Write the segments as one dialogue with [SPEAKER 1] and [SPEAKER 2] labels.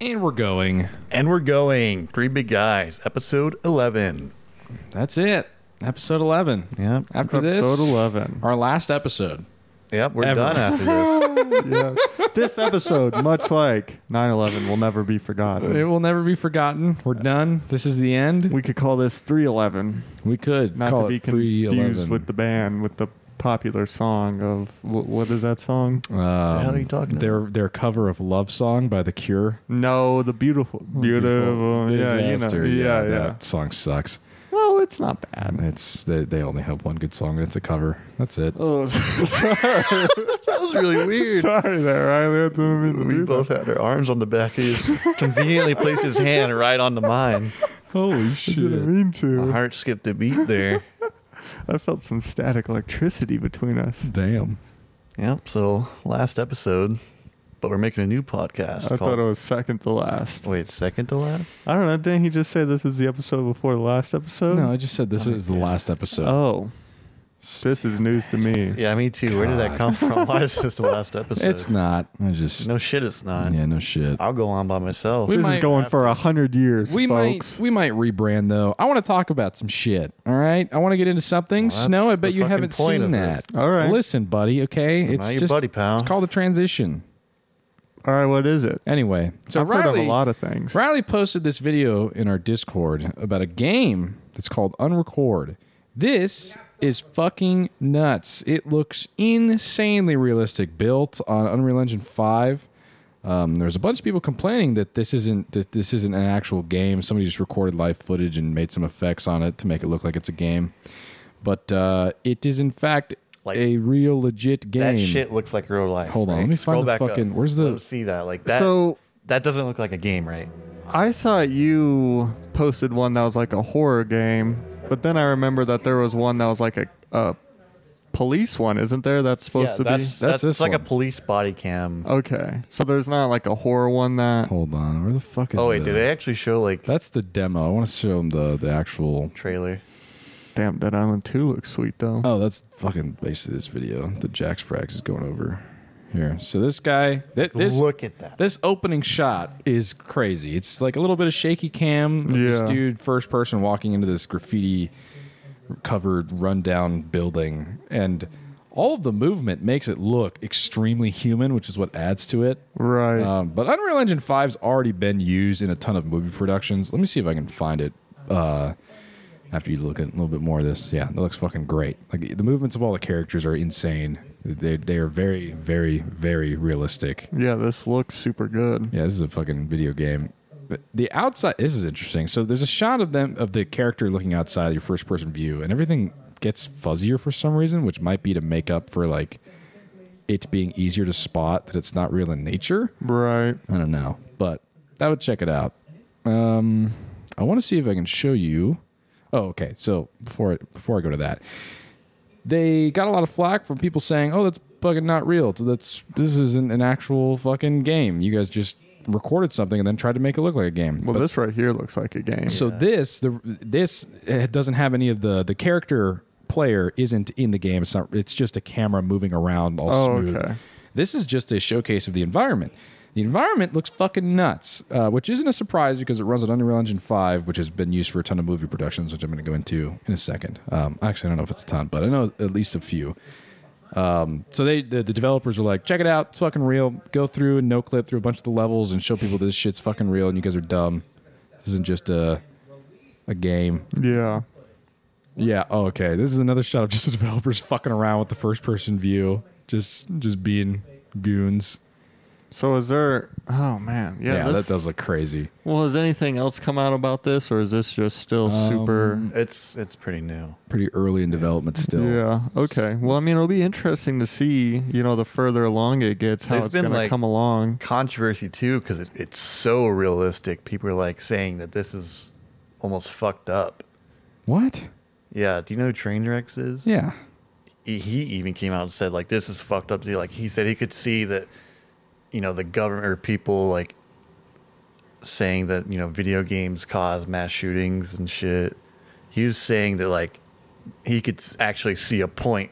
[SPEAKER 1] And we're going.
[SPEAKER 2] And we're going. Three Big Guys, episode 11.
[SPEAKER 1] That's it. Episode 11.
[SPEAKER 2] Yep.
[SPEAKER 1] After this,
[SPEAKER 3] Episode 11.
[SPEAKER 1] our last episode.
[SPEAKER 2] Yep, we're
[SPEAKER 1] Ever.
[SPEAKER 2] done after this.
[SPEAKER 3] Yeah. this episode, much like 9 11, will never be
[SPEAKER 1] It
[SPEAKER 3] forgotten.
[SPEAKER 1] will never be forgotten. We're done. This is the end. We,
[SPEAKER 3] We could call this 311,
[SPEAKER 1] could
[SPEAKER 3] not
[SPEAKER 1] call
[SPEAKER 3] to be
[SPEAKER 1] it 311.
[SPEAKER 3] confused with the band, with the popular song of wh- what is that song?
[SPEAKER 1] um,
[SPEAKER 2] the hell are you talking
[SPEAKER 1] their, their cover of Love Song by The Cure.
[SPEAKER 3] No, the beautiful, beautiful, yeah, you know,
[SPEAKER 1] Disaster.
[SPEAKER 3] yeah, yeah.
[SPEAKER 1] That song sucks.
[SPEAKER 3] Well, it's not bad.
[SPEAKER 1] It's they, they only have one good song. It's a cover. That's it.
[SPEAKER 3] Oh, sorry,
[SPEAKER 2] that was really weird.
[SPEAKER 3] sorry there, Riley. I didn't mean to
[SPEAKER 2] We
[SPEAKER 3] do that.
[SPEAKER 2] both had our arms on the back. He just conveniently placed his hand right onto mine.
[SPEAKER 1] Holy
[SPEAKER 3] Didn't mean
[SPEAKER 2] My
[SPEAKER 1] Uh-huh.
[SPEAKER 3] to.
[SPEAKER 2] heart skipped a beat there.
[SPEAKER 3] I felt some static electricity between us.
[SPEAKER 1] Damn.
[SPEAKER 2] Yep, so last episode, but we're making a new podcast.
[SPEAKER 3] I
[SPEAKER 2] called,
[SPEAKER 3] thought it was second to last.
[SPEAKER 2] Wait, second to last?
[SPEAKER 3] I don't know. Didn't he just say this was the episode before the last episode?
[SPEAKER 1] No, I just said this is the last episode.
[SPEAKER 3] oh, this is news to me.
[SPEAKER 2] Yeah, me too. Where did that
[SPEAKER 1] God.
[SPEAKER 2] come from? Why is this the last episode?
[SPEAKER 1] it's not. I just
[SPEAKER 2] No shit, it's not.
[SPEAKER 1] yeah, no shit.
[SPEAKER 2] I'll go on by myself.
[SPEAKER 1] We
[SPEAKER 3] This
[SPEAKER 1] might-
[SPEAKER 3] is going for a hundred years,
[SPEAKER 1] we
[SPEAKER 3] folks.
[SPEAKER 1] might we might rebrand though. I want to talk about some shit. All right, I want to get into something.
[SPEAKER 2] that's
[SPEAKER 1] Snow, I bet
[SPEAKER 2] the
[SPEAKER 1] you
[SPEAKER 2] fucking
[SPEAKER 1] haven't
[SPEAKER 2] point
[SPEAKER 1] seen
[SPEAKER 2] of this.
[SPEAKER 1] that.
[SPEAKER 3] All right.
[SPEAKER 1] listen, buddy. Okay, it's
[SPEAKER 2] not your
[SPEAKER 1] just
[SPEAKER 2] buddy, pal.
[SPEAKER 1] it's called a transition.
[SPEAKER 3] All right, what is it?
[SPEAKER 1] Anyway, so
[SPEAKER 3] I've
[SPEAKER 1] Riley,
[SPEAKER 3] heard of a lot of things.
[SPEAKER 1] Riley posted this video in our Discord about a game that's called Unrecord. This is fucking nuts. It looks insanely realistic, built on Unreal Engine 5. Um, there's a bunch of people complaining that this isn't that this isn't an actual game. Somebody just recorded live footage and made some effects on it to make it look like it's a game, but uh, it is in fact
[SPEAKER 2] Like,
[SPEAKER 1] a real legit game.
[SPEAKER 2] That shit looks like real life.
[SPEAKER 1] Hold on,
[SPEAKER 2] right?
[SPEAKER 1] let me find
[SPEAKER 2] Scroll
[SPEAKER 1] the
[SPEAKER 2] back
[SPEAKER 1] fucking-
[SPEAKER 2] Up.
[SPEAKER 1] where's the-
[SPEAKER 2] Let me see that like that?
[SPEAKER 3] So-
[SPEAKER 2] that doesn't look like a game, right?
[SPEAKER 3] I thought you posted one that was like a horror game, but then I remember that there was one that was like a, a police one, isn't there? That's Oh, supposed to
[SPEAKER 2] that's,
[SPEAKER 1] That's
[SPEAKER 2] that's,
[SPEAKER 1] this
[SPEAKER 2] it's like a
[SPEAKER 1] one.
[SPEAKER 2] police body cam.
[SPEAKER 3] be. Okay, so there's not like a horror one that.
[SPEAKER 1] Hold on, where the fuck is?
[SPEAKER 2] oh wait,
[SPEAKER 1] the-
[SPEAKER 2] did they actually show like
[SPEAKER 1] That's the demo. I want to show them the the actual
[SPEAKER 2] trailer?
[SPEAKER 3] Damn, Dead Island Two looks sweet though.
[SPEAKER 1] Oh, that's fucking basically this video that Jax Frags is going over here. So this guy, th- this
[SPEAKER 2] Look at that.
[SPEAKER 1] this opening shot is crazy. It's like a little bit of shaky cam. of This
[SPEAKER 3] Yeah.
[SPEAKER 1] dude, first person walking into this graffiti covered, rundown building, and all of the movement makes it look extremely human, which is what adds to it.
[SPEAKER 3] Right.
[SPEAKER 1] Um, but Unreal Engine 5's already been used in a ton of movie productions. Let me see if I can find it. Uh, after you look at a little bit more of this, yeah, that looks fucking great. Like the movements of all the characters are insane. They they are very very very realistic.
[SPEAKER 3] yeah, this looks super good.
[SPEAKER 1] Yeah, this is a fucking video game. But the outside this is interesting. So there's a shot of them of the character looking outside your first person view, and everything gets fuzzier for some reason, which might be to make up for like it being easier to spot that it's not real in nature.
[SPEAKER 3] Right.
[SPEAKER 1] I don't know, but I would check it out. Um, I want to see if I can show you. Oh, okay. So before before I go to that, they got a lot of flack from people saying, "Oh, that's fucking not real. That's this isn't an actual fucking game. You guys just recorded something and then tried to make it look like a game."
[SPEAKER 3] Well,
[SPEAKER 1] But-
[SPEAKER 3] this right here looks like a game.
[SPEAKER 1] so this the this uh, doesn't have any of the the character player isn't in the game. It's not. It's just a camera moving around all
[SPEAKER 3] Oh,
[SPEAKER 1] smooth.
[SPEAKER 3] okay.
[SPEAKER 1] This is just a showcase of the environment. The environment looks fucking nuts, uh, which isn't a surprise because it runs on Unreal Engine 5, which has been used for a ton of movie productions, which I'm going to go into in a second. Um, actually, I don't know if it's a ton, but I know at least a few. Um, So they the, the developers are like, check it out, it's fucking real. Go through and no clip through a bunch of the levels and show people this shit's fucking real and you guys are dumb. This isn't just a a game.
[SPEAKER 3] yeah.
[SPEAKER 1] Yeah, oh, okay. This is another shot of just the developers fucking around with the first person view. Just just being goons.
[SPEAKER 3] So is there? Oh man, yeah.
[SPEAKER 1] Yeah,
[SPEAKER 3] this-
[SPEAKER 1] that does look crazy.
[SPEAKER 3] Well, has anything else come out about this, or is this just still
[SPEAKER 1] Um,
[SPEAKER 3] super?
[SPEAKER 2] It's it's pretty new.
[SPEAKER 1] Pretty early in development still.
[SPEAKER 3] Yeah. Okay. Well, I mean, it'll be interesting to see. You know, the further along it gets, how
[SPEAKER 2] There's
[SPEAKER 3] it's
[SPEAKER 2] been,
[SPEAKER 3] going
[SPEAKER 2] like-
[SPEAKER 3] to come along.
[SPEAKER 2] Controversy too, because it, it's so realistic. People are like saying that this is almost fucked up.
[SPEAKER 1] What?
[SPEAKER 2] Yeah, do you know who Trainwrecks is?
[SPEAKER 1] Yeah.
[SPEAKER 2] he he even came out and said like this is fucked up to you. like he said he could see that you know the government or people like saying that you know video games cause mass shootings and shit he was saying that like he could s- actually see a point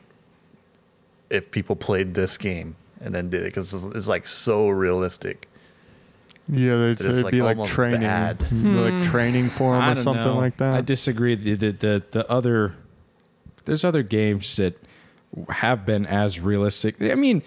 [SPEAKER 2] if people played this game and then did it because it's, it's like so realistic
[SPEAKER 3] Yeah, they'd
[SPEAKER 2] That
[SPEAKER 3] say
[SPEAKER 2] it's,
[SPEAKER 3] it'd
[SPEAKER 2] like,
[SPEAKER 3] be like
[SPEAKER 2] almost
[SPEAKER 3] training,
[SPEAKER 2] bad.
[SPEAKER 3] like training for 'em
[SPEAKER 1] Hmm. I
[SPEAKER 3] or
[SPEAKER 1] don't
[SPEAKER 3] something
[SPEAKER 1] know.
[SPEAKER 3] like that.
[SPEAKER 1] I disagree. The, the the the other there's other games that have been as realistic. I mean,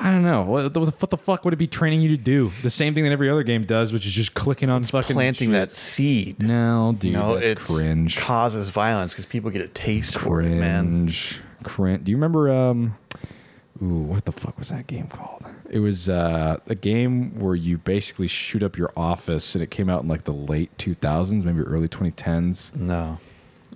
[SPEAKER 1] I don't know what the, what the fuck would it be training you to do? The same thing that every other game does, which is just clicking on fucking
[SPEAKER 2] planting
[SPEAKER 1] shit.
[SPEAKER 2] that seed.
[SPEAKER 1] No,
[SPEAKER 2] you
[SPEAKER 1] dude,
[SPEAKER 2] know,
[SPEAKER 1] that's
[SPEAKER 2] it's
[SPEAKER 1] cringe.
[SPEAKER 2] causes violence because people get a taste for it, man.
[SPEAKER 1] cringe, cringe. Do you remember? Um, ooh, what the fuck was that game called? It was uh, a game where you basically shoot up your office, and it came out in like the late 2000s, maybe early 2010s.
[SPEAKER 2] No,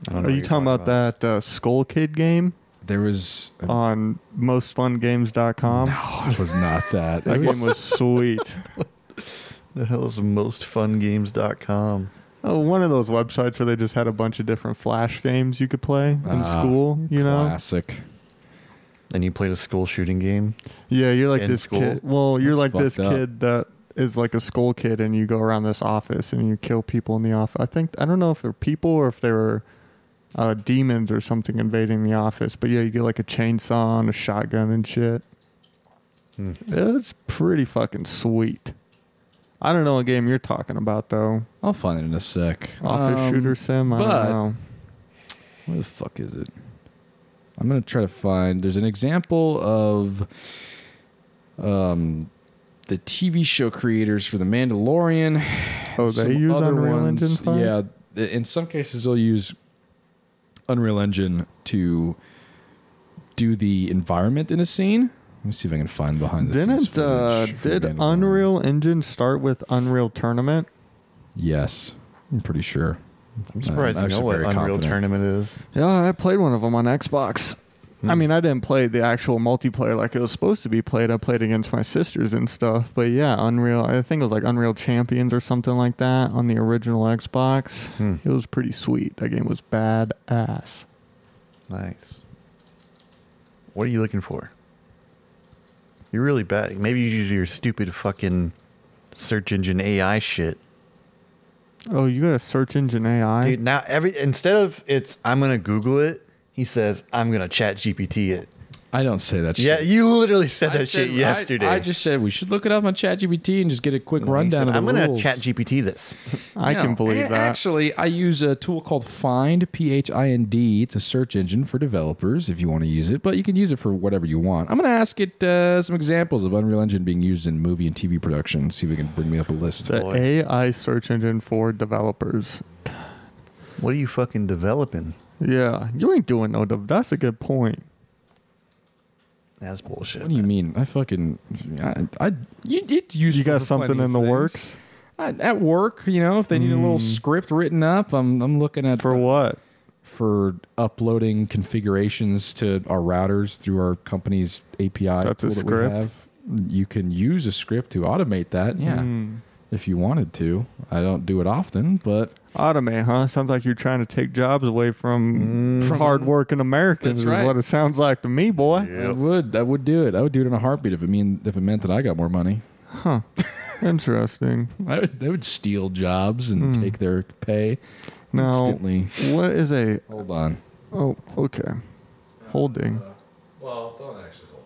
[SPEAKER 2] I don't know
[SPEAKER 3] Are you talking about, that uh, Skull Kid game
[SPEAKER 1] There was a
[SPEAKER 3] on mostfungames.com?
[SPEAKER 1] No, it was not that.
[SPEAKER 3] That
[SPEAKER 1] It was-
[SPEAKER 3] game was sweet.
[SPEAKER 2] The hell is mostfungames.com?
[SPEAKER 3] Oh, one of those websites where they just had a bunch of different flash games you could play in
[SPEAKER 1] Ah,
[SPEAKER 3] school, you know?
[SPEAKER 1] classic.
[SPEAKER 2] And you played a school shooting game.
[SPEAKER 3] Yeah, you're like
[SPEAKER 2] In
[SPEAKER 3] this
[SPEAKER 2] school?
[SPEAKER 3] kid. Well, you're
[SPEAKER 1] That's
[SPEAKER 3] like this
[SPEAKER 1] fucked up.
[SPEAKER 3] kid that is like a school kid, and you go around this office and you kill people in the office. I think I don't know if they're people or if they were uh, demons or something invading the office. But yeah, you get like a chainsaw and a shotgun and shit.
[SPEAKER 2] Hmm.
[SPEAKER 3] It's pretty fucking sweet. I don't know what game you're talking about though.
[SPEAKER 1] I'll find it in a sec.
[SPEAKER 3] Office
[SPEAKER 1] Um,
[SPEAKER 3] shooter sim. I
[SPEAKER 1] but-
[SPEAKER 3] don't know.
[SPEAKER 1] Where the fuck is it? I'm gonna try to find. There's an example of, um, the TV show creators for The Mandalorian.
[SPEAKER 3] Oh,
[SPEAKER 1] some
[SPEAKER 3] they use
[SPEAKER 1] other
[SPEAKER 3] Unreal
[SPEAKER 1] ones.
[SPEAKER 3] Engine 5?
[SPEAKER 1] Yeah, th- in some cases they'll use Unreal Engine to do the environment in a scene. Let me see if I can find behind the scenes.
[SPEAKER 3] Didn't uh,
[SPEAKER 1] footage for
[SPEAKER 3] did
[SPEAKER 1] The Mandalorian.
[SPEAKER 3] Unreal Engine start with Unreal Tournament?
[SPEAKER 1] Yes, I'm pretty sure.
[SPEAKER 2] I'm
[SPEAKER 1] surprised
[SPEAKER 2] surprised
[SPEAKER 1] I'm you
[SPEAKER 2] you
[SPEAKER 1] know actually
[SPEAKER 2] know
[SPEAKER 1] what
[SPEAKER 2] what
[SPEAKER 1] very
[SPEAKER 2] Unreal
[SPEAKER 1] Unreal confident.
[SPEAKER 2] Tournament is.
[SPEAKER 3] Yeah, I played one of them on Xbox. I mean, I didn't play the actual multiplayer like it was supposed to be played. I played against my sisters and stuff. But yeah, Unreal. I think it was like Unreal Champions or something like that on the original Xbox.
[SPEAKER 2] Hmm.
[SPEAKER 3] It was pretty sweet. That game was badass.
[SPEAKER 2] Nice. What are you looking for? You're really bad. Maybe you use your stupid fucking search engine AI shit.
[SPEAKER 3] Oh, you got a search engine AI?
[SPEAKER 2] Dude, now every instead of it's I'm gonna Google it, he says I'm gonna Chat GPT it.
[SPEAKER 1] I don't say that.
[SPEAKER 2] Yeah,
[SPEAKER 1] shit.
[SPEAKER 2] you literally said
[SPEAKER 1] I
[SPEAKER 2] that shit
[SPEAKER 1] said- I-
[SPEAKER 2] yesterday.
[SPEAKER 1] I, just said we should look it up on ChatGPT and just get a quick
[SPEAKER 2] He
[SPEAKER 1] rundown
[SPEAKER 2] said,
[SPEAKER 1] of the
[SPEAKER 2] I'm gonna
[SPEAKER 1] rules.
[SPEAKER 2] Chat GPT this.
[SPEAKER 3] I
[SPEAKER 1] No.
[SPEAKER 3] can believe
[SPEAKER 1] And
[SPEAKER 3] that.
[SPEAKER 1] Actually, I use a tool called Find P H I N D. It's a search engine for developers if you want to use it, but you can use it for whatever you want. I'm gonna ask it uh, some examples of Unreal Engine being used in movie and TV production. See if it can bring me up a list.
[SPEAKER 3] the
[SPEAKER 2] boy.
[SPEAKER 3] AI search engine for developers.
[SPEAKER 2] What are you fucking developing?
[SPEAKER 3] Yeah, you ain't doing no. Dev- that's a good point.
[SPEAKER 2] That's bullshit.
[SPEAKER 1] What do you mean? I fucking I, I you, it's useful.
[SPEAKER 3] You got
[SPEAKER 1] for plenty
[SPEAKER 3] something in
[SPEAKER 1] of
[SPEAKER 3] the
[SPEAKER 1] things.
[SPEAKER 3] works
[SPEAKER 1] I, at work, you know, if they need a little
[SPEAKER 3] Mm.
[SPEAKER 1] script written up, I'm I'm looking at
[SPEAKER 3] for what?
[SPEAKER 1] for uploading configurations to our routers through our company's API
[SPEAKER 3] That's a
[SPEAKER 1] tool that
[SPEAKER 3] script?
[SPEAKER 1] we have. You can use a script to automate that, yeah,
[SPEAKER 3] Hmm.
[SPEAKER 1] if you wanted to. I don't do it often, but
[SPEAKER 3] Automate, huh? Sounds like you're trying to take jobs away from
[SPEAKER 1] Mm-hmm.
[SPEAKER 2] Mhm.
[SPEAKER 3] hardworking Americans.
[SPEAKER 1] That's
[SPEAKER 3] Is
[SPEAKER 1] right.
[SPEAKER 3] what it sounds like to me, boy.
[SPEAKER 2] Yeah.
[SPEAKER 1] I
[SPEAKER 2] Yep.
[SPEAKER 1] would I would do it. I would do it in a heartbeat if it mean if it meant that I got more money.
[SPEAKER 3] Huh? Interesting.
[SPEAKER 1] I would I would steal jobs and
[SPEAKER 3] Hmm.
[SPEAKER 1] take their pay
[SPEAKER 3] Now,
[SPEAKER 1] instantly.
[SPEAKER 3] what is a?
[SPEAKER 1] Hold on.
[SPEAKER 3] Oh, okay. Holding.
[SPEAKER 1] Well, don't actually hold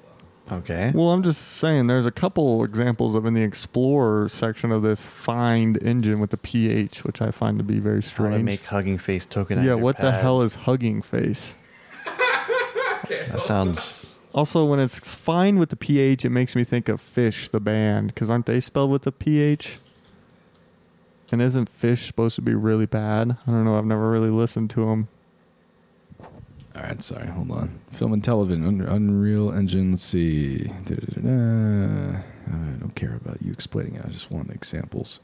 [SPEAKER 1] on.
[SPEAKER 2] okay.
[SPEAKER 3] Well, I'm just saying, there's a couple examples of in the Explorer section of this find engine with the ph, which I find to be very
[SPEAKER 2] How to
[SPEAKER 3] strange.
[SPEAKER 2] make hugging face token?
[SPEAKER 3] yeah, what the hell is hugging face?
[SPEAKER 2] that? Sounds
[SPEAKER 3] Also, when it's fine with the ph, it makes me think of Fish, the band, because aren't they spelled with a ph? And isn't Fish supposed to be really bad? I don't know. I've never really listened to them.
[SPEAKER 1] All right, sorry. Hold on. Film and television, Un- Unreal Engine. Let's see. Da-da-da-da. I don't care about you explaining it. I just want examples.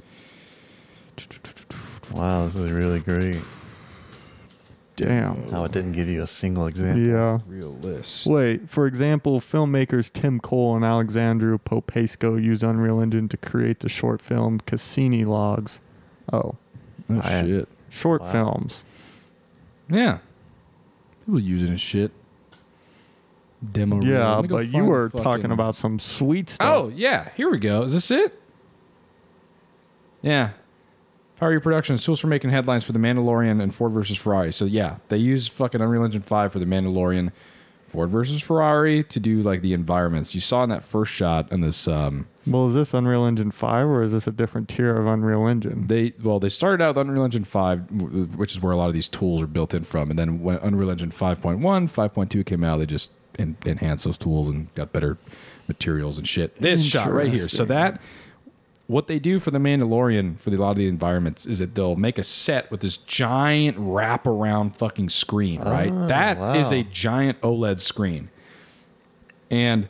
[SPEAKER 2] wow. This is really great.
[SPEAKER 3] Damn.
[SPEAKER 2] How it didn't give you a single example.
[SPEAKER 3] Yeah.
[SPEAKER 1] Real list.
[SPEAKER 3] Wait, for example, filmmakers Tim Cole and Alexandru Popesco used Unreal Engine to create the short film Cassini Logs. Oh,
[SPEAKER 1] Oh
[SPEAKER 2] I-
[SPEAKER 1] shit.
[SPEAKER 3] short
[SPEAKER 2] Wow.
[SPEAKER 3] films.
[SPEAKER 1] Yeah. People using his shit. Demo. reel.
[SPEAKER 3] Yeah,
[SPEAKER 1] Let me go
[SPEAKER 3] but you
[SPEAKER 1] find
[SPEAKER 3] were
[SPEAKER 1] fucking-
[SPEAKER 3] talking about some sweet
[SPEAKER 1] Oh
[SPEAKER 3] stuff.
[SPEAKER 1] yeah. Here we go. Is this it? Yeah. Power Your Productions tools for making headlines for The Mandalorian and Ford versus Ferrari. So yeah, they use fucking Unreal Engine Five for The Mandalorian, Ford versus Ferrari to do like the environments. You saw in that first shot in this um,
[SPEAKER 3] Well, is this Unreal Engine 5 or is this a different tier of Unreal Engine?
[SPEAKER 1] they well they started out with unreal engine 5 w- which is where a lot of these tools are built in from and then when unreal engine 5.1 5.2 came out they just en- enhanced those tools and got better materials and shit this shot right here so
[SPEAKER 3] Interesting.
[SPEAKER 1] that what they do for the mandalorian for the, a lot of the environments is that they'll make a set with this giant wraparound fucking screen right That is
[SPEAKER 2] wow.
[SPEAKER 1] a giant oled screen and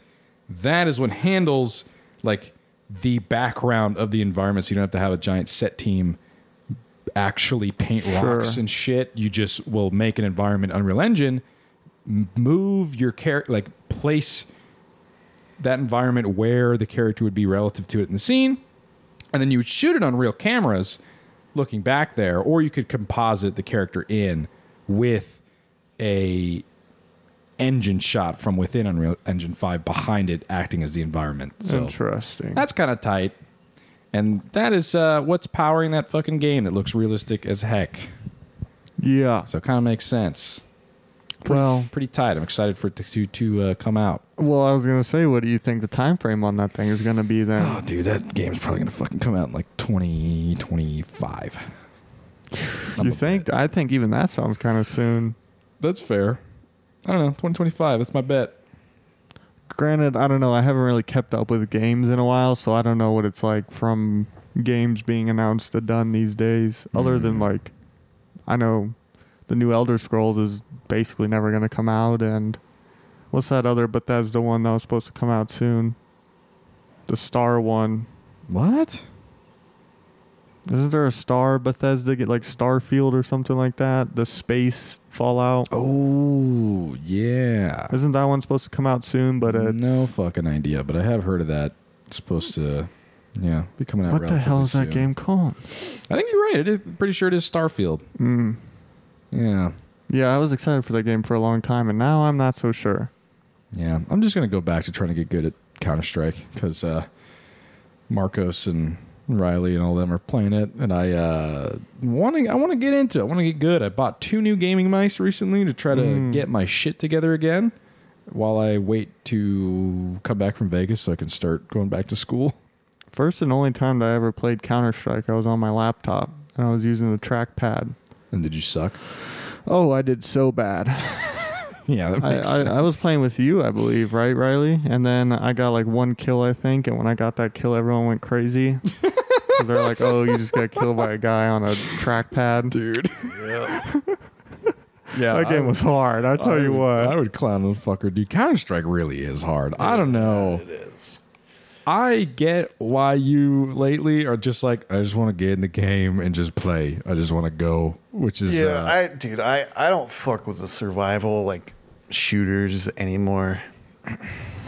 [SPEAKER 1] that is what handles like the background of the environment so you don't have to have a giant set team actually paint
[SPEAKER 3] Sure.
[SPEAKER 1] rocks and shit you just will make an environment unreal engine m- move your character like place that environment where the character would be relative to it in the scene and then you would shoot it on real cameras looking back there or you could composite the character in with a engine shot from within unreal engine 5 behind it acting as the environment so
[SPEAKER 3] Interesting.
[SPEAKER 1] that's kind of tight and that is uh, what's powering that fucking game that looks realistic as heck
[SPEAKER 3] yeah.
[SPEAKER 1] so it kind of makes sense
[SPEAKER 3] Well,
[SPEAKER 1] pretty tight i'm excited for it to, to uh, come out
[SPEAKER 3] well, I was going to say, what do you think the time frame on that thing is going to be then?
[SPEAKER 1] oh dude that game's probably gonna fucking come out in like 2025
[SPEAKER 3] you think? I think even that sounds kind of soon.
[SPEAKER 1] That's fair. I don't know. 2025. That's my bet.
[SPEAKER 3] Granted, I don't know. I haven't really kept up with games in a while, so I don't know what it's like from games being announced to done these days. Other than
[SPEAKER 1] Mhm.
[SPEAKER 3] like, I know the new Elder Scrolls is basically never going to come out, and what's that other? But that's the one that was supposed to come out soon. The Star one.
[SPEAKER 1] What?
[SPEAKER 3] Isn't there a Star Bethesda get like Starfield or something like that? The space Fallout.
[SPEAKER 1] Oh yeah.
[SPEAKER 3] Isn't that one supposed to come out soon? But it's
[SPEAKER 1] no fucking idea. But I have heard of that. It's supposed to, yeah, be coming out.
[SPEAKER 3] What the hell
[SPEAKER 1] relatively
[SPEAKER 3] is that
[SPEAKER 1] soon.
[SPEAKER 3] game called?
[SPEAKER 1] I think you're right. It is, I'm pretty sure it is Starfield.
[SPEAKER 3] Mm.
[SPEAKER 1] Yeah.
[SPEAKER 3] Yeah, I was excited for that game for a long time, and now I'm not so sure.
[SPEAKER 1] Yeah. I'm just gonna go back to trying to get good at Counter Strike because uh, Marcos and Riley and all them are playing it, and I uh, wanting I want to get into. it. I want to get good. I bought two new gaming mice recently to try to
[SPEAKER 3] Mm.
[SPEAKER 1] get my shit together again, while I wait to come back from Vegas so I can start going back to school.
[SPEAKER 3] First and only time that I ever played Counter Strike, I was on my laptop and I was using the trackpad.
[SPEAKER 1] And did you suck?
[SPEAKER 3] Oh, I did so bad.
[SPEAKER 1] Yeah, that
[SPEAKER 3] I,
[SPEAKER 1] makes
[SPEAKER 3] I,
[SPEAKER 1] sense.
[SPEAKER 3] I was playing with you, I believe, right, Riley? And then I got like one kill, I think. And when I got that kill, everyone went crazy. 'Cause They're like, "Oh, you just got killed by a guy on a trackpad."
[SPEAKER 1] dude.
[SPEAKER 2] Yeah.
[SPEAKER 1] Yeah,
[SPEAKER 3] that game was hard. I tell you
[SPEAKER 1] would-
[SPEAKER 3] what.
[SPEAKER 1] I would clown the fucker, dude. Counter Strike really is hard. I don't know.
[SPEAKER 2] It is.
[SPEAKER 1] I get why you lately are just like I just want to get in the game and just play. I just want to go, which is
[SPEAKER 2] Yeah,
[SPEAKER 1] uh,
[SPEAKER 2] I dude, I I don't fuck with the survival like shooters anymore.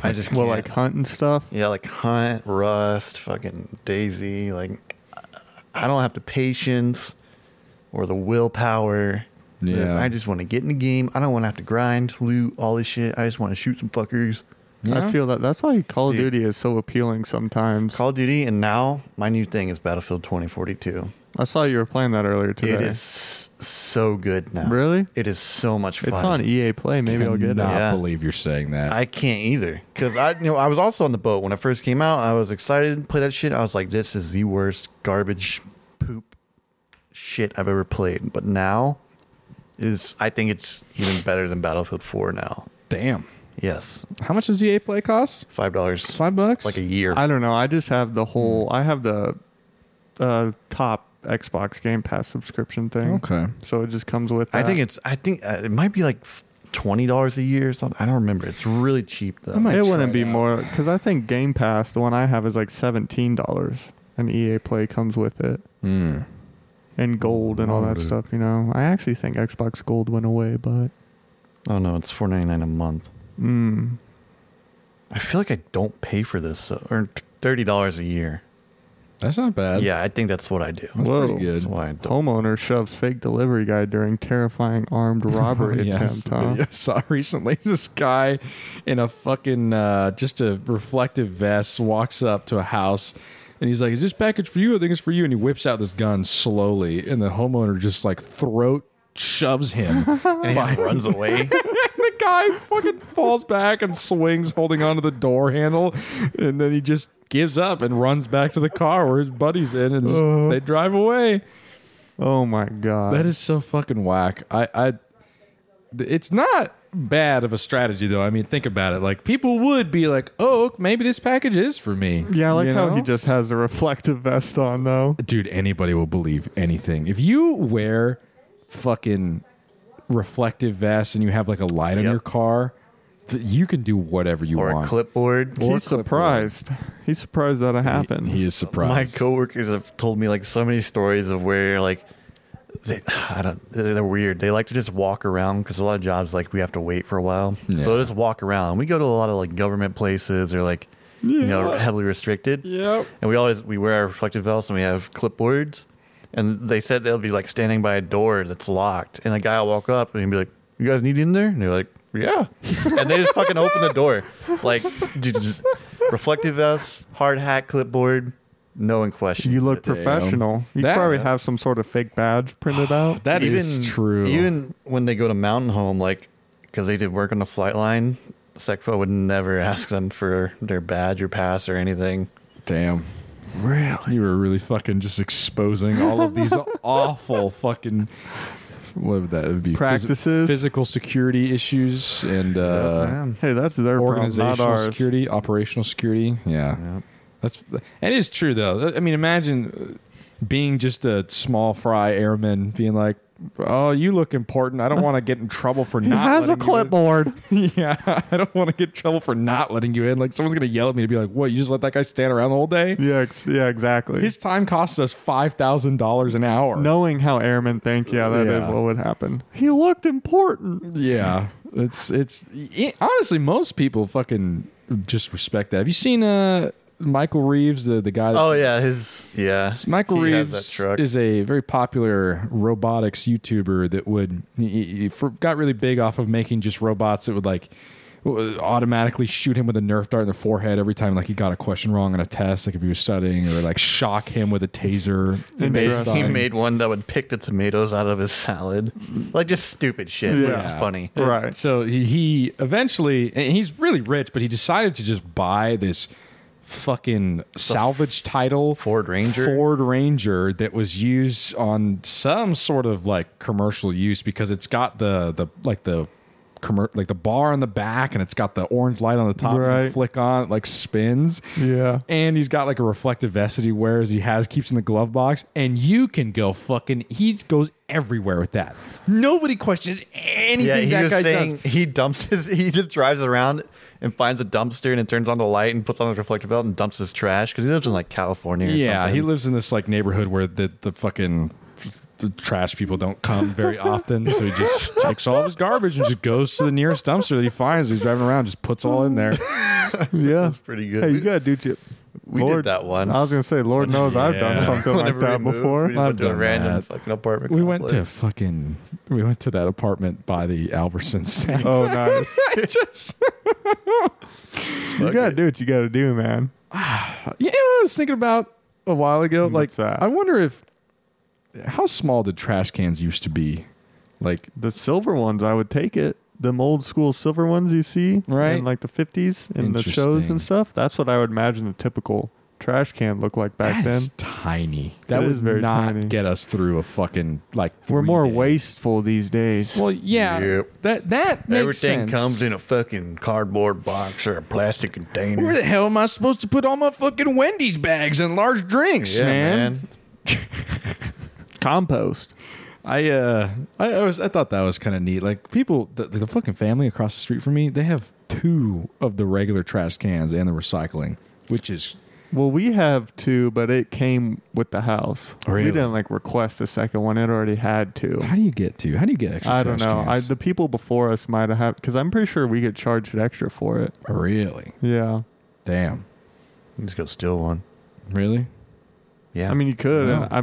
[SPEAKER 2] I just
[SPEAKER 3] well,
[SPEAKER 2] can't.
[SPEAKER 3] like hunt and stuff.
[SPEAKER 2] yeah, like Hunt, Rust, fucking Daisy. Like I don't have the patience or the willpower.
[SPEAKER 1] Yeah.
[SPEAKER 2] I just want to get in the game. I don't want to have to grind, loot, all this shit. I just want to shoot some fuckers.
[SPEAKER 1] Yeah.
[SPEAKER 3] I feel that that's why Call of
[SPEAKER 2] Dude.
[SPEAKER 3] Duty is so appealing sometimes.
[SPEAKER 2] Call of Duty, and now my new thing is Battlefield 2042.
[SPEAKER 3] I saw you were playing that earlier today.
[SPEAKER 2] It is so good now.
[SPEAKER 3] Really?
[SPEAKER 2] It is so much fun.
[SPEAKER 3] It's on E- EA Play. Maybe I'll get it.
[SPEAKER 1] cannot
[SPEAKER 2] Yeah.
[SPEAKER 1] believe you're saying that.
[SPEAKER 2] I can't either because I you know I was also on the boat when it first came out. I was excited to play that shit. I was like, this is the worst garbage poop shit I've ever played. But now is I think it's even better than Battlefield 4 now.
[SPEAKER 1] Damn.
[SPEAKER 2] Yes,
[SPEAKER 1] How much does EA Play cost?
[SPEAKER 2] five dollars
[SPEAKER 1] Five bucks.
[SPEAKER 2] like a year.
[SPEAKER 3] I don't know. I just have the whole. I have the uh, top Xbox Game Pass subscription thing.
[SPEAKER 1] okay.
[SPEAKER 3] So it just comes with.
[SPEAKER 2] I
[SPEAKER 3] that.
[SPEAKER 2] think it's I think uh, it might be like twenty dollars a year or something. I don't remember. It's really cheap though.
[SPEAKER 1] I might
[SPEAKER 3] it
[SPEAKER 1] try
[SPEAKER 3] wouldn't be
[SPEAKER 1] it out.
[SPEAKER 3] more because I think Game Pass, the one I have, is like seventeen dollars, and EA Play comes with it,
[SPEAKER 1] Hmm.
[SPEAKER 3] and Gold and all that
[SPEAKER 1] Loaded.
[SPEAKER 3] stuff. You know, I actually think Xbox Gold went away, but
[SPEAKER 2] Oh no, it's four ninety nine a month.
[SPEAKER 3] mm,
[SPEAKER 2] I feel like I don't pay for this so, or thirty dollars a year.
[SPEAKER 1] That's not bad.
[SPEAKER 2] Yeah, I think that's what I do.
[SPEAKER 1] That's
[SPEAKER 3] Whoa.
[SPEAKER 1] pretty good.
[SPEAKER 2] That's why I don't.
[SPEAKER 3] homeowner shoves fake delivery guy during terrifying armed robbery
[SPEAKER 1] Yeah,
[SPEAKER 3] attempt.
[SPEAKER 1] I
[SPEAKER 3] Huh?
[SPEAKER 1] saw recently this guy in a fucking uh, just a reflective vest walks up to a house and he's like, "Is this package for you? I think it's for you." And he whips out this gun slowly, and the homeowner just like throat shoves him.
[SPEAKER 2] And he just runs away.
[SPEAKER 1] the guy fucking falls back and swings, holding onto the door handle, and then he just gives up and runs back to the car where his buddy's in, and just-
[SPEAKER 3] Uh.
[SPEAKER 1] they drive away.
[SPEAKER 3] Oh my god.
[SPEAKER 1] That is so fucking whack. I, I, it's not bad of a strategy though. I mean, think about it. Like people would be like, "Oh, maybe this package is for me."
[SPEAKER 3] yeah, I like
[SPEAKER 1] You
[SPEAKER 3] how he
[SPEAKER 1] know?
[SPEAKER 3] just has a reflective vest on though.
[SPEAKER 1] dude. Anybody will believe anything if you wear fucking reflective vests and you have like a light on
[SPEAKER 2] Yep.
[SPEAKER 1] your car. th- You can do whatever you
[SPEAKER 2] or a
[SPEAKER 1] want.
[SPEAKER 2] clipboard.
[SPEAKER 1] Or
[SPEAKER 3] He's
[SPEAKER 1] clipboard.
[SPEAKER 3] surprised. He's surprised that it happened.
[SPEAKER 1] He, he is
[SPEAKER 2] My
[SPEAKER 1] surprised.
[SPEAKER 2] coworkers have told me like so many stories of where like they, I don't, they're they're weird. They like to just walk around because a lot of jobs like we have to wait for a while.
[SPEAKER 1] Yeah.
[SPEAKER 2] So they just walk around. We go to a lot of like government places or like you know
[SPEAKER 1] Yeah.
[SPEAKER 2] heavily restricted.
[SPEAKER 1] Yep.
[SPEAKER 2] And we always we wear our reflective vests and we have clipboards. And they said they'll be like standing by a door that's locked, and a guy will walk up and he'd be like, "You guys need in there?" And they're like, "Yeah," and they just fucking open the door, like dude, just reflective vests, hard hat, clipboard, no in question.
[SPEAKER 3] you look
[SPEAKER 1] Damn.
[SPEAKER 3] professional. You
[SPEAKER 1] That-
[SPEAKER 3] probably have some sort of fake badge printed out.
[SPEAKER 1] That is true.
[SPEAKER 2] Even when they go to Mountain Home, like because they did work on the flight line, Secfa would never ask them for their badge or pass or anything.
[SPEAKER 1] Damn.
[SPEAKER 3] really?
[SPEAKER 1] You were really fucking just exposing all of these awful fucking what would that be? Physi-
[SPEAKER 3] Practices?
[SPEAKER 1] physical security issues, and uh,
[SPEAKER 2] Man.
[SPEAKER 3] Hey, that's their problem, not
[SPEAKER 1] organizational
[SPEAKER 3] ours.
[SPEAKER 1] security, operational security. Yeah,
[SPEAKER 2] Yeah.
[SPEAKER 1] that's it is true though. I mean, imagine uh, being just a small fry airman being like, "Oh, you look important. I don't want to get in trouble for
[SPEAKER 3] He
[SPEAKER 1] not."
[SPEAKER 3] has a
[SPEAKER 1] letting you in."
[SPEAKER 3] clipboard.
[SPEAKER 1] yeah, I don't want to get in trouble for not letting you in. Like someone's gonna yell at me to be like, "What? You just let that guy stand around the whole day?"
[SPEAKER 3] yeah, ex- yeah, exactly.
[SPEAKER 1] His time costs us five thousand dollars an hour.
[SPEAKER 3] Knowing how airmen think, yeah, that is
[SPEAKER 1] Yeah.
[SPEAKER 3] what would happen. He looked important.
[SPEAKER 1] Yeah, it's it's it- honestly most people fucking just respect that. Have you seen uh Michael Reeves, the the guy? That,
[SPEAKER 2] Oh yeah, his yeah.
[SPEAKER 1] Michael
[SPEAKER 2] he has
[SPEAKER 1] Reeves
[SPEAKER 2] that truck.
[SPEAKER 1] is a very popular robotics YouTuber that would he, he- he for- got really big off of making just robots that would like w- automatically shoot him with a nerf dart in the forehead every time like he got a question wrong on a test like if he was studying or like shock him with a taser
[SPEAKER 3] He made-
[SPEAKER 1] based
[SPEAKER 2] He
[SPEAKER 1] on-
[SPEAKER 2] made one that would pick the tomatoes out of his salad. Like just stupid shit. but
[SPEAKER 3] Yeah.
[SPEAKER 2] It's funny.
[SPEAKER 3] Right.
[SPEAKER 1] So he, he eventually, and he's really rich, but he decided to just buy this fucking salvage title
[SPEAKER 2] Ford Ranger?
[SPEAKER 1] Ford Ranger that was used on some sort of like commercial use because it's got the the like the commer- like the bar on the back and it's got the orange light on the top and you
[SPEAKER 3] Right.
[SPEAKER 1] flick on it like spins.
[SPEAKER 3] Yeah.
[SPEAKER 1] And he's got like a reflective vest that he wears. He has keeps in the glove box, and you can go fucking. He goes everywhere with that. Nobody questions anything
[SPEAKER 2] Yeah, he
[SPEAKER 1] that
[SPEAKER 2] was
[SPEAKER 1] guy
[SPEAKER 2] saying
[SPEAKER 1] does.
[SPEAKER 2] he dumps his. He just drives around and finds a dumpster and it turns on the light and puts on his reflective belt and dumps his trash because he lives in like California. Or
[SPEAKER 1] Yeah,
[SPEAKER 2] something.
[SPEAKER 1] he lives in this like neighborhood where the the fucking the trash people don't come very often, so he just takes all of his garbage and just goes to the nearest dumpster that he finds. He's driving around, just puts all in there.
[SPEAKER 3] Yeah.
[SPEAKER 2] That's pretty good.
[SPEAKER 3] Hey, you
[SPEAKER 2] We-
[SPEAKER 3] gotta do you.
[SPEAKER 2] we did that once.
[SPEAKER 3] I was gonna say, Lord knows I've done
[SPEAKER 1] Yeah.
[SPEAKER 3] something like
[SPEAKER 2] Whenever we
[SPEAKER 3] that
[SPEAKER 2] moved,
[SPEAKER 3] before.
[SPEAKER 2] We just went
[SPEAKER 1] I've
[SPEAKER 2] to a
[SPEAKER 1] done
[SPEAKER 2] random
[SPEAKER 1] that.
[SPEAKER 2] fucking apartment.
[SPEAKER 1] We went to
[SPEAKER 2] complex.
[SPEAKER 1] fucking we went to that apartment by the Albertsons.
[SPEAKER 3] Oh, nice.
[SPEAKER 1] just
[SPEAKER 3] you
[SPEAKER 2] Fuck
[SPEAKER 3] gotta
[SPEAKER 2] it.
[SPEAKER 3] do what you gotta do, man.
[SPEAKER 1] You know what I was thinking about a while ago? Like,
[SPEAKER 3] What's that?
[SPEAKER 1] I wonder if how small did trash cans used to be? Like,
[SPEAKER 3] The silver ones, I would take it. Them old school silver ones you see
[SPEAKER 1] Right.
[SPEAKER 3] in like the 50s in the shows
[SPEAKER 1] Interesting.
[SPEAKER 3] and stuff. That's what I would imagine a typical trash can looked like back
[SPEAKER 1] that
[SPEAKER 3] then.
[SPEAKER 1] is tiny. That
[SPEAKER 3] It
[SPEAKER 1] would
[SPEAKER 3] is very
[SPEAKER 1] not
[SPEAKER 3] tiny.
[SPEAKER 1] get us through a fucking like.
[SPEAKER 3] We're
[SPEAKER 1] three
[SPEAKER 3] more
[SPEAKER 1] days.
[SPEAKER 3] wasteful these days.
[SPEAKER 1] Well, yeah.
[SPEAKER 2] Yep.
[SPEAKER 1] That that makes
[SPEAKER 2] Everything
[SPEAKER 1] sense.
[SPEAKER 2] comes in a fucking cardboard box or a plastic container.
[SPEAKER 1] Where the hell am I supposed to put all my fucking Wendy's bags and large drinks,
[SPEAKER 2] yeah,
[SPEAKER 1] man?
[SPEAKER 2] man.
[SPEAKER 3] Compost.
[SPEAKER 1] I uh, I, I was I thought that was kind of neat. Like people, the, the fucking family across the street from me, they have two of the regular trash cans and the recycling, which is
[SPEAKER 3] Well, we have two, but it came with the house.
[SPEAKER 1] Really?
[SPEAKER 3] We didn't like request a second one. It already had two.
[SPEAKER 1] How do you get to? How do you get extra?
[SPEAKER 3] I don't
[SPEAKER 1] trash
[SPEAKER 3] know. I,
[SPEAKER 1] cans?
[SPEAKER 3] the people before us might have because I'm pretty sure we get charged extra for it.
[SPEAKER 1] really?
[SPEAKER 3] Yeah.
[SPEAKER 1] Damn.
[SPEAKER 2] Let's go steal one.
[SPEAKER 1] Really?
[SPEAKER 2] Yeah.
[SPEAKER 3] I mean, you could.
[SPEAKER 1] Yeah.
[SPEAKER 3] I,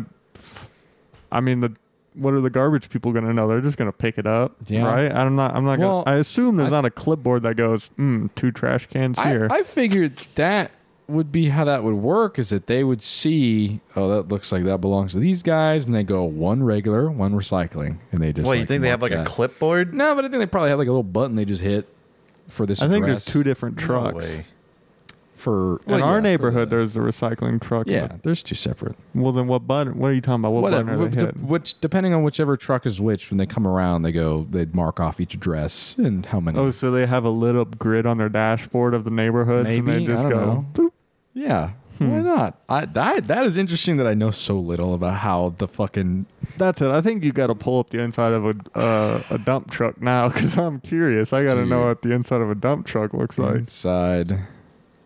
[SPEAKER 3] I mean, the what are the garbage people going to know? They're just going to pick it up,
[SPEAKER 1] Yeah.
[SPEAKER 3] right? I'm not. I'm not
[SPEAKER 1] Well,
[SPEAKER 3] going. to I assume there's
[SPEAKER 1] I-
[SPEAKER 3] not a clipboard that goes, mm, two trash "Hmm, cans
[SPEAKER 1] I,
[SPEAKER 3] here.
[SPEAKER 1] I figured that would be how that would work is that they would see, oh, that looks like that belongs to these guys, and they go one regular, one recycling, and they just.
[SPEAKER 2] Well, you
[SPEAKER 1] like,
[SPEAKER 2] think they
[SPEAKER 1] mark
[SPEAKER 2] have like a
[SPEAKER 1] that.
[SPEAKER 2] clipboard?
[SPEAKER 1] No, but I think they probably have like a little button they just hit for this.
[SPEAKER 3] I think there's
[SPEAKER 1] address.
[SPEAKER 3] two different
[SPEAKER 2] No
[SPEAKER 3] trucks.
[SPEAKER 2] way.
[SPEAKER 1] for
[SPEAKER 3] In
[SPEAKER 1] well, yeah,
[SPEAKER 3] our
[SPEAKER 1] for
[SPEAKER 3] neighborhood,
[SPEAKER 1] the-
[SPEAKER 3] there's the recycling truck.
[SPEAKER 1] yeah, there's two separate.
[SPEAKER 3] Well, then what button? What are you talking about? What
[SPEAKER 1] Whatever,
[SPEAKER 3] button are they
[SPEAKER 1] de-
[SPEAKER 3] hitting?
[SPEAKER 1] which depending on whichever truck is which, when they come around, they go they mark off each address and how many.
[SPEAKER 3] Oh, so they have a lit up grid on their dashboard of the neighborhoods, and
[SPEAKER 1] Maybe,
[SPEAKER 3] they just
[SPEAKER 1] I don't
[SPEAKER 3] go. Hmm.
[SPEAKER 1] know. yeah, why not? I that that is interesting that I know so little about how the fucking
[SPEAKER 3] That's it. I think you got to pull up the inside of a uh, a dump truck now because I'm curious. I got to
[SPEAKER 1] Dude.
[SPEAKER 3] know what the inside of a dump truck looks like.
[SPEAKER 1] inside.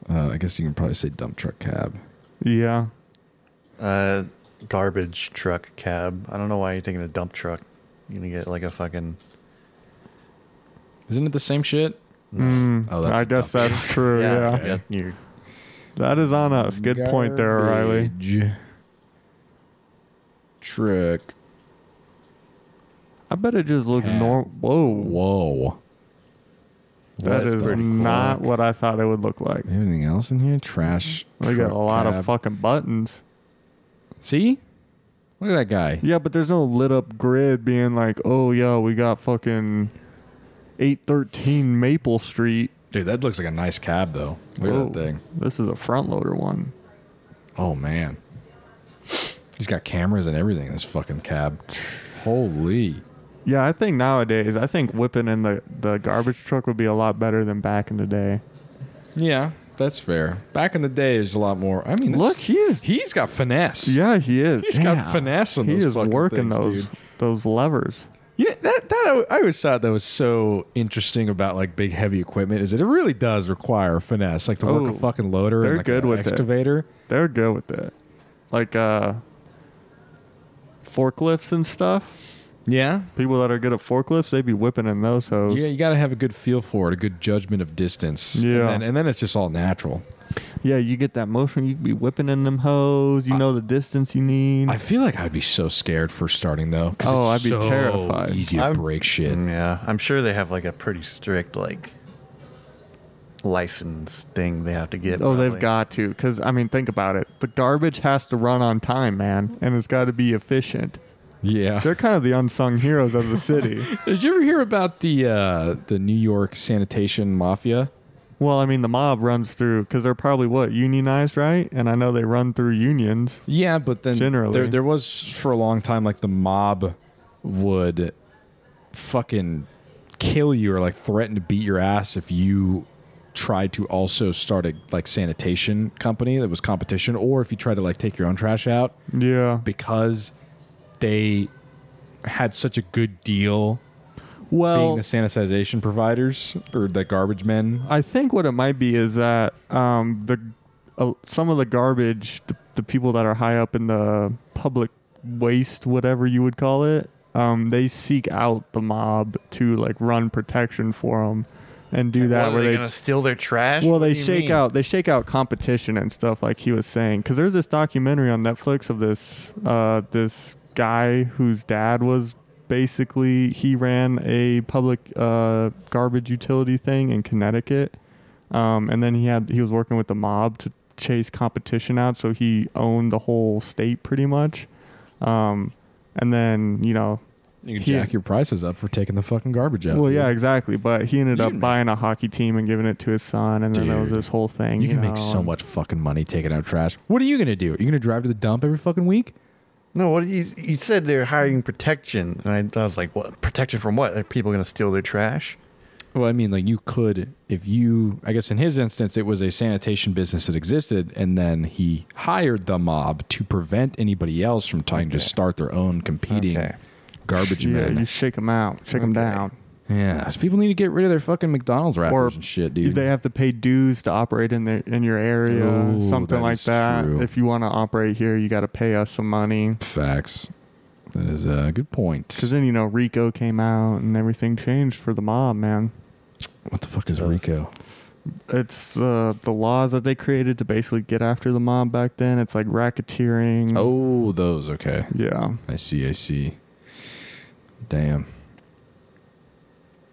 [SPEAKER 1] Uh, I guess you can probably say dump truck cab.
[SPEAKER 3] Yeah.
[SPEAKER 2] Uh, garbage truck cab. I don't know why you're taking a dump truck. You're gonna get like a fucking.
[SPEAKER 1] Isn't it the same shit?
[SPEAKER 3] Mm,
[SPEAKER 1] Oh, that's
[SPEAKER 3] I
[SPEAKER 1] a
[SPEAKER 3] guess
[SPEAKER 1] dump
[SPEAKER 3] that's true. yeah.
[SPEAKER 2] yeah you're,
[SPEAKER 3] That is on us. Good point there, Riley.
[SPEAKER 1] Garbage Truck.
[SPEAKER 3] I bet it just looks
[SPEAKER 1] Cat.
[SPEAKER 3] normal. Whoa.
[SPEAKER 1] Whoa.
[SPEAKER 3] That
[SPEAKER 2] That's
[SPEAKER 3] is
[SPEAKER 2] pretty
[SPEAKER 3] not
[SPEAKER 2] fuck.
[SPEAKER 3] what I thought it would look like.
[SPEAKER 1] Anything else in here? Trash.
[SPEAKER 3] We got
[SPEAKER 1] truck
[SPEAKER 3] a lot
[SPEAKER 1] cab.
[SPEAKER 3] of fucking buttons.
[SPEAKER 1] See? Look at that guy.
[SPEAKER 3] Yeah, but there's no lit up grid being like, oh, yo, we got fucking 813 Maple Street.
[SPEAKER 1] Dude, that looks like a nice cab, though. Look
[SPEAKER 3] Whoa,
[SPEAKER 1] at that thing.
[SPEAKER 3] This is a front loader one.
[SPEAKER 1] Oh, man. He's got cameras and everything in this fucking cab. Holy.
[SPEAKER 3] Yeah, I think nowadays, I think whipping in the, the garbage truck would be a lot better than back in the day.
[SPEAKER 1] Yeah, that's fair. Back in the day, there's a lot more. I mean, this-
[SPEAKER 3] Look, he's.
[SPEAKER 1] he's got finesse.
[SPEAKER 3] Yeah, he is.
[SPEAKER 1] He's got
[SPEAKER 3] Damn.
[SPEAKER 1] finesse in
[SPEAKER 3] He
[SPEAKER 1] those
[SPEAKER 3] is
[SPEAKER 1] fucking
[SPEAKER 3] working
[SPEAKER 1] things,
[SPEAKER 3] those
[SPEAKER 1] dude.
[SPEAKER 3] those levers.
[SPEAKER 1] Yeah, that that I- I always thought that was so interesting about like big heavy equipment is that it really does require finesse, like to work
[SPEAKER 3] Oh,
[SPEAKER 1] a fucking loader
[SPEAKER 3] they're
[SPEAKER 1] and like
[SPEAKER 3] good
[SPEAKER 1] an
[SPEAKER 3] with it.
[SPEAKER 1] excavator.
[SPEAKER 3] They're good with it. Like uh forklifts and stuff.
[SPEAKER 1] Yeah,
[SPEAKER 3] People that are good at forklifts, they be whipping in those hoes.
[SPEAKER 1] yeah, you got to have a good feel for it, a good judgment of distance. and
[SPEAKER 3] Yeah.
[SPEAKER 1] then, and then it's just all natural.
[SPEAKER 3] Yeah, you get that motion, you be whipping in them hoes, you know the distance you need.
[SPEAKER 1] I feel like I'd be so scared for starting though. 'cause
[SPEAKER 3] Oh,
[SPEAKER 1] it's
[SPEAKER 3] I'd be
[SPEAKER 1] so
[SPEAKER 3] terrified. Mm.
[SPEAKER 1] Easy to
[SPEAKER 2] I'm-
[SPEAKER 1] break shit.
[SPEAKER 2] Mm, yeah. I'm sure they have like a pretty strict like license thing they have to get.
[SPEAKER 3] oh,
[SPEAKER 2] probably.
[SPEAKER 3] they've got to cuz I mean, think about it. The garbage has to run on time, man, and it's got to be efficient.
[SPEAKER 1] Yeah.
[SPEAKER 3] They're kind of the unsung heroes of the city.
[SPEAKER 1] Did you ever hear about the uh, the New York sanitation mafia?
[SPEAKER 3] well, I mean, the mob runs through cuz they're probably what, unionized, right? And I know they run through unions.
[SPEAKER 1] Yeah, but then
[SPEAKER 3] Generally.
[SPEAKER 1] there there was for a long time like the mob would fucking kill you or like threaten to beat your ass if you tried to also start a like sanitation company that was competition or if you tried to like take your own trash out
[SPEAKER 3] Yeah.
[SPEAKER 1] because they had such a good deal being
[SPEAKER 3] Well,
[SPEAKER 1] the sanitization providers or the garbage men
[SPEAKER 3] I think what it might be is that um, the uh, some of the garbage, the, the people that are high up in the public waste, whatever you would call it, um, they seek out the mob to like run protection for them and do that
[SPEAKER 2] What,
[SPEAKER 3] where
[SPEAKER 2] are they,
[SPEAKER 3] they.
[SPEAKER 2] gonna steal their trash?
[SPEAKER 3] well,
[SPEAKER 2] What
[SPEAKER 3] they
[SPEAKER 2] do you
[SPEAKER 3] shake
[SPEAKER 2] mean?
[SPEAKER 3] out. They shake out competition and stuff, like he was saying. Because there's this documentary on Netflix of this uh, this guy whose dad was basically he ran a public uh, garbage utility thing in Connecticut, um, and then he had he was working with the mob to chase competition out, so he owned the whole state pretty much. Um, and then you know,
[SPEAKER 1] you can
[SPEAKER 3] Here.
[SPEAKER 1] jack your prices up for taking the fucking garbage out
[SPEAKER 3] well,
[SPEAKER 1] dude.
[SPEAKER 3] yeah, exactly. But he ended
[SPEAKER 1] You
[SPEAKER 3] up
[SPEAKER 1] know.
[SPEAKER 3] buying a hockey team and giving it to his son, and then there was
[SPEAKER 1] Dude.
[SPEAKER 3] this whole thing.
[SPEAKER 1] You
[SPEAKER 3] You,
[SPEAKER 1] can make
[SPEAKER 3] know,
[SPEAKER 1] so
[SPEAKER 3] and-
[SPEAKER 1] much fucking money taking out trash. What are you gonna do? Are you gonna drive to the dump every fucking week?
[SPEAKER 2] No, what you you said they're hiring protection, and I, I was like, what protection from what? Are people gonna steal their trash?
[SPEAKER 1] Well, I mean, like you could if you. I guess in his instance, it was a sanitation business that existed, and then he hired the mob to prevent anybody else from trying to start their own competing
[SPEAKER 2] Okay.
[SPEAKER 1] garbage
[SPEAKER 3] Yeah,
[SPEAKER 1] men.
[SPEAKER 3] you shake them out, shake them
[SPEAKER 2] Okay.
[SPEAKER 3] down,
[SPEAKER 1] yeah, 'cause people need to get rid of their fucking McDonald's wrappers
[SPEAKER 3] Or
[SPEAKER 1] and shit, dude.
[SPEAKER 3] They have to pay dues to operate in their in your area,
[SPEAKER 1] Ooh,
[SPEAKER 3] something
[SPEAKER 1] that
[SPEAKER 3] like
[SPEAKER 1] is
[SPEAKER 3] that.
[SPEAKER 1] true.
[SPEAKER 3] If you want to operate here, you got to pay us some money.
[SPEAKER 1] Facts. That is a good point.
[SPEAKER 3] Because then you know Rico came out and everything changed for the mob, man.
[SPEAKER 1] What the fuck is Rico?
[SPEAKER 3] It's uh, the laws that they created to basically get after the mob back then. It's like racketeering.
[SPEAKER 1] Oh, those. Okay.
[SPEAKER 3] yeah.
[SPEAKER 1] I see, I see. Damn.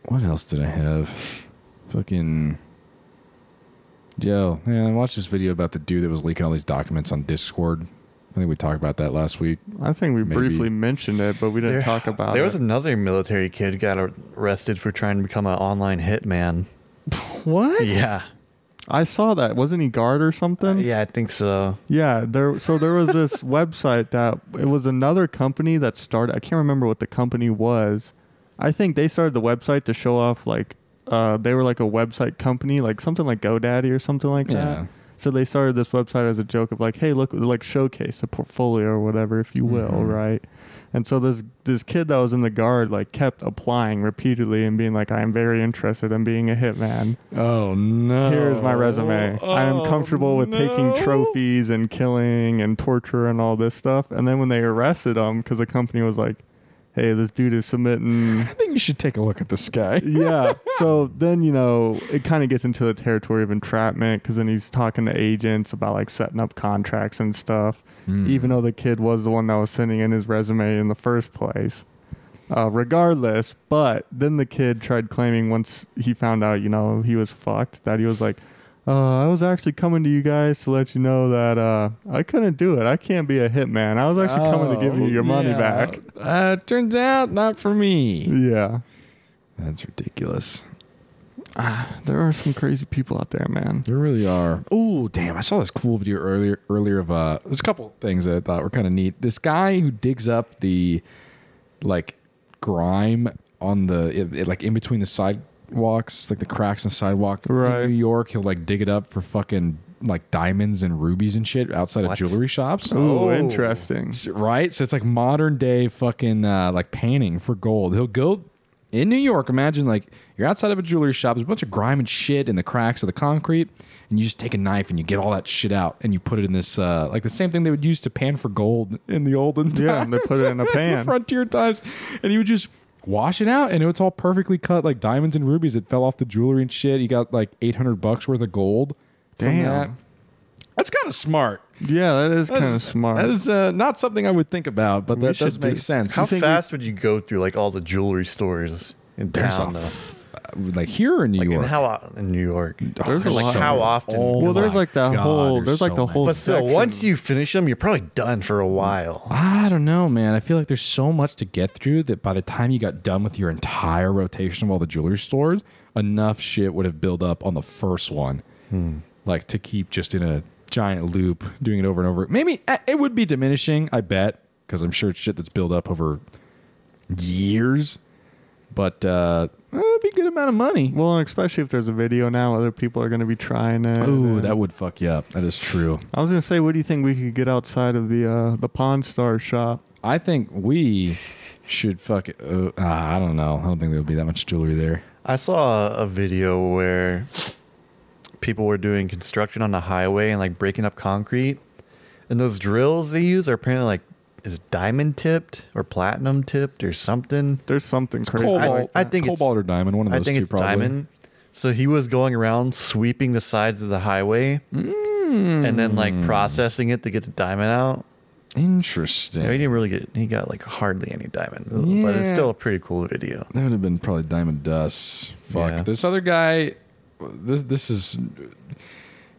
[SPEAKER 1] What else did I have? Fucking Joe, yeah, I watched this video about the dude that was leaking all these documents on Discord. I think we talked about that last week.
[SPEAKER 3] I think we
[SPEAKER 1] Maybe.
[SPEAKER 3] briefly mentioned it, but we didn't talk about
[SPEAKER 2] there
[SPEAKER 3] it.
[SPEAKER 2] was another military kid got arrested for trying to become an online hitman.
[SPEAKER 3] what?
[SPEAKER 2] Yeah,
[SPEAKER 3] I saw that. Wasn't he guard or something?
[SPEAKER 2] yeah, I think so.
[SPEAKER 3] Yeah, there. So there was this website that it was another company that started. I can't remember what the company was. I think they started the website to show off like uh, they were like a website company, like something like GoDaddy or something like
[SPEAKER 1] Yeah.
[SPEAKER 3] that. So they started this website as a joke of like, hey, look, like showcase a portfolio or whatever, if you will,
[SPEAKER 1] Mhm.
[SPEAKER 3] right? And so this this kid that was in the guard like kept applying repeatedly and being like, I am very interested in being a hitman.
[SPEAKER 1] Oh no! Oh,
[SPEAKER 3] Here's my resume. I am comfortable with taking trophies and killing and torture and all this stuff. And then when they arrested him, because the company was like, hey, this dude is submitting.
[SPEAKER 1] I think you should take a look at this guy.
[SPEAKER 3] yeah. So then, you know, it kind of gets into the territory of entrapment because then he's talking to agents about like setting up contracts and stuff,
[SPEAKER 1] Hmm.
[SPEAKER 3] even though the kid was the one that was sending in his resume in the first place. Uh, regardless, but then the kid tried claiming once he found out, you know, he was fucked, that he was like, uh, I was actually coming to you guys to let you know that uh, I couldn't do it. I can't be a hitman. I was actually coming to give you
[SPEAKER 1] Oh,
[SPEAKER 3] your money
[SPEAKER 1] yeah.
[SPEAKER 3] back.
[SPEAKER 1] Uh, turns out, not for me.
[SPEAKER 3] Yeah.
[SPEAKER 1] That's ridiculous.
[SPEAKER 3] There are some crazy people out there, man.
[SPEAKER 1] There really are. Oh, damn! I saw this cool video earlier. Earlier of uh, there's a couple things that I thought were kind of neat. This guy who digs up the like grime on the it, it, like in between the sidewalks, like the cracks in the sidewalk. in
[SPEAKER 3] Right.
[SPEAKER 1] New York, he'll like dig it up for fucking like diamonds and rubies and shit outside of
[SPEAKER 2] What?
[SPEAKER 1] jewelry shops.
[SPEAKER 3] Ooh,
[SPEAKER 2] Oh.
[SPEAKER 3] interesting.
[SPEAKER 1] right? So it's like modern day fucking uh, like panning for gold. He'll go in New York. Imagine like you're outside of a jewelry shop. There's a bunch of grime and shit in the cracks of the concrete, and you just take a knife and you get all that shit out and you put it in this uh, like the same thing they would use to pan for gold in the olden times.
[SPEAKER 3] Yeah, and they put it in a pan.
[SPEAKER 1] frontier times, and he would just. Wash it out, and it's all perfectly cut, like diamonds and rubies. It fell off the jewelry and shit. He got like eight hundred bucks worth of gold. from
[SPEAKER 3] Damn.
[SPEAKER 1] that. that's kind of smart.
[SPEAKER 3] Yeah, that is kind of smart.
[SPEAKER 1] That is uh, not something I would think about, but
[SPEAKER 3] We
[SPEAKER 1] that does
[SPEAKER 3] should
[SPEAKER 1] make
[SPEAKER 3] do-
[SPEAKER 1] sense.
[SPEAKER 2] How
[SPEAKER 3] think we-
[SPEAKER 2] fast would you go through like all the jewelry stores in
[SPEAKER 1] There's
[SPEAKER 2] town?
[SPEAKER 1] a
[SPEAKER 2] though?
[SPEAKER 1] f- like here in New
[SPEAKER 2] Like,
[SPEAKER 1] York.
[SPEAKER 2] and how o- in New York?
[SPEAKER 3] There's a
[SPEAKER 2] like
[SPEAKER 3] lot.
[SPEAKER 2] how often?
[SPEAKER 1] Oh
[SPEAKER 3] well, there's
[SPEAKER 1] my
[SPEAKER 3] like that
[SPEAKER 1] God,
[SPEAKER 3] whole,
[SPEAKER 1] there's
[SPEAKER 3] there's like
[SPEAKER 1] so
[SPEAKER 3] the
[SPEAKER 1] many.
[SPEAKER 3] whole.
[SPEAKER 2] but still,
[SPEAKER 3] section.
[SPEAKER 2] once you finish them, you're probably done for a while.
[SPEAKER 1] I don't know, man. I feel like there's so much to get through that by the time you got done with your entire rotation of all the jewelry stores, enough shit would have built up on the first one. Hmm. Like to keep just in a giant loop, doing it over and over. Maybe uh, it would be diminishing, I bet, because I'm sure it's shit that's built up over years. But uh, it'd be a good amount of money.
[SPEAKER 3] well, and especially if there's a video now, other people are going to be trying it.
[SPEAKER 1] Ooh,
[SPEAKER 3] and-
[SPEAKER 1] that would fuck you up. That is true.
[SPEAKER 3] I was going to say, what do you think we could get outside of the uh, the Pawn Star shop?
[SPEAKER 1] I think we should fuck. Uh, ah, I don't know. I don't think there would be that much jewelry there.
[SPEAKER 2] I saw a video where people were doing construction on the highway and like breaking up concrete. And those drills they use are apparently like is it diamond tipped or platinum tipped or something.
[SPEAKER 3] There's something crazy.
[SPEAKER 1] Cobalt.
[SPEAKER 3] Like
[SPEAKER 1] I,
[SPEAKER 2] I- I
[SPEAKER 1] think
[SPEAKER 2] think it's-
[SPEAKER 1] cobalt or diamond. One of
[SPEAKER 2] I
[SPEAKER 1] those
[SPEAKER 2] think
[SPEAKER 1] two,
[SPEAKER 2] it's
[SPEAKER 1] probably.
[SPEAKER 2] diamond. So he was going around sweeping the sides of the highway
[SPEAKER 1] Mm.
[SPEAKER 2] and then like processing it to get the diamond out.
[SPEAKER 1] Interesting.
[SPEAKER 2] Yeah, he didn't really get he got like hardly any diamond, but it's
[SPEAKER 1] Yeah.
[SPEAKER 2] still a pretty cool video.
[SPEAKER 1] That would have been probably diamond dust. Fuck
[SPEAKER 2] Yeah.
[SPEAKER 1] this other guy. This this is.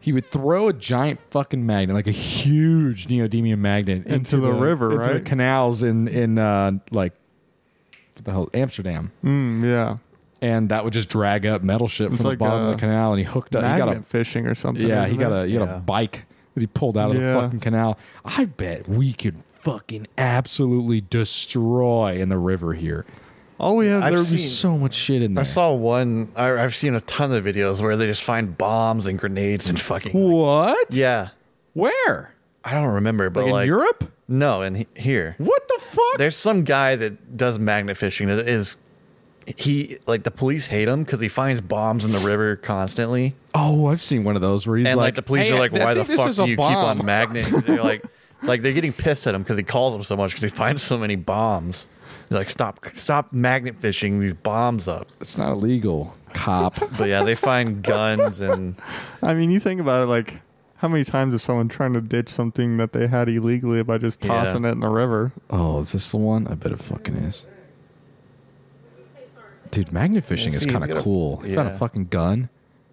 [SPEAKER 1] He would throw a giant fucking magnet, like a huge neodymium magnet,
[SPEAKER 3] Into the river,
[SPEAKER 1] into The
[SPEAKER 3] right?
[SPEAKER 1] canals in in uh, like what the hell Amsterdam.
[SPEAKER 3] that. Mm, yeah.
[SPEAKER 1] and that would just drag up metal shit from
[SPEAKER 3] It's
[SPEAKER 1] the
[SPEAKER 3] like
[SPEAKER 1] bottom of the
[SPEAKER 3] a
[SPEAKER 1] canal. And he hooked up. He got
[SPEAKER 3] Magnet
[SPEAKER 1] a
[SPEAKER 3] fishing or something.
[SPEAKER 1] yeah. He
[SPEAKER 3] isn't
[SPEAKER 1] got
[SPEAKER 3] it?
[SPEAKER 1] a he got
[SPEAKER 2] Yeah.
[SPEAKER 1] a bike that he pulled out of
[SPEAKER 3] Yeah.
[SPEAKER 1] the fucking canal. I bet we could fucking absolutely destroy in the river here.
[SPEAKER 3] All we have
[SPEAKER 2] I've
[SPEAKER 3] there.
[SPEAKER 1] There'd be
[SPEAKER 2] seen-
[SPEAKER 1] so much shit in there.
[SPEAKER 2] I saw one. I, I've seen a ton of videos where they just find bombs and grenades and fucking.
[SPEAKER 1] what?
[SPEAKER 2] Yeah,
[SPEAKER 1] Where?
[SPEAKER 2] I don't remember, but
[SPEAKER 1] Like,
[SPEAKER 2] like,
[SPEAKER 1] in Europe?
[SPEAKER 2] No, and he, here
[SPEAKER 1] What the fuck?
[SPEAKER 2] there's some guy that does magnet fishing. That is, he like the police hate him because he finds bombs in the river constantly,
[SPEAKER 1] oh, I've seen one of those where he's
[SPEAKER 2] and like,
[SPEAKER 1] like,
[SPEAKER 2] the police
[SPEAKER 1] "Hey,
[SPEAKER 2] are like,
[SPEAKER 1] I
[SPEAKER 2] "Why the
[SPEAKER 1] think this
[SPEAKER 2] fuck
[SPEAKER 1] is
[SPEAKER 2] do
[SPEAKER 1] a
[SPEAKER 2] you keep
[SPEAKER 1] bomb."
[SPEAKER 2] on magnet?" They're like, like they're getting pissed at him because he calls them so much because he finds so many bombs. They're like, "Stop, stop magnet fishing these bombs up."
[SPEAKER 1] It's not illegal, cop.
[SPEAKER 2] But yeah, they find guns and.
[SPEAKER 3] I mean, you think about it, like how many times is someone trying to ditch something that they had illegally by just
[SPEAKER 2] Yeah.
[SPEAKER 3] tossing it in the river?
[SPEAKER 1] oh, is this the one? I bet it fucking is. Dude, magnet fishing is
[SPEAKER 2] see,
[SPEAKER 1] kind
[SPEAKER 2] you
[SPEAKER 1] of
[SPEAKER 2] gotta-
[SPEAKER 1] cool. He found a
[SPEAKER 2] yeah.
[SPEAKER 1] fucking gun.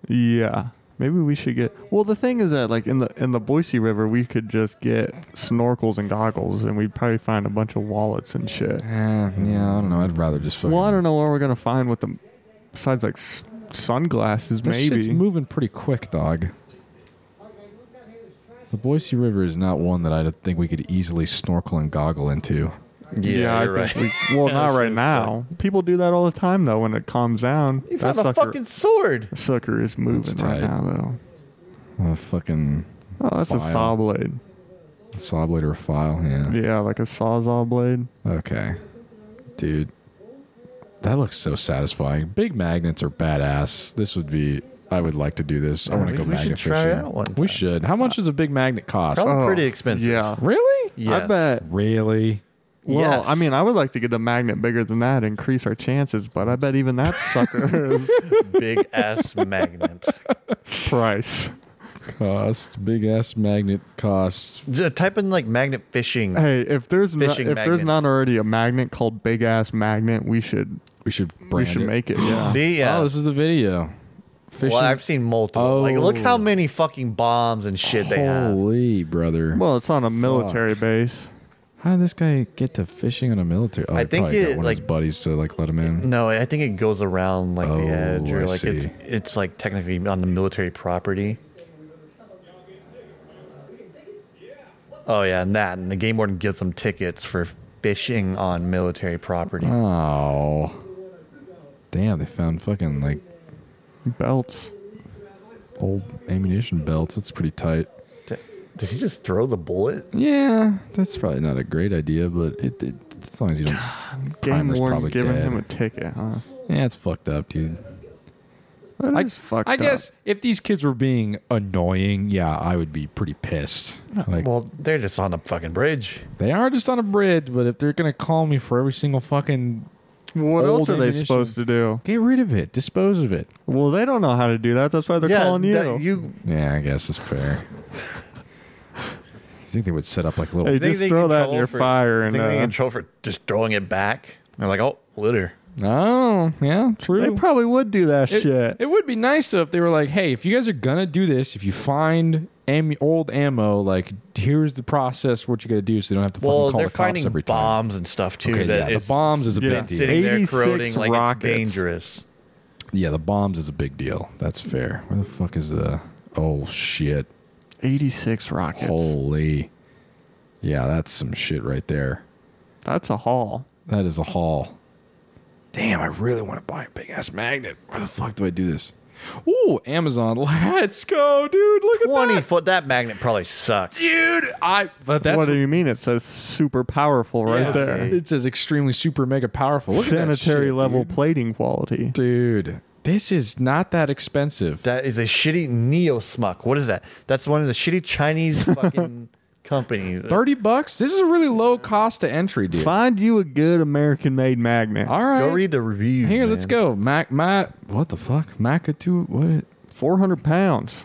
[SPEAKER 3] Yeah. Maybe we should get. Well, the thing is that like in the in the Boise River, we could just get snorkels and goggles, and we'd probably find a bunch of wallets and shit.
[SPEAKER 1] Eh, yeah, I don't know. I'd rather just fucking.
[SPEAKER 3] Well, I don't know where we're gonna find with them. Besides, like s- sunglasses,
[SPEAKER 1] That shit's
[SPEAKER 3] maybe.
[SPEAKER 1] moving pretty quick, dog. The Boise River is not one that I don't think we could easily snorkel and goggle into.
[SPEAKER 3] I
[SPEAKER 2] you're right.
[SPEAKER 3] think we, well,
[SPEAKER 2] Yeah,
[SPEAKER 3] not
[SPEAKER 2] that's what
[SPEAKER 3] right
[SPEAKER 2] it's
[SPEAKER 3] now. People do that all the time though. When it calms down,
[SPEAKER 2] You
[SPEAKER 3] that
[SPEAKER 2] found a
[SPEAKER 3] sucker,
[SPEAKER 2] fucking sword.
[SPEAKER 3] sucker is moving
[SPEAKER 1] That's
[SPEAKER 3] right
[SPEAKER 1] tight.
[SPEAKER 3] now
[SPEAKER 1] A fucking
[SPEAKER 3] though. Oh, that's a
[SPEAKER 1] File.
[SPEAKER 3] saw blade.
[SPEAKER 1] saw blade or a file, yeah.
[SPEAKER 3] Yeah, like a sawzall blade.
[SPEAKER 1] Okay. Dude. That looks so satisfying. Big magnets are badass. This would be I would like to do this. I
[SPEAKER 2] Yeah,
[SPEAKER 1] want to
[SPEAKER 2] we-
[SPEAKER 1] go
[SPEAKER 2] we should
[SPEAKER 1] magnet
[SPEAKER 2] try
[SPEAKER 1] fishing.
[SPEAKER 2] it out one
[SPEAKER 1] We
[SPEAKER 2] time.
[SPEAKER 1] should. How much does a big magnet cost?
[SPEAKER 2] Probably
[SPEAKER 3] Oh,
[SPEAKER 2] pretty expensive.
[SPEAKER 3] Yeah.
[SPEAKER 1] Really?
[SPEAKER 2] Yes.
[SPEAKER 3] I bet.
[SPEAKER 1] Really?
[SPEAKER 3] Well,
[SPEAKER 2] Yes.
[SPEAKER 3] I mean, I would like to get a magnet bigger than that, increase our chances, but I bet even that sucker is
[SPEAKER 2] big ass magnet.
[SPEAKER 3] price.
[SPEAKER 1] Cost. Big ass magnet cost.
[SPEAKER 2] J- Type in like magnet fishing.
[SPEAKER 3] Hey, if there's not, if
[SPEAKER 2] Fishing
[SPEAKER 3] there's
[SPEAKER 2] magnet.
[SPEAKER 3] not already a magnet called Big Ass Magnet, we should
[SPEAKER 1] We should
[SPEAKER 3] we
[SPEAKER 1] brand
[SPEAKER 3] should
[SPEAKER 1] it.
[SPEAKER 3] make it. Yeah.
[SPEAKER 2] See, yeah.
[SPEAKER 1] Oh, this is the video. Fishing.
[SPEAKER 2] well, I've seen multiple. Like, look
[SPEAKER 1] Oh.
[SPEAKER 2] how many fucking bombs and shit they have.
[SPEAKER 1] Holy brother.
[SPEAKER 3] Well, it's on a military base.
[SPEAKER 1] How did this guy get to fishing on a military? Oh,
[SPEAKER 2] I
[SPEAKER 1] he
[SPEAKER 2] think
[SPEAKER 1] probably got
[SPEAKER 2] it,
[SPEAKER 1] one of his
[SPEAKER 2] like-
[SPEAKER 1] buddies to like let him in.
[SPEAKER 2] No, I think it goes around like
[SPEAKER 1] Oh,
[SPEAKER 2] the edge,
[SPEAKER 1] I
[SPEAKER 2] or like it's
[SPEAKER 1] see.
[SPEAKER 2] it's like technically on the military property. Oh yeah, and that, and the game warden gives them tickets for fishing on military property.
[SPEAKER 1] Oh. Damn, they found fucking like
[SPEAKER 3] Belts.
[SPEAKER 1] old ammunition belts. That's pretty tight.
[SPEAKER 2] Did, did he just throw the bullet?
[SPEAKER 1] Yeah, that's probably not a great idea, but it, it as long as you don't.
[SPEAKER 3] Game
[SPEAKER 1] Primer's
[SPEAKER 3] Warden
[SPEAKER 1] probably
[SPEAKER 3] giving
[SPEAKER 1] dead.
[SPEAKER 3] him a ticket, huh?
[SPEAKER 1] Yeah, it's fucked up, dude.
[SPEAKER 3] That
[SPEAKER 1] I-
[SPEAKER 3] is fucked
[SPEAKER 1] I
[SPEAKER 3] up.
[SPEAKER 1] guess if these kids were being annoying, yeah, I would be pretty pissed. Like
[SPEAKER 2] Well, they're just on a fucking bridge.
[SPEAKER 1] they are just on a bridge, but if they're gonna call me for every single fucking,
[SPEAKER 3] What
[SPEAKER 1] Old
[SPEAKER 3] else are they
[SPEAKER 1] ammunition.
[SPEAKER 3] supposed to do?
[SPEAKER 1] get rid of it, dispose of it.
[SPEAKER 3] Well, they don't know how to do that. That's why they're calling you.
[SPEAKER 2] that- you
[SPEAKER 1] Yeah, I guess it's fair. you think they would set up like little?
[SPEAKER 3] Hey,
[SPEAKER 2] think
[SPEAKER 3] just
[SPEAKER 2] they
[SPEAKER 3] throw that
[SPEAKER 2] control
[SPEAKER 3] in your
[SPEAKER 2] for-
[SPEAKER 3] fire and
[SPEAKER 2] think they
[SPEAKER 3] uh,
[SPEAKER 2] control for just throwing it back. They're like, oh, litter.
[SPEAKER 1] Oh, yeah, true.
[SPEAKER 3] they probably would do that
[SPEAKER 1] It-
[SPEAKER 3] shit.
[SPEAKER 1] It would be nice though if they were like, "Hey, if you guys are gonna do this, if you find am- old ammo, like here's the process. What you gotta do, so you don't have to
[SPEAKER 2] Well,
[SPEAKER 1] fucking call
[SPEAKER 2] they're
[SPEAKER 1] the cops
[SPEAKER 2] finding
[SPEAKER 1] every time."
[SPEAKER 2] bombs and stuff too.
[SPEAKER 1] Okay,
[SPEAKER 2] that
[SPEAKER 1] yeah, the
[SPEAKER 2] it's
[SPEAKER 1] bombs is a
[SPEAKER 3] Yeah.
[SPEAKER 1] big deal.
[SPEAKER 2] sitting there
[SPEAKER 3] 86
[SPEAKER 2] corroding like
[SPEAKER 3] rockets.
[SPEAKER 2] it's dangerous.
[SPEAKER 1] Yeah, the bombs is a big deal. That's fair. Where the fuck is the? Oh shit!
[SPEAKER 3] 86 rockets.
[SPEAKER 1] Holy, yeah, that's some shit right there.
[SPEAKER 3] That's a haul.
[SPEAKER 1] That is a haul. Damn, I really want to buy a big ass magnet. Where the fuck do I do this? Ooh, Amazon. Let's go, dude. Look at
[SPEAKER 2] Twenty
[SPEAKER 1] that.
[SPEAKER 2] foot. That magnet probably sucks.
[SPEAKER 1] Dude, I but that's
[SPEAKER 3] what do you mean? It says super powerful right
[SPEAKER 2] Yeah.
[SPEAKER 3] there.
[SPEAKER 2] Okay.
[SPEAKER 1] It says extremely super mega powerful. Look at that
[SPEAKER 3] Sanitary
[SPEAKER 1] shit,
[SPEAKER 3] level
[SPEAKER 1] dude.
[SPEAKER 3] plating quality.
[SPEAKER 1] dude. This is not that expensive.
[SPEAKER 2] That is a shitty neo smuck. What is that? That's one of the shitty Chinese fucking companies.
[SPEAKER 1] Thirty bucks. This is a really low cost to entry, dude.
[SPEAKER 3] Find you a good American made magnet.
[SPEAKER 1] All right,
[SPEAKER 2] Go read the review.
[SPEAKER 1] here. Let's go, Mac. Matt, what the fuck, Macatu? What? it-
[SPEAKER 3] 400 pounds.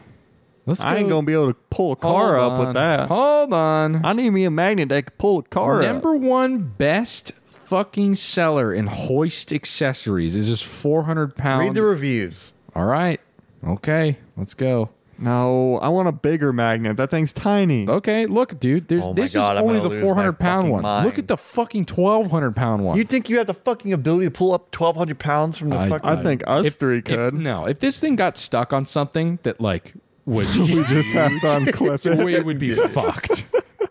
[SPEAKER 1] Let's go.
[SPEAKER 3] I ain't going to be able to pull a
[SPEAKER 1] Hold
[SPEAKER 3] car up
[SPEAKER 1] on.
[SPEAKER 3] with that.
[SPEAKER 1] Hold on.
[SPEAKER 3] I need me a magnet that could pull a car
[SPEAKER 1] Number
[SPEAKER 3] up.
[SPEAKER 1] one best fucking seller in hoist accessories is just four hundred pounds.
[SPEAKER 2] Read the reviews.
[SPEAKER 1] All right, okay, let's go.
[SPEAKER 3] No, I want a bigger magnet. That thing's tiny.
[SPEAKER 1] Okay, look, dude. There's,
[SPEAKER 2] Oh my
[SPEAKER 1] this
[SPEAKER 2] God,
[SPEAKER 1] is
[SPEAKER 2] I'm
[SPEAKER 1] only
[SPEAKER 2] gonna
[SPEAKER 1] the
[SPEAKER 2] lose my
[SPEAKER 1] 400 pound
[SPEAKER 2] fucking
[SPEAKER 1] one. Look
[SPEAKER 2] mind.
[SPEAKER 1] at the fucking 1200 pound one.
[SPEAKER 2] You think you have the fucking ability to pull up twelve hundred pounds from the
[SPEAKER 1] I-
[SPEAKER 2] fucking?
[SPEAKER 3] I think us
[SPEAKER 1] If-
[SPEAKER 3] three
[SPEAKER 1] if-
[SPEAKER 3] could.
[SPEAKER 1] no, if this thing got stuck on something that like was
[SPEAKER 3] we just have to unclip it.
[SPEAKER 1] we would be fucked.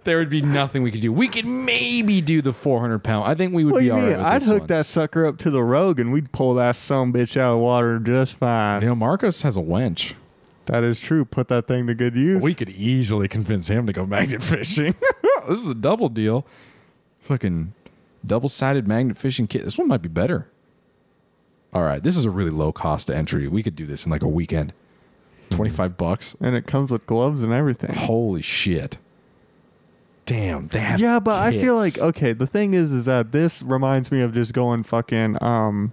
[SPEAKER 1] There would be nothing we could do. We could maybe do the 400 pound. I think we would
[SPEAKER 3] What do
[SPEAKER 1] be
[SPEAKER 3] you
[SPEAKER 1] all right.
[SPEAKER 3] mean?
[SPEAKER 1] with
[SPEAKER 3] I'd
[SPEAKER 1] this
[SPEAKER 3] hook
[SPEAKER 1] one.
[SPEAKER 3] that sucker up to the rogue and we'd pull that some bitch out of the water just fine.
[SPEAKER 1] You know, Marcos has a wench.
[SPEAKER 3] That is true. Put that thing to good use.
[SPEAKER 1] We could easily convince him to go magnet fishing. this is a double deal. Fucking double sided magnet fishing kit. This one might be better. All right. This is a really low cost to entry. We could do this in like a weekend. 25 bucks.
[SPEAKER 3] and it comes with gloves and everything.
[SPEAKER 1] Holy shit. Damn. They Oh, have
[SPEAKER 3] Yeah, but I feel
[SPEAKER 1] kits.
[SPEAKER 3] like uh, okay. The thing is, is that this reminds me of just going fucking um,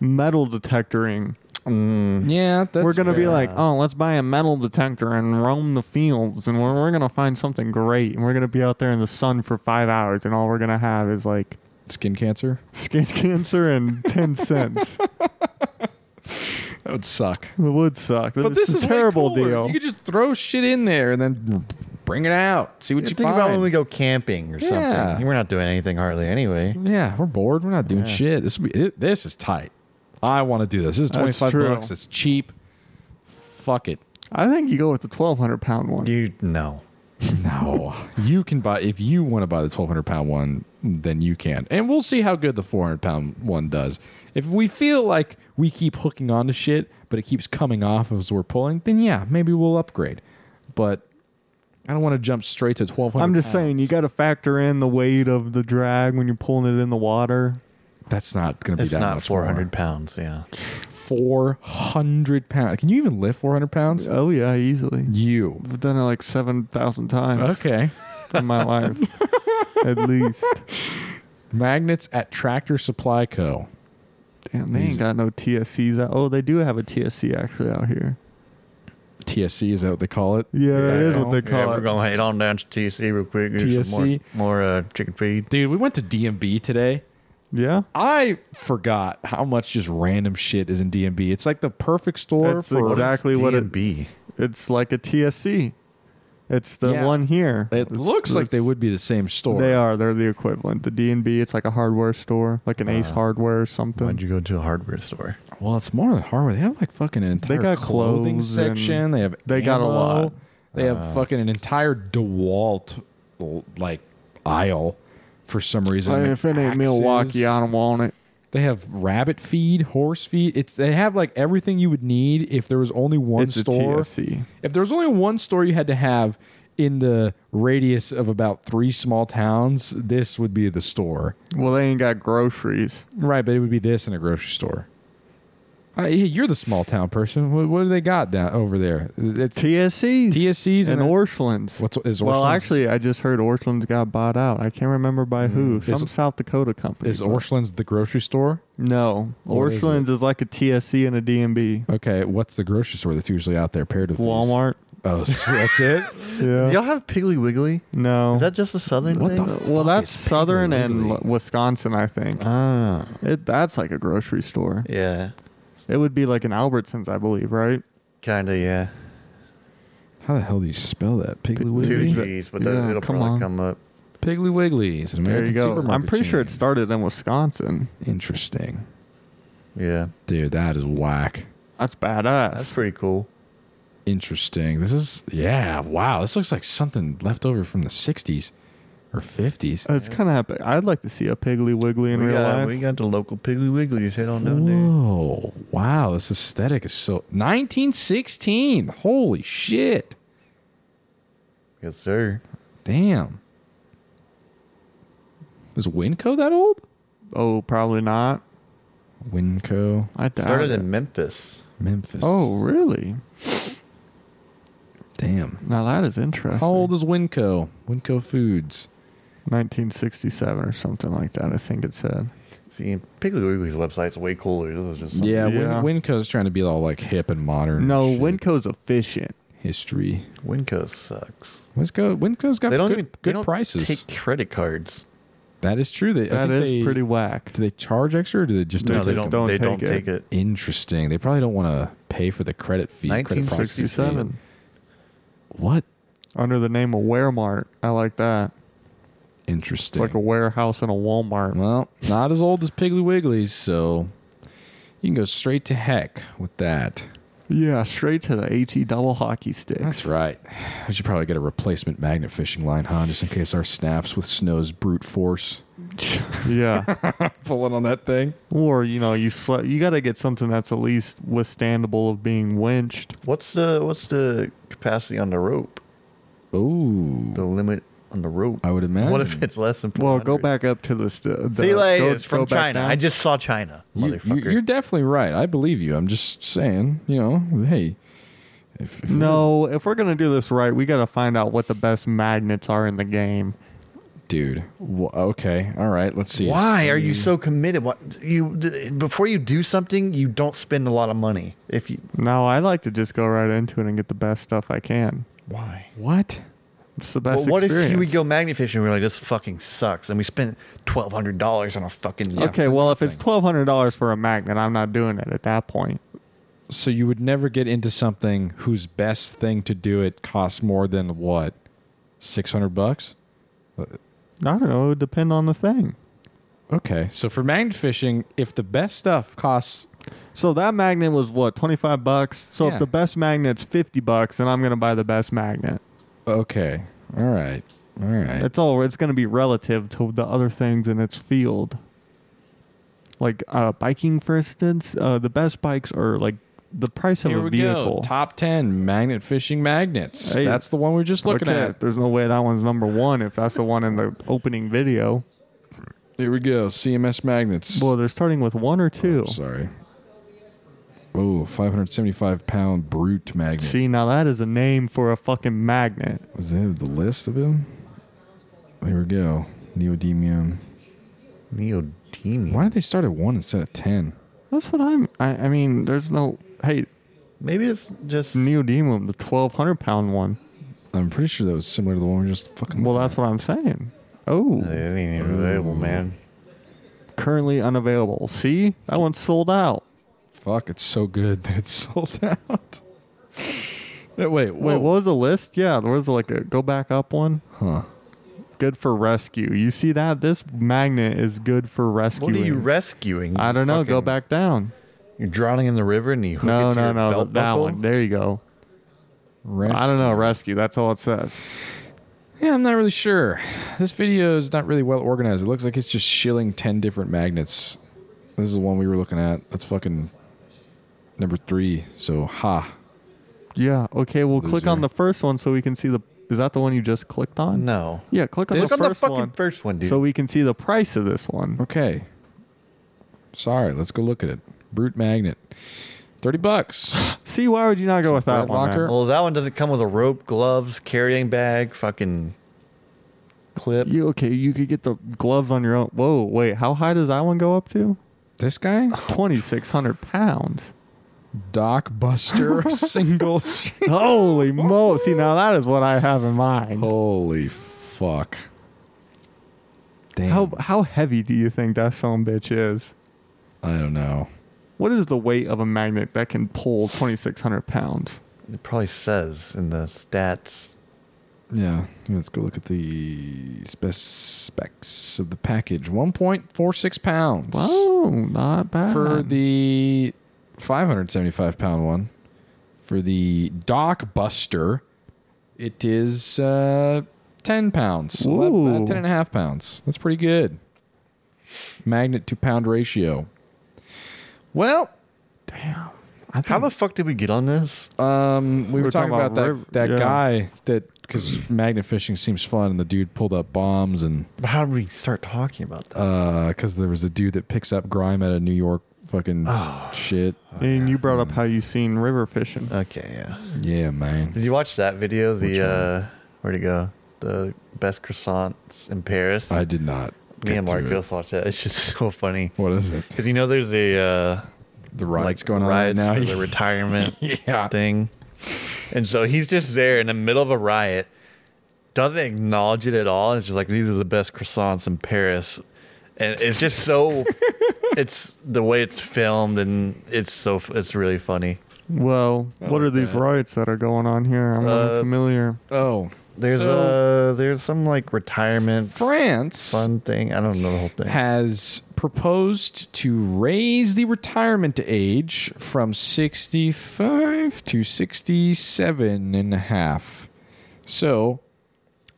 [SPEAKER 3] metal detectoring.
[SPEAKER 1] Yeah, that's
[SPEAKER 3] we're gonna be
[SPEAKER 1] fair.
[SPEAKER 3] like, oh, let's buy a metal detector and roam the fields, and we're, we're gonna find something great, and we're gonna be out there in the sun for five hours, and all we're gonna have is like
[SPEAKER 1] skin cancer.
[SPEAKER 3] skin cancer and ten cents.
[SPEAKER 1] That would suck.
[SPEAKER 3] It would suck.
[SPEAKER 1] But this is
[SPEAKER 3] a
[SPEAKER 1] way
[SPEAKER 3] terrible
[SPEAKER 1] cooler.
[SPEAKER 3] deal.
[SPEAKER 1] You could just throw shit in there and then bring it out. See what you
[SPEAKER 2] think
[SPEAKER 1] find.
[SPEAKER 2] about when we go camping or
[SPEAKER 1] Yeah.
[SPEAKER 2] something. We're not doing anything hardly anyway.
[SPEAKER 1] yeah, we're bored. We're not doing shit. This would be, it, this is tight. I want to do this. This is
[SPEAKER 3] That's
[SPEAKER 1] twenty five
[SPEAKER 3] true.
[SPEAKER 1] bucks. It's cheap. Fuck it.
[SPEAKER 3] I think you go with the twelve hundred pound one.
[SPEAKER 2] You no.
[SPEAKER 1] No, you can buy if you want to buy the twelve hundred pound one, then you can, and we'll see how good the four hundred pound one does. If we feel like we keep hooking on to shit, but it keeps coming off as we're pulling, then yeah, maybe we'll upgrade. But I don't want to jump straight to twelve hundred.
[SPEAKER 3] I'm just saying you got to factor in the weight of the drag when you're pulling it in the water.
[SPEAKER 1] That's not going to be
[SPEAKER 2] It's
[SPEAKER 1] that
[SPEAKER 2] not
[SPEAKER 1] much.
[SPEAKER 2] four hundred pounds, yeah.
[SPEAKER 1] Four hundred pounds. Can you even lift four hundred pounds?
[SPEAKER 3] Oh yeah, easily.
[SPEAKER 1] You
[SPEAKER 3] I've done it like seven thousand times
[SPEAKER 1] okay?
[SPEAKER 3] in my life, at least.
[SPEAKER 1] Magnets at Tractor Supply Co.
[SPEAKER 3] Damn, they ain't got no TSCs out. Oh, they do have a TSC actually out here.
[SPEAKER 1] TSC is that what they call it?
[SPEAKER 3] Yeah, that is what they
[SPEAKER 2] Yeah,
[SPEAKER 3] call
[SPEAKER 2] we're
[SPEAKER 3] it. E?
[SPEAKER 2] gonna head on down to TSC real quick. Get some more,
[SPEAKER 1] TSC.
[SPEAKER 2] more uh, chicken feed.
[SPEAKER 1] Dude, we went to DMB today.
[SPEAKER 3] Yeah,
[SPEAKER 1] I forgot how much just random shit is in DMB. It's like the perfect store
[SPEAKER 3] That's
[SPEAKER 1] for
[SPEAKER 3] exact- Exactly what it-
[SPEAKER 2] be.
[SPEAKER 3] it's like a TSC. It's the
[SPEAKER 1] Yeah.
[SPEAKER 3] one here.
[SPEAKER 1] It looks like they
[SPEAKER 3] It's-
[SPEAKER 1] would be the same store.
[SPEAKER 3] They are. They're the equivalent. The D and B. It's like a hardware store, like an Ace
[SPEAKER 1] Uh,
[SPEAKER 3] Hardware or something.
[SPEAKER 2] Why'd you go to a hardware store?
[SPEAKER 1] Well, it's more than hardware. They have like fucking an entire
[SPEAKER 3] They got
[SPEAKER 1] clothing
[SPEAKER 3] clothes and-
[SPEAKER 1] section. They have
[SPEAKER 3] They got a
[SPEAKER 1] ammo.
[SPEAKER 3] lot. Uh,
[SPEAKER 1] They have fucking an entire DeWalt like aisle for some reason.
[SPEAKER 3] Like, if it ain't
[SPEAKER 1] Axes.
[SPEAKER 3] Milwaukee, I don't want it.
[SPEAKER 1] They have rabbit feed, horse feed. It's they have like everything you would need if there was only one
[SPEAKER 3] it's
[SPEAKER 1] store.
[SPEAKER 3] a TSC.
[SPEAKER 1] If there was only one store you had to have in the radius of about three small towns, this would be the store.
[SPEAKER 3] Well, they ain't got groceries.
[SPEAKER 1] Right, but it would be this in a grocery store. Uh, hey, you're the small town person. What, what do they got down over there? It's
[SPEAKER 3] TSCs,
[SPEAKER 1] TSCs
[SPEAKER 3] and
[SPEAKER 1] and a-
[SPEAKER 3] Orchlands.
[SPEAKER 1] what's is
[SPEAKER 3] Well,
[SPEAKER 1] Orscheln's-
[SPEAKER 3] actually, I just heard Orchlands got bought out. I can't remember by who. Some
[SPEAKER 1] Hmm. Is-
[SPEAKER 3] South Dakota company.
[SPEAKER 1] is
[SPEAKER 3] but-
[SPEAKER 1] Orchland's the grocery store?
[SPEAKER 3] No,
[SPEAKER 1] What is
[SPEAKER 3] Orchlands is, like a TSC and a DMB.
[SPEAKER 1] Okay, what's the grocery store that's usually out there paired with these?
[SPEAKER 3] Walmart.
[SPEAKER 1] Oh, so that's it.
[SPEAKER 3] Yeah.
[SPEAKER 2] Do y'all have Piggly Wiggly?
[SPEAKER 3] No.
[SPEAKER 2] Is that just a southern
[SPEAKER 1] What
[SPEAKER 2] thing?
[SPEAKER 1] the f-
[SPEAKER 3] well,
[SPEAKER 1] fuck
[SPEAKER 3] that's
[SPEAKER 1] is Piggly
[SPEAKER 3] Southern and
[SPEAKER 1] Wiggly?
[SPEAKER 3] L- Wisconsin, I think.
[SPEAKER 2] ah,
[SPEAKER 3] It, that's like a grocery store.
[SPEAKER 2] yeah,
[SPEAKER 3] It would be like an Albertsons, I believe, right?
[SPEAKER 2] kind of, yeah.
[SPEAKER 1] How the hell do you spell that? Piggly
[SPEAKER 2] Two
[SPEAKER 1] Wiggly.
[SPEAKER 2] G's, but that,
[SPEAKER 3] Yeah,
[SPEAKER 2] it'll
[SPEAKER 3] come
[SPEAKER 2] probably
[SPEAKER 3] on.
[SPEAKER 2] come up.
[SPEAKER 1] Piggly Wiggly is an
[SPEAKER 3] There
[SPEAKER 1] American
[SPEAKER 3] you go.
[SPEAKER 1] supermarket.
[SPEAKER 3] I'm pretty sure
[SPEAKER 1] chain.
[SPEAKER 3] it started in Wisconsin.
[SPEAKER 1] interesting.
[SPEAKER 2] Yeah,
[SPEAKER 1] Dude, that is whack.
[SPEAKER 3] That's badass.
[SPEAKER 2] that's pretty cool.
[SPEAKER 1] Interesting. This is yeah. Wow. This looks like something left over from the '60s or '50s.
[SPEAKER 3] It's kind of epic. I'd like to see a Piggly Wiggly in
[SPEAKER 2] we,
[SPEAKER 3] real
[SPEAKER 2] got,
[SPEAKER 3] life.
[SPEAKER 2] we got the local Piggly Wiggly. Just head on down there.
[SPEAKER 1] Whoa! Wow. This aesthetic is so 1916. Holy shit!
[SPEAKER 2] Yes, sir.
[SPEAKER 1] Damn. Is Winco that old?
[SPEAKER 3] oh, probably not.
[SPEAKER 1] Winco,
[SPEAKER 3] I doubt
[SPEAKER 2] Started
[SPEAKER 3] it.
[SPEAKER 2] in Memphis.
[SPEAKER 1] Memphis.
[SPEAKER 3] Oh, really?
[SPEAKER 1] damn.
[SPEAKER 3] Now that is interesting.
[SPEAKER 1] How old is Winco? Winco Foods.
[SPEAKER 3] 1967 or something like that. I think it said.
[SPEAKER 2] See, Piggly Wiggly's website's way cooler. This is just something-
[SPEAKER 1] Yeah,
[SPEAKER 3] Yeah.
[SPEAKER 1] Win, Winco's trying to be all like hip and modern.
[SPEAKER 3] No,
[SPEAKER 1] and shit.
[SPEAKER 3] Winco's efficient.
[SPEAKER 1] history.
[SPEAKER 2] Winco sucks.
[SPEAKER 1] Winco, Winco's got
[SPEAKER 2] They don't
[SPEAKER 1] good,
[SPEAKER 2] even they
[SPEAKER 1] good
[SPEAKER 2] don't
[SPEAKER 1] prices.
[SPEAKER 2] Take credit cards.
[SPEAKER 1] That is true. They, I
[SPEAKER 3] That
[SPEAKER 1] think
[SPEAKER 3] is
[SPEAKER 1] they,
[SPEAKER 3] pretty whack.
[SPEAKER 1] Do they charge extra, or do they just
[SPEAKER 3] No,
[SPEAKER 1] don't
[SPEAKER 3] they
[SPEAKER 1] take
[SPEAKER 3] don't-
[SPEAKER 1] them?
[SPEAKER 2] They
[SPEAKER 3] take
[SPEAKER 2] don't
[SPEAKER 3] it.
[SPEAKER 2] take it.
[SPEAKER 1] Interesting. They probably don't want to pay for the credit fee. credit processing fee.
[SPEAKER 3] 1967
[SPEAKER 1] What?
[SPEAKER 3] under the name of Waremart. I like that. It's
[SPEAKER 1] Interesting.
[SPEAKER 3] like a warehouse and a Walmart.
[SPEAKER 1] well, not as old as Piggly Wiggly's, so you can go straight to heck with that.
[SPEAKER 3] Yeah, straight to the HE double hockey sticks.
[SPEAKER 1] That's right. I should probably get a replacement magnet fishing line, huh? Just in case our snaps with snow's brute force
[SPEAKER 3] Yeah.
[SPEAKER 1] pulling on that thing.
[SPEAKER 3] or you know, you sl- you got to get something that's at least withstandable of being winched.
[SPEAKER 2] What's the what's the capacity on the rope?
[SPEAKER 1] Ooh.
[SPEAKER 2] The limit on the rope.
[SPEAKER 1] I would imagine.
[SPEAKER 2] What if it's less than?
[SPEAKER 3] Well, go
[SPEAKER 2] 400?
[SPEAKER 3] back up to the, st- the
[SPEAKER 2] See, like,
[SPEAKER 3] go-
[SPEAKER 2] it's from
[SPEAKER 3] go back
[SPEAKER 2] China.
[SPEAKER 3] down.
[SPEAKER 2] I just saw China,
[SPEAKER 1] You,
[SPEAKER 2] motherfucker.
[SPEAKER 1] are definitely right. I believe you. I'm just saying, you know, hey. If, if it
[SPEAKER 3] No, if we're gonna do this right, we got to find out what the best magnets are in the game.
[SPEAKER 1] is- dude. Wh- okay. All right. Let's see.
[SPEAKER 2] Why are you so committed? What you d- before you do something, you don't spend a lot of money. If you
[SPEAKER 3] No, I like to just go right into it and get the best stuff I can.
[SPEAKER 2] why?
[SPEAKER 1] What?
[SPEAKER 3] It's the
[SPEAKER 2] Well,
[SPEAKER 3] best.
[SPEAKER 2] what if
[SPEAKER 3] experience.
[SPEAKER 2] you would go magnet fishing? and We're like, this fucking sucks, and we spent twelve hundred dollars on a fucking
[SPEAKER 1] Yeah,
[SPEAKER 3] okay,
[SPEAKER 1] for
[SPEAKER 3] well, if it's
[SPEAKER 1] nothing.
[SPEAKER 3] twelve hundred dollars for a magnet, I'm not doing it at that point.
[SPEAKER 1] So you would never get into something whose best thing to do it costs more than what, six hundred bucks?
[SPEAKER 3] I don't know. It would depend on the thing.
[SPEAKER 1] Okay. So for magnet fishing, if the best stuff costs
[SPEAKER 3] So that magnet was what twenty five bucks. So
[SPEAKER 1] Yeah.
[SPEAKER 3] if the best magnet's fifty bucks, then I'm gonna buy the best magnet.
[SPEAKER 1] okay, all right, all right.
[SPEAKER 3] It's all. It's gonna be relative to the other things in its field. Like uh, biking, for instance, uh, the best bikes are like the price of
[SPEAKER 1] Here
[SPEAKER 3] a
[SPEAKER 1] we go.
[SPEAKER 3] vehicle.
[SPEAKER 1] Top ten magnet fishing magnets.
[SPEAKER 3] Hey.
[SPEAKER 1] That's the one we're just looking
[SPEAKER 3] Okay,
[SPEAKER 1] at.
[SPEAKER 3] There's no way that one's number one if that's the one in the opening video.
[SPEAKER 1] Here we go. CMS magnets.
[SPEAKER 3] Well, they're starting with one or two.
[SPEAKER 1] Sorry. Oh, 575 pound brute magnet.
[SPEAKER 3] See, now that is a name for a fucking magnet.
[SPEAKER 1] Was that the list of them? Here we go. Neodymium.
[SPEAKER 2] Neodymium.
[SPEAKER 1] Why did they start at one instead of ten?
[SPEAKER 3] That's what I'm. I, I mean, there's no. Hey,
[SPEAKER 2] Maybe it's just
[SPEAKER 3] neodymium, the 1,200 pound one.
[SPEAKER 1] I'm pretty sure that was similar to the one we just fucking.
[SPEAKER 3] Well, that's what I'm saying. Oh,
[SPEAKER 2] It ain't even available, man.
[SPEAKER 3] currently unavailable. See, that one's sold out.
[SPEAKER 1] fuck. It's so good that it's sold out. wait, wait,
[SPEAKER 3] Wait, what was the list? Yeah, there was like a go back up one.
[SPEAKER 1] Huh?
[SPEAKER 3] Good for rescue. You see that? This magnet is good for rescue.
[SPEAKER 2] What are you rescuing?
[SPEAKER 3] I don't know. Go
[SPEAKER 2] Fucking-
[SPEAKER 3] back down.
[SPEAKER 2] You're drowning in the river and you hook
[SPEAKER 3] No,
[SPEAKER 2] it to
[SPEAKER 3] no,
[SPEAKER 2] your
[SPEAKER 3] no.
[SPEAKER 2] belt
[SPEAKER 3] that
[SPEAKER 2] buckle?
[SPEAKER 3] one. There you go. I don't know. Rescue. That's all it says.
[SPEAKER 1] Yeah, I'm not really sure. This video is not really well organized. It looks like it's just shilling ten different magnets. This is the one we were looking at. That's fucking number three. So ha.
[SPEAKER 3] Yeah. Okay. We'll click on
[SPEAKER 1] Loser.
[SPEAKER 3] the first one so we can see the. Is that the one you just clicked on?
[SPEAKER 2] No.
[SPEAKER 3] Yeah. Click on
[SPEAKER 2] Look
[SPEAKER 3] the
[SPEAKER 2] on the
[SPEAKER 3] first
[SPEAKER 2] fucking
[SPEAKER 3] one
[SPEAKER 2] first one, dude.
[SPEAKER 3] so we can see the price of this one.
[SPEAKER 1] Okay. Sorry, let's go look at it. Brute magnet. 30 bucks.
[SPEAKER 3] See, why would you not go
[SPEAKER 1] Some
[SPEAKER 3] with that
[SPEAKER 1] bread
[SPEAKER 3] one? man?
[SPEAKER 1] locker.
[SPEAKER 2] well, that one doesn't come with a rope, gloves, carrying bag, fucking clip.
[SPEAKER 3] You okay? You could get the gloves on your own. Whoa, wait. How high does that one go up to?
[SPEAKER 1] this guy?
[SPEAKER 3] Twenty six hundred pounds.
[SPEAKER 1] Doc Buster singles.
[SPEAKER 3] Holy mo! See, now that is what I have in mind.
[SPEAKER 1] Holy fuck. Damn.
[SPEAKER 3] How how heavy do you think that some bitch is?
[SPEAKER 1] I don't know.
[SPEAKER 3] What is the weight of a magnet that can pull twenty six hundred pounds?
[SPEAKER 2] It probably says in the stats.
[SPEAKER 1] Yeah, let's go look at the spec- specs of the package. 1.46 pounds.
[SPEAKER 3] Whoa, not bad
[SPEAKER 1] For the 575 pound one. For the Doc Buster, it is uh, 10 pounds. So that-
[SPEAKER 3] Ooh.
[SPEAKER 1] that 10 and a half pounds. That's pretty good. Magnet to pound ratio. Well,
[SPEAKER 3] Damn. I
[SPEAKER 2] How
[SPEAKER 3] think-
[SPEAKER 2] the fuck did we get on this?
[SPEAKER 1] um, we, were, talking, about, that,
[SPEAKER 3] river-
[SPEAKER 1] that
[SPEAKER 3] yeah.
[SPEAKER 1] guy that, because magnet fishing seems fun, and the dude pulled up bombs and.
[SPEAKER 2] How did we start talking about
[SPEAKER 3] Um,
[SPEAKER 2] that?
[SPEAKER 1] because there was a dude that picks up grime out of New York fucking
[SPEAKER 2] Ah,
[SPEAKER 1] shit.
[SPEAKER 3] And you brought up how you seen river fishing.
[SPEAKER 1] Uh,
[SPEAKER 2] okay, yeah.
[SPEAKER 1] Yeah, man.
[SPEAKER 2] Did you watch that video?
[SPEAKER 1] Which
[SPEAKER 2] The
[SPEAKER 1] one?
[SPEAKER 2] uh, where'd it go? The best croissants in Paris.
[SPEAKER 1] I did not.
[SPEAKER 2] Me
[SPEAKER 1] get
[SPEAKER 2] and
[SPEAKER 1] to it.
[SPEAKER 2] Marcos watched that. It's just so funny
[SPEAKER 1] What is it?
[SPEAKER 2] because you know there's a uh,
[SPEAKER 1] The riots
[SPEAKER 2] like
[SPEAKER 1] going on
[SPEAKER 2] riots
[SPEAKER 1] right
[SPEAKER 2] for
[SPEAKER 1] now.
[SPEAKER 2] the retirement
[SPEAKER 1] yeah.
[SPEAKER 2] thing, and so he's just there in the middle of a riot, doesn't acknowledge it at all. It's just like these are the best croissants in Paris, and it's just so. it's the way it's filmed, and it's so it's really funny.
[SPEAKER 3] Well, what
[SPEAKER 2] like
[SPEAKER 3] are these
[SPEAKER 2] that.
[SPEAKER 3] riots that are going on here? I'm
[SPEAKER 2] Uh,
[SPEAKER 3] unfamiliar.
[SPEAKER 1] Oh,
[SPEAKER 2] There's uh there's some like retirement
[SPEAKER 1] France
[SPEAKER 2] fun thing. I don't know the whole thing.
[SPEAKER 1] has proposed to raise the retirement age from 65 to 67 and a half. So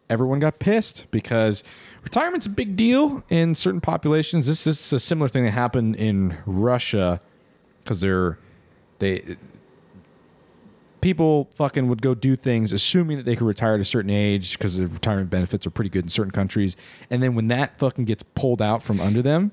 [SPEAKER 1] everyone got pissed because retirement's a big deal in certain populations. This, this is a similar thing that happened in Russia because they're they people fucking would go do things assuming that they could retire at a certain age because the retirement benefits are pretty good in certain countries. And then when that fucking gets pulled out from under them,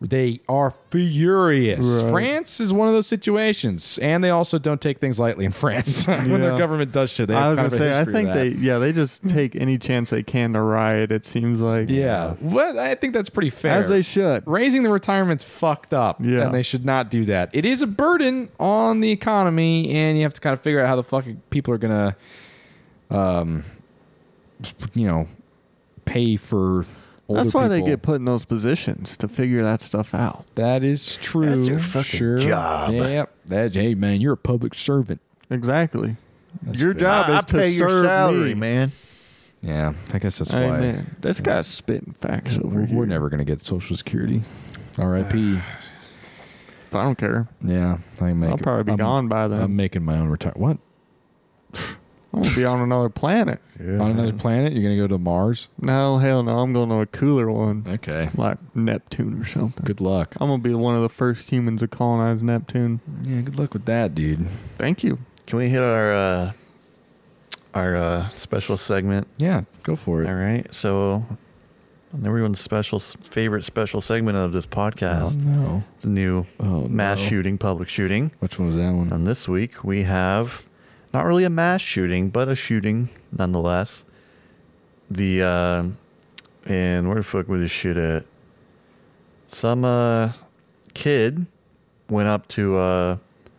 [SPEAKER 1] they are furious.
[SPEAKER 3] Right.
[SPEAKER 1] France is one of those situations, and they also don't take things lightly in France when their
[SPEAKER 3] Yeah.
[SPEAKER 1] government does shit. They have
[SPEAKER 3] I was
[SPEAKER 1] kind
[SPEAKER 3] gonna
[SPEAKER 1] of a
[SPEAKER 3] say, I
[SPEAKER 1] history of
[SPEAKER 3] think
[SPEAKER 1] that. Hmm.
[SPEAKER 3] they, yeah, they just take any chance they can to riot. It seems like,
[SPEAKER 1] Yeah. Well, I think that's pretty fair.
[SPEAKER 3] as they should.
[SPEAKER 1] Raising the retirement's fucked up.
[SPEAKER 3] Yeah.
[SPEAKER 1] And they should not do that. It is a burden on the economy, and you have to kind of figure out how the fuck people are going to, um, you know, pay for older
[SPEAKER 3] That's why they
[SPEAKER 1] people.
[SPEAKER 3] get put in those positions to figure that stuff out.
[SPEAKER 1] That is true.
[SPEAKER 2] That's your fucking
[SPEAKER 1] sure.
[SPEAKER 2] job.
[SPEAKER 1] Yep. That, hey, man, you're a public servant.
[SPEAKER 3] Exactly.
[SPEAKER 1] That's
[SPEAKER 3] Your
[SPEAKER 1] fair.
[SPEAKER 3] job
[SPEAKER 2] I,
[SPEAKER 3] is
[SPEAKER 2] I
[SPEAKER 3] to
[SPEAKER 2] pay your
[SPEAKER 3] serve
[SPEAKER 2] salary,
[SPEAKER 3] me.
[SPEAKER 2] man.
[SPEAKER 1] Yeah, I guess that's
[SPEAKER 3] Hey,
[SPEAKER 1] why.
[SPEAKER 3] man, this guy's spitting facts over
[SPEAKER 1] We're,
[SPEAKER 3] here.
[SPEAKER 1] we're never going to get Social Security. R.I.P.
[SPEAKER 3] I don't care.
[SPEAKER 1] Yeah, I make
[SPEAKER 3] I'll probably be
[SPEAKER 1] I'm-
[SPEAKER 3] gone by then.
[SPEAKER 1] I'm making my own retire. What
[SPEAKER 3] I'm gonna be on another planet.
[SPEAKER 1] on another planet? You're going to go to Mars?
[SPEAKER 3] No, hell no. I'm going to a cooler one,
[SPEAKER 1] Okay.
[SPEAKER 3] like Neptune or something.
[SPEAKER 1] Good luck.
[SPEAKER 2] Oh.
[SPEAKER 3] I'm gonna be one of the first humans to colonize Neptune.
[SPEAKER 1] Yeah, good luck with that, dude.
[SPEAKER 3] Thank you.
[SPEAKER 2] Can we hit our uh, our uh, special segment?
[SPEAKER 1] Yeah, go for
[SPEAKER 2] All
[SPEAKER 1] it.
[SPEAKER 2] right. So, everyone's special favorite special segment of this
[SPEAKER 1] Oh,
[SPEAKER 2] podcast.
[SPEAKER 1] no.
[SPEAKER 2] It's a new
[SPEAKER 1] Oh,
[SPEAKER 2] mass
[SPEAKER 1] no.
[SPEAKER 2] shooting, public shooting.
[SPEAKER 1] Which one was that one?
[SPEAKER 2] And this week we have not really a mass shooting, but a shooting nonetheless. The uh, and where the fuck was this shit at? Some uh, kid went up to uh,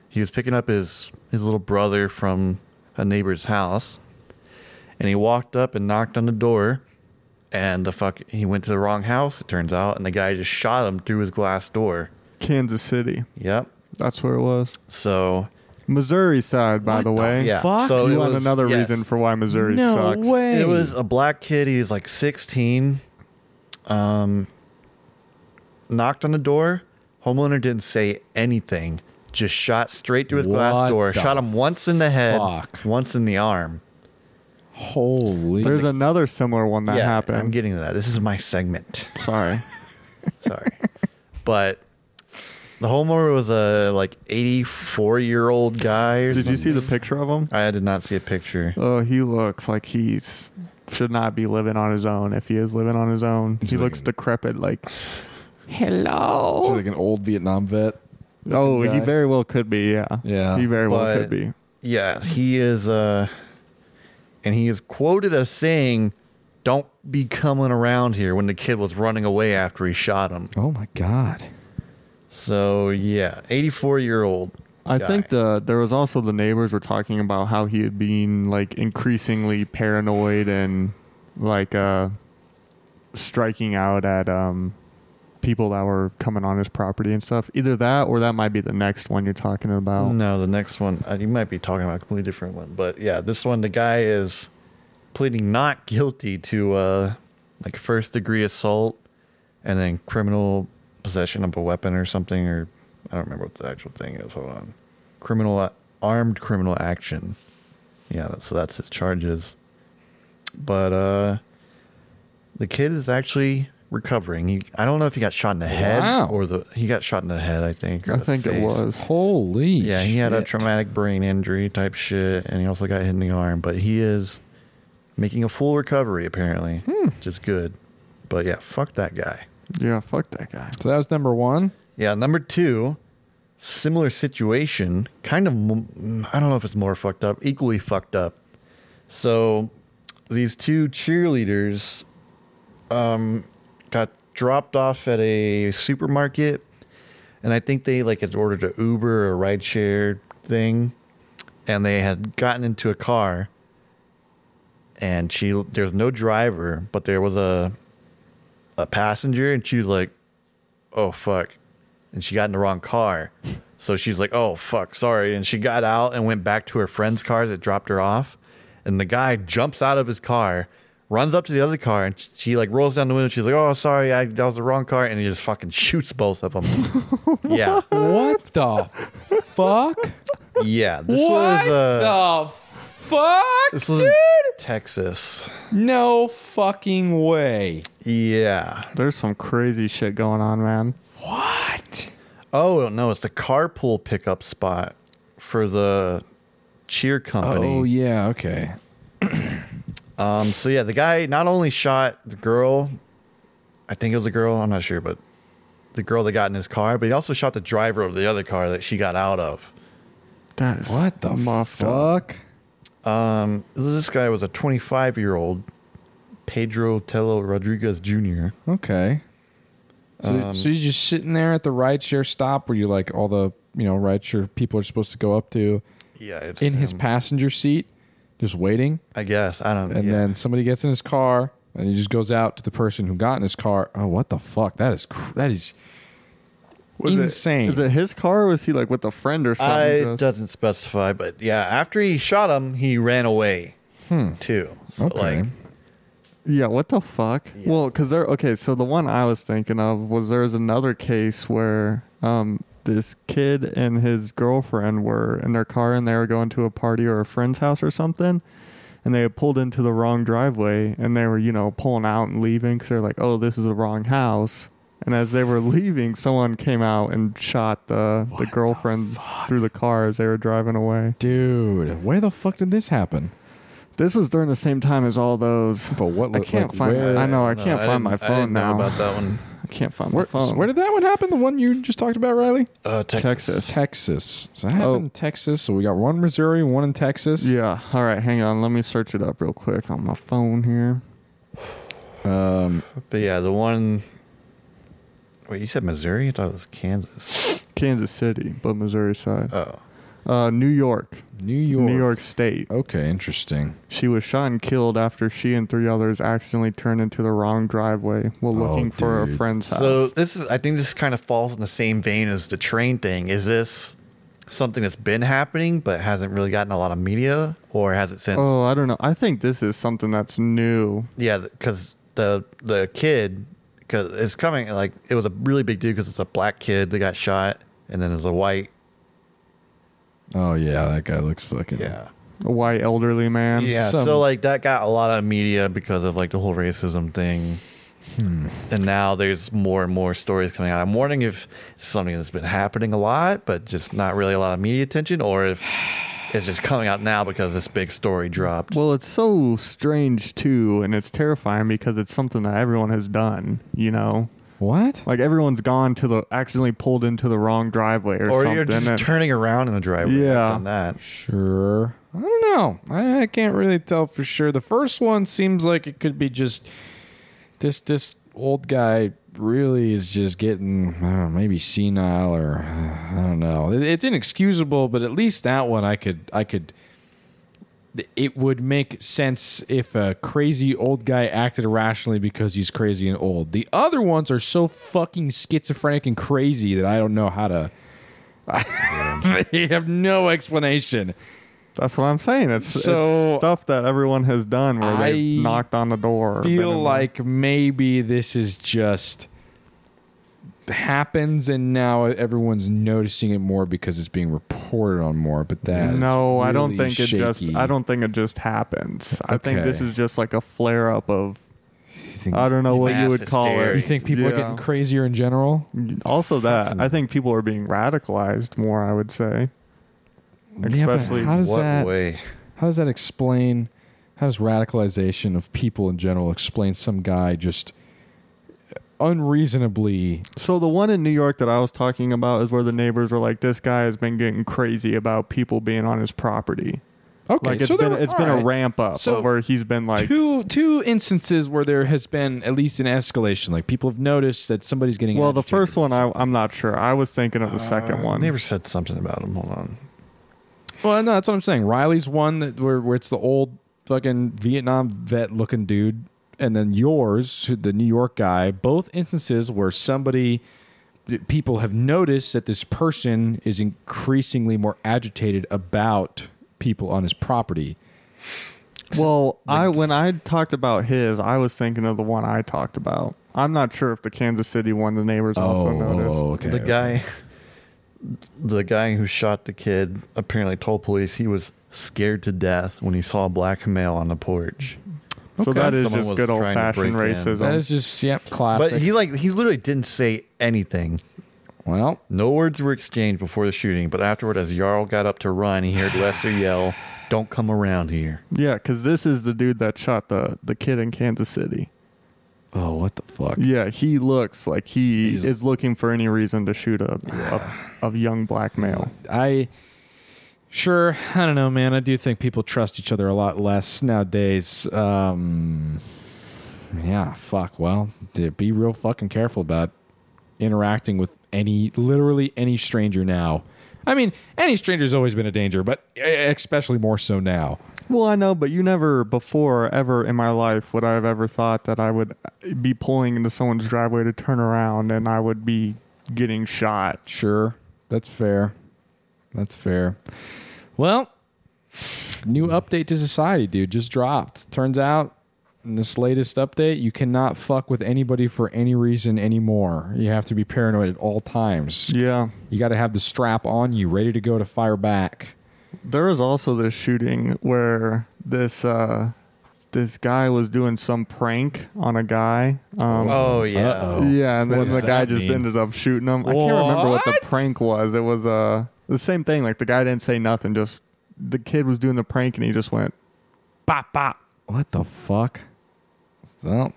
[SPEAKER 2] he was picking up his his little brother from a neighbor's house, and he walked up and knocked on the door, and the fuck he went to the wrong house. It turns out, and the guy just shot him through his glass door.
[SPEAKER 3] Kansas City.
[SPEAKER 2] Yep.
[SPEAKER 3] That's where it was.
[SPEAKER 2] So
[SPEAKER 3] Missouri side, by the way.
[SPEAKER 2] yeah. fuck? So
[SPEAKER 3] you
[SPEAKER 2] it
[SPEAKER 3] want
[SPEAKER 2] was-
[SPEAKER 3] another
[SPEAKER 2] yes.
[SPEAKER 3] reason for why Missouri
[SPEAKER 1] No
[SPEAKER 3] sucks?
[SPEAKER 1] way.
[SPEAKER 2] It was a black kid. He was like 16. Um, knocked on the door. Homeowner didn't say anything. Just shot straight through his
[SPEAKER 1] What
[SPEAKER 2] glass door.
[SPEAKER 1] the
[SPEAKER 2] Shot him once in the head,
[SPEAKER 1] fuck?
[SPEAKER 2] once in the arm.
[SPEAKER 1] Holy.
[SPEAKER 3] There's another similar one that
[SPEAKER 2] yeah,
[SPEAKER 3] happened.
[SPEAKER 2] I'm getting to that. This is my segment.
[SPEAKER 3] Sorry.
[SPEAKER 2] Sorry, but the homeowner was a like 84 year old guy. Or
[SPEAKER 3] Did you see
[SPEAKER 2] something.
[SPEAKER 3] the picture of him?
[SPEAKER 2] I did not see a picture.
[SPEAKER 3] Oh, he looks like he's should not be living on his own. If he is living on his own,
[SPEAKER 1] He's
[SPEAKER 3] he
[SPEAKER 1] like-
[SPEAKER 3] looks decrepit. Like,
[SPEAKER 1] She's
[SPEAKER 3] hello.
[SPEAKER 1] like an old Vietnam vet.
[SPEAKER 3] Oh,
[SPEAKER 1] guy.
[SPEAKER 3] he very well could be. Yeah.
[SPEAKER 1] Yeah.
[SPEAKER 3] He very well
[SPEAKER 2] But-
[SPEAKER 3] could be.
[SPEAKER 2] Yeah, he is uh and he is quoted as saying, Don't be coming around here when the kid was running away after he shot him.
[SPEAKER 1] Oh my god.
[SPEAKER 2] So yeah, eighty four year old.
[SPEAKER 3] I
[SPEAKER 2] guy.
[SPEAKER 3] think the there was also the neighbors were talking about how he had been like increasingly paranoid and like uh striking out at um people that were coming on his property and stuff. Either that or that might be the next one you're talking about.
[SPEAKER 2] No, the next one uh, you might be talking about a completely different one. But yeah, this one the guy is pleading not guilty to uh like first degree assault and then criminal possession of a weapon or something or I don't remember what the actual thing is. Hold on. Criminal uh, armed criminal action. Yeah, that- so that's his charges. But uh the kid is actually recovering. He, I don't know if he got shot in the head
[SPEAKER 1] Wow.
[SPEAKER 2] or the he got shot in the head, I think. or
[SPEAKER 3] I
[SPEAKER 2] the
[SPEAKER 3] think it
[SPEAKER 2] face.
[SPEAKER 3] was.
[SPEAKER 1] Holy.
[SPEAKER 2] Yeah, he had a
[SPEAKER 1] shit.
[SPEAKER 2] traumatic brain injury type shit, and he also got hit in the arm. But he is making a full recovery apparently, which is good. But yeah, fuck that guy.
[SPEAKER 3] Yeah, fuck that guy.
[SPEAKER 1] So that was number one.
[SPEAKER 2] Yeah, number two, similar situation, kind of. m- I don't know if it's more fucked up, equally fucked up. So these two cheerleaders um, got dropped off at a supermarket, and I think they like had ordered an Uber or a rideshare thing, and they had gotten into a car. And she, there's no driver, but there was a a passenger, and she was like, "Oh fuck," and she got in the wrong car. So she's like, "Oh fuck, sorry," and she got out and went back to her friend's car that dropped her off. And the guy jumps out of his car, runs up to the other car, and she- she like rolls down the window. She's like, "Oh, sorry, I, that was the wrong car," and he just fucking shoots both of them. yeah,
[SPEAKER 1] What the fuck?
[SPEAKER 2] yeah. This
[SPEAKER 1] what
[SPEAKER 2] was uh,
[SPEAKER 1] the fuck,
[SPEAKER 2] this was
[SPEAKER 1] dude?
[SPEAKER 2] in Texas.
[SPEAKER 1] No fucking way.
[SPEAKER 2] Yeah.
[SPEAKER 3] There's some crazy shit going on, man.
[SPEAKER 1] What?
[SPEAKER 2] Oh no, it's the carpool pickup spot for the cheer company.
[SPEAKER 1] Oh yeah. Okay.
[SPEAKER 2] Um, so yeah, the guy not only shot the girl, I think it was a girl, I'm not sure, but the girl that got in his car, but he also shot the driver of the other car that she got out of.
[SPEAKER 3] That is
[SPEAKER 1] What the
[SPEAKER 3] muffed up.
[SPEAKER 1] fuck?
[SPEAKER 2] Um, this guy was a 25 year old Pedro Tello Rodriguez Jr.
[SPEAKER 1] Okay. So,
[SPEAKER 3] Um,
[SPEAKER 1] so you're just sitting there at the rideshare stop where you like all the you know rideshare people are supposed to go up to
[SPEAKER 2] Yeah, it's
[SPEAKER 1] in his
[SPEAKER 2] him.
[SPEAKER 1] passenger seat, just waiting,
[SPEAKER 2] I guess I don't.
[SPEAKER 1] and
[SPEAKER 2] yeah.
[SPEAKER 1] then somebody gets in his car, And he just goes out to the person who got in his car. Oh, what the fuck? That is cr- that is insane.
[SPEAKER 3] It, is it his car? Or was he like with a friend or something?
[SPEAKER 2] I
[SPEAKER 3] Just-
[SPEAKER 2] doesn't specify, but yeah, after he shot him, he ran away
[SPEAKER 3] Hmm.
[SPEAKER 2] too. So
[SPEAKER 1] Okay.
[SPEAKER 2] like,
[SPEAKER 3] yeah. What the fuck? Well, Well, because there. Okay, so the one I was thinking of was there was another case where um this kid and his girlfriend were in their car and they were going to a party or a friend's house or something. And they had pulled into the wrong driveway, and they were, you know, pulling out and leaving because they're like, "Oh, this is the wrong house." And as they were leaving, someone came out and shot the the girlfriend through the car as they were driving away.
[SPEAKER 1] Dude, where the fuck did this happen?
[SPEAKER 3] This was during the same time as all those.
[SPEAKER 1] But what?
[SPEAKER 3] I
[SPEAKER 1] like,
[SPEAKER 3] can't find.
[SPEAKER 1] Where,
[SPEAKER 3] I know I
[SPEAKER 2] no,
[SPEAKER 3] can't
[SPEAKER 2] didn't-
[SPEAKER 3] find my
[SPEAKER 2] I didn't
[SPEAKER 3] phone
[SPEAKER 2] know
[SPEAKER 3] now.
[SPEAKER 2] about that one.
[SPEAKER 3] I can't find
[SPEAKER 1] Where,
[SPEAKER 3] my phone.
[SPEAKER 1] where did that one happen? The one you just talked about, Riley?
[SPEAKER 2] Uh,
[SPEAKER 3] Texas.
[SPEAKER 1] Texas. So that happened
[SPEAKER 3] Oh.
[SPEAKER 1] in Texas. So we got one in Missouri, one in Texas.
[SPEAKER 3] yeah. All right. Hang on. Let me search it up real quick on my phone here.
[SPEAKER 1] Um,
[SPEAKER 2] But yeah, the one. Wait, you said Missouri? I thought it was Kansas.
[SPEAKER 3] Kansas City, but Missouri side.
[SPEAKER 2] Oh,
[SPEAKER 3] Uh, New York.
[SPEAKER 1] New York. Oh.
[SPEAKER 3] New York State.
[SPEAKER 1] Okay, interesting.
[SPEAKER 3] She was shot and killed after she and three others accidentally turned into the wrong driveway while
[SPEAKER 1] Oh,
[SPEAKER 3] looking for
[SPEAKER 1] dude.
[SPEAKER 3] a friend's house.
[SPEAKER 2] so this is. I think this kind of falls in the same vein as the train thing. Is this something that's been happening but hasn't really gotten a lot of media, or has it since?
[SPEAKER 3] oh, I don't know. I think this is something that's new.
[SPEAKER 2] Yeah, because the the kid because it's coming like it was a really big deal because it's a black kid that got shot, and then there's a white.
[SPEAKER 1] Oh yeah, that guy looks fucking.
[SPEAKER 3] A white elderly man.
[SPEAKER 2] Yeah,
[SPEAKER 1] Some-
[SPEAKER 2] so like that got a lot of media because of like the whole racism thing. And now there's more and more stories coming out. I'm wondering if it's something that's been happening a lot, but just not really a lot of media attention, or if it's just coming out now because this big story dropped.
[SPEAKER 3] Well, it's so strange too, and it's terrifying because it's something that everyone has done. You know,
[SPEAKER 1] What?
[SPEAKER 3] like everyone's gone to the accidentally pulled into the wrong driveweway or,
[SPEAKER 2] Or
[SPEAKER 3] something.
[SPEAKER 2] you're just
[SPEAKER 3] and-
[SPEAKER 2] turning around in the driveway.
[SPEAKER 3] Yeah.
[SPEAKER 2] on that.
[SPEAKER 1] Sure. I don't know. I, I can't really tell for sure. The first one seems like it could be just this this old guy really is just getting I don't know maybe senile or uh, I don't know. It- it's inexcusable, but at least that one I could I could. It would make sense if a crazy old guy acted irrationally because he's crazy and old. The other ones are so fucking schizophrenic and crazy that I don't know how to. they have no explanation.
[SPEAKER 3] That's what I'm saying. It's,
[SPEAKER 1] So-
[SPEAKER 3] it's stuff that everyone has done where they
[SPEAKER 1] I
[SPEAKER 3] knocked on the door. or been in
[SPEAKER 1] feel
[SPEAKER 3] the-
[SPEAKER 1] like maybe this is just happens and now everyone's noticing it more because it's being reported on more but that is
[SPEAKER 3] no, I don't
[SPEAKER 1] really
[SPEAKER 3] think it just.
[SPEAKER 1] shaky.
[SPEAKER 3] I don't think it just happens. I think this
[SPEAKER 1] Okay.
[SPEAKER 3] is just like a flare up of.
[SPEAKER 1] You think,
[SPEAKER 3] I don't know what you would
[SPEAKER 2] Mass
[SPEAKER 3] call
[SPEAKER 1] you
[SPEAKER 2] hysteria.
[SPEAKER 3] it.
[SPEAKER 1] think people are
[SPEAKER 3] Yeah.
[SPEAKER 1] getting crazier in general
[SPEAKER 3] Also, that I think people are being radicalized more. I would say,
[SPEAKER 1] but
[SPEAKER 3] especially
[SPEAKER 1] how does
[SPEAKER 2] what
[SPEAKER 1] that
[SPEAKER 2] way?
[SPEAKER 1] how does that explain how does radicalization of people in general explain some guy just unreasonably
[SPEAKER 3] So the one in New York that I was talking about is where the neighbors were like, "This guy has been getting crazy about people being on his property."
[SPEAKER 1] okay
[SPEAKER 3] Like it's
[SPEAKER 1] so there
[SPEAKER 3] been
[SPEAKER 1] were-
[SPEAKER 3] it's been
[SPEAKER 1] all
[SPEAKER 3] a
[SPEAKER 1] right.
[SPEAKER 3] ramp up
[SPEAKER 1] So-
[SPEAKER 3] of where he's been like,
[SPEAKER 1] two two instances where there has been at least an escalation. Like people have noticed that somebody's getting.
[SPEAKER 3] "Well, the
[SPEAKER 1] agitated.
[SPEAKER 3] first one I I'm not sure. I was thinking
[SPEAKER 1] Uh,
[SPEAKER 3] of the second one."
[SPEAKER 2] Neighbor Uh, said something about him. Hold on.
[SPEAKER 1] Well, no, that's what I'm saying. Riley's one that where, where it's the old fucking Vietnam vet looking dude, and then yours, who- the New York guy. Both instances where somebody, people have noticed that this person is increasingly more agitated about people on his property.
[SPEAKER 3] Well, I when I talked about his, I was thinking of the one I talked about. I'm not sure if the Kansas City one the neighbors also noticed.
[SPEAKER 1] Oh, okay.
[SPEAKER 2] the guy, the guy who shot the kid, apparently told police he was scared to death when he saw a black male on the porch.
[SPEAKER 3] So
[SPEAKER 1] Okay.
[SPEAKER 3] that is
[SPEAKER 2] Someone
[SPEAKER 3] just
[SPEAKER 2] was
[SPEAKER 3] good old
[SPEAKER 2] trying to
[SPEAKER 3] fashioned
[SPEAKER 2] break in.
[SPEAKER 3] racism.
[SPEAKER 1] That is just yep, classic.
[SPEAKER 2] But he like he literally didn't say anything.
[SPEAKER 1] well,
[SPEAKER 2] No words were exchanged before the shooting, but afterward, as Jarl got up to run, he heard Lester yell, "Don't come around here!"
[SPEAKER 3] yeah, because this is the dude that shot the the kid in Kansas City.
[SPEAKER 1] oh, what the fuck?
[SPEAKER 3] Yeah, he looks like he
[SPEAKER 1] He's-
[SPEAKER 3] is looking for any reason to shoot a a, a young black male.
[SPEAKER 1] I sure I don't know, man. I do think people trust each other a lot less nowadays. Um, yeah, fuck. Well, d- be real fucking careful about interacting with any, literally any stranger now. I mean, any stranger's always been a danger, but eh, especially more so now.
[SPEAKER 3] Well, I know, but you never before ever in my life would I have ever thought that I would be pulling into someone's driveway to turn around and I would be getting shot.
[SPEAKER 1] Sure, that's fair. That's fair. Well, new update to society, dude, just dropped. Turns out in this latest update, you cannot fuck with anybody for any reason anymore. You have to be paranoid at all times.
[SPEAKER 3] Yeah.
[SPEAKER 1] You got to have the strap on you, ready to go to fire back.
[SPEAKER 3] There was also this shooting where this uh this guy was doing some prank on a guy. Um
[SPEAKER 2] Oh yeah.
[SPEAKER 1] Uh-oh.
[SPEAKER 3] Yeah, and
[SPEAKER 1] What
[SPEAKER 3] then
[SPEAKER 1] does
[SPEAKER 3] the guy
[SPEAKER 1] that
[SPEAKER 3] just
[SPEAKER 1] mean?
[SPEAKER 3] ended up shooting him. I can't remember what the
[SPEAKER 1] What?
[SPEAKER 3] prank was. It was uh the same thing. Like the guy didn't say nothing. Just the kid was doing the prank and he just went bop bop.
[SPEAKER 1] What the fuck? Well,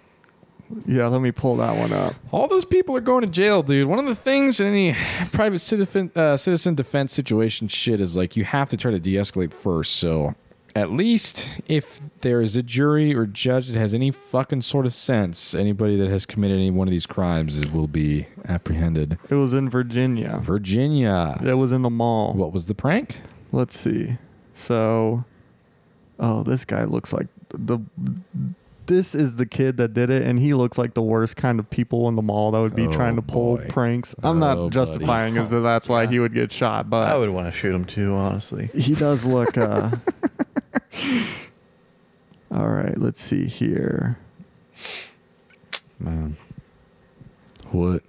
[SPEAKER 3] Yeah, let me pull that one up.
[SPEAKER 1] all those people are going to jail, dude. One of the things in any private citizen uh, citizen defense situation shit is like you have to try to de-escalate first. So at least if there is a jury or judge that has any fucking sort of sense, anybody that has committed any one of these crimes is, will be apprehended.
[SPEAKER 3] It was in Virginia.
[SPEAKER 1] Virginia.
[SPEAKER 3] It was in the mall.
[SPEAKER 1] What was the prank?
[SPEAKER 3] Let's see. So, oh, this guy looks like the. This is the kid that did it, and he looks like the worst kind of people in the mall that would be
[SPEAKER 1] Oh,
[SPEAKER 3] trying to pull
[SPEAKER 1] boy.
[SPEAKER 3] pranks. I'm
[SPEAKER 1] Oh,
[SPEAKER 3] not justifying as that that's why he would get shot, but
[SPEAKER 2] I would want to shoot him too, honestly.
[SPEAKER 3] he does look. Uh, all right, let's see here.
[SPEAKER 2] Man.
[SPEAKER 1] What?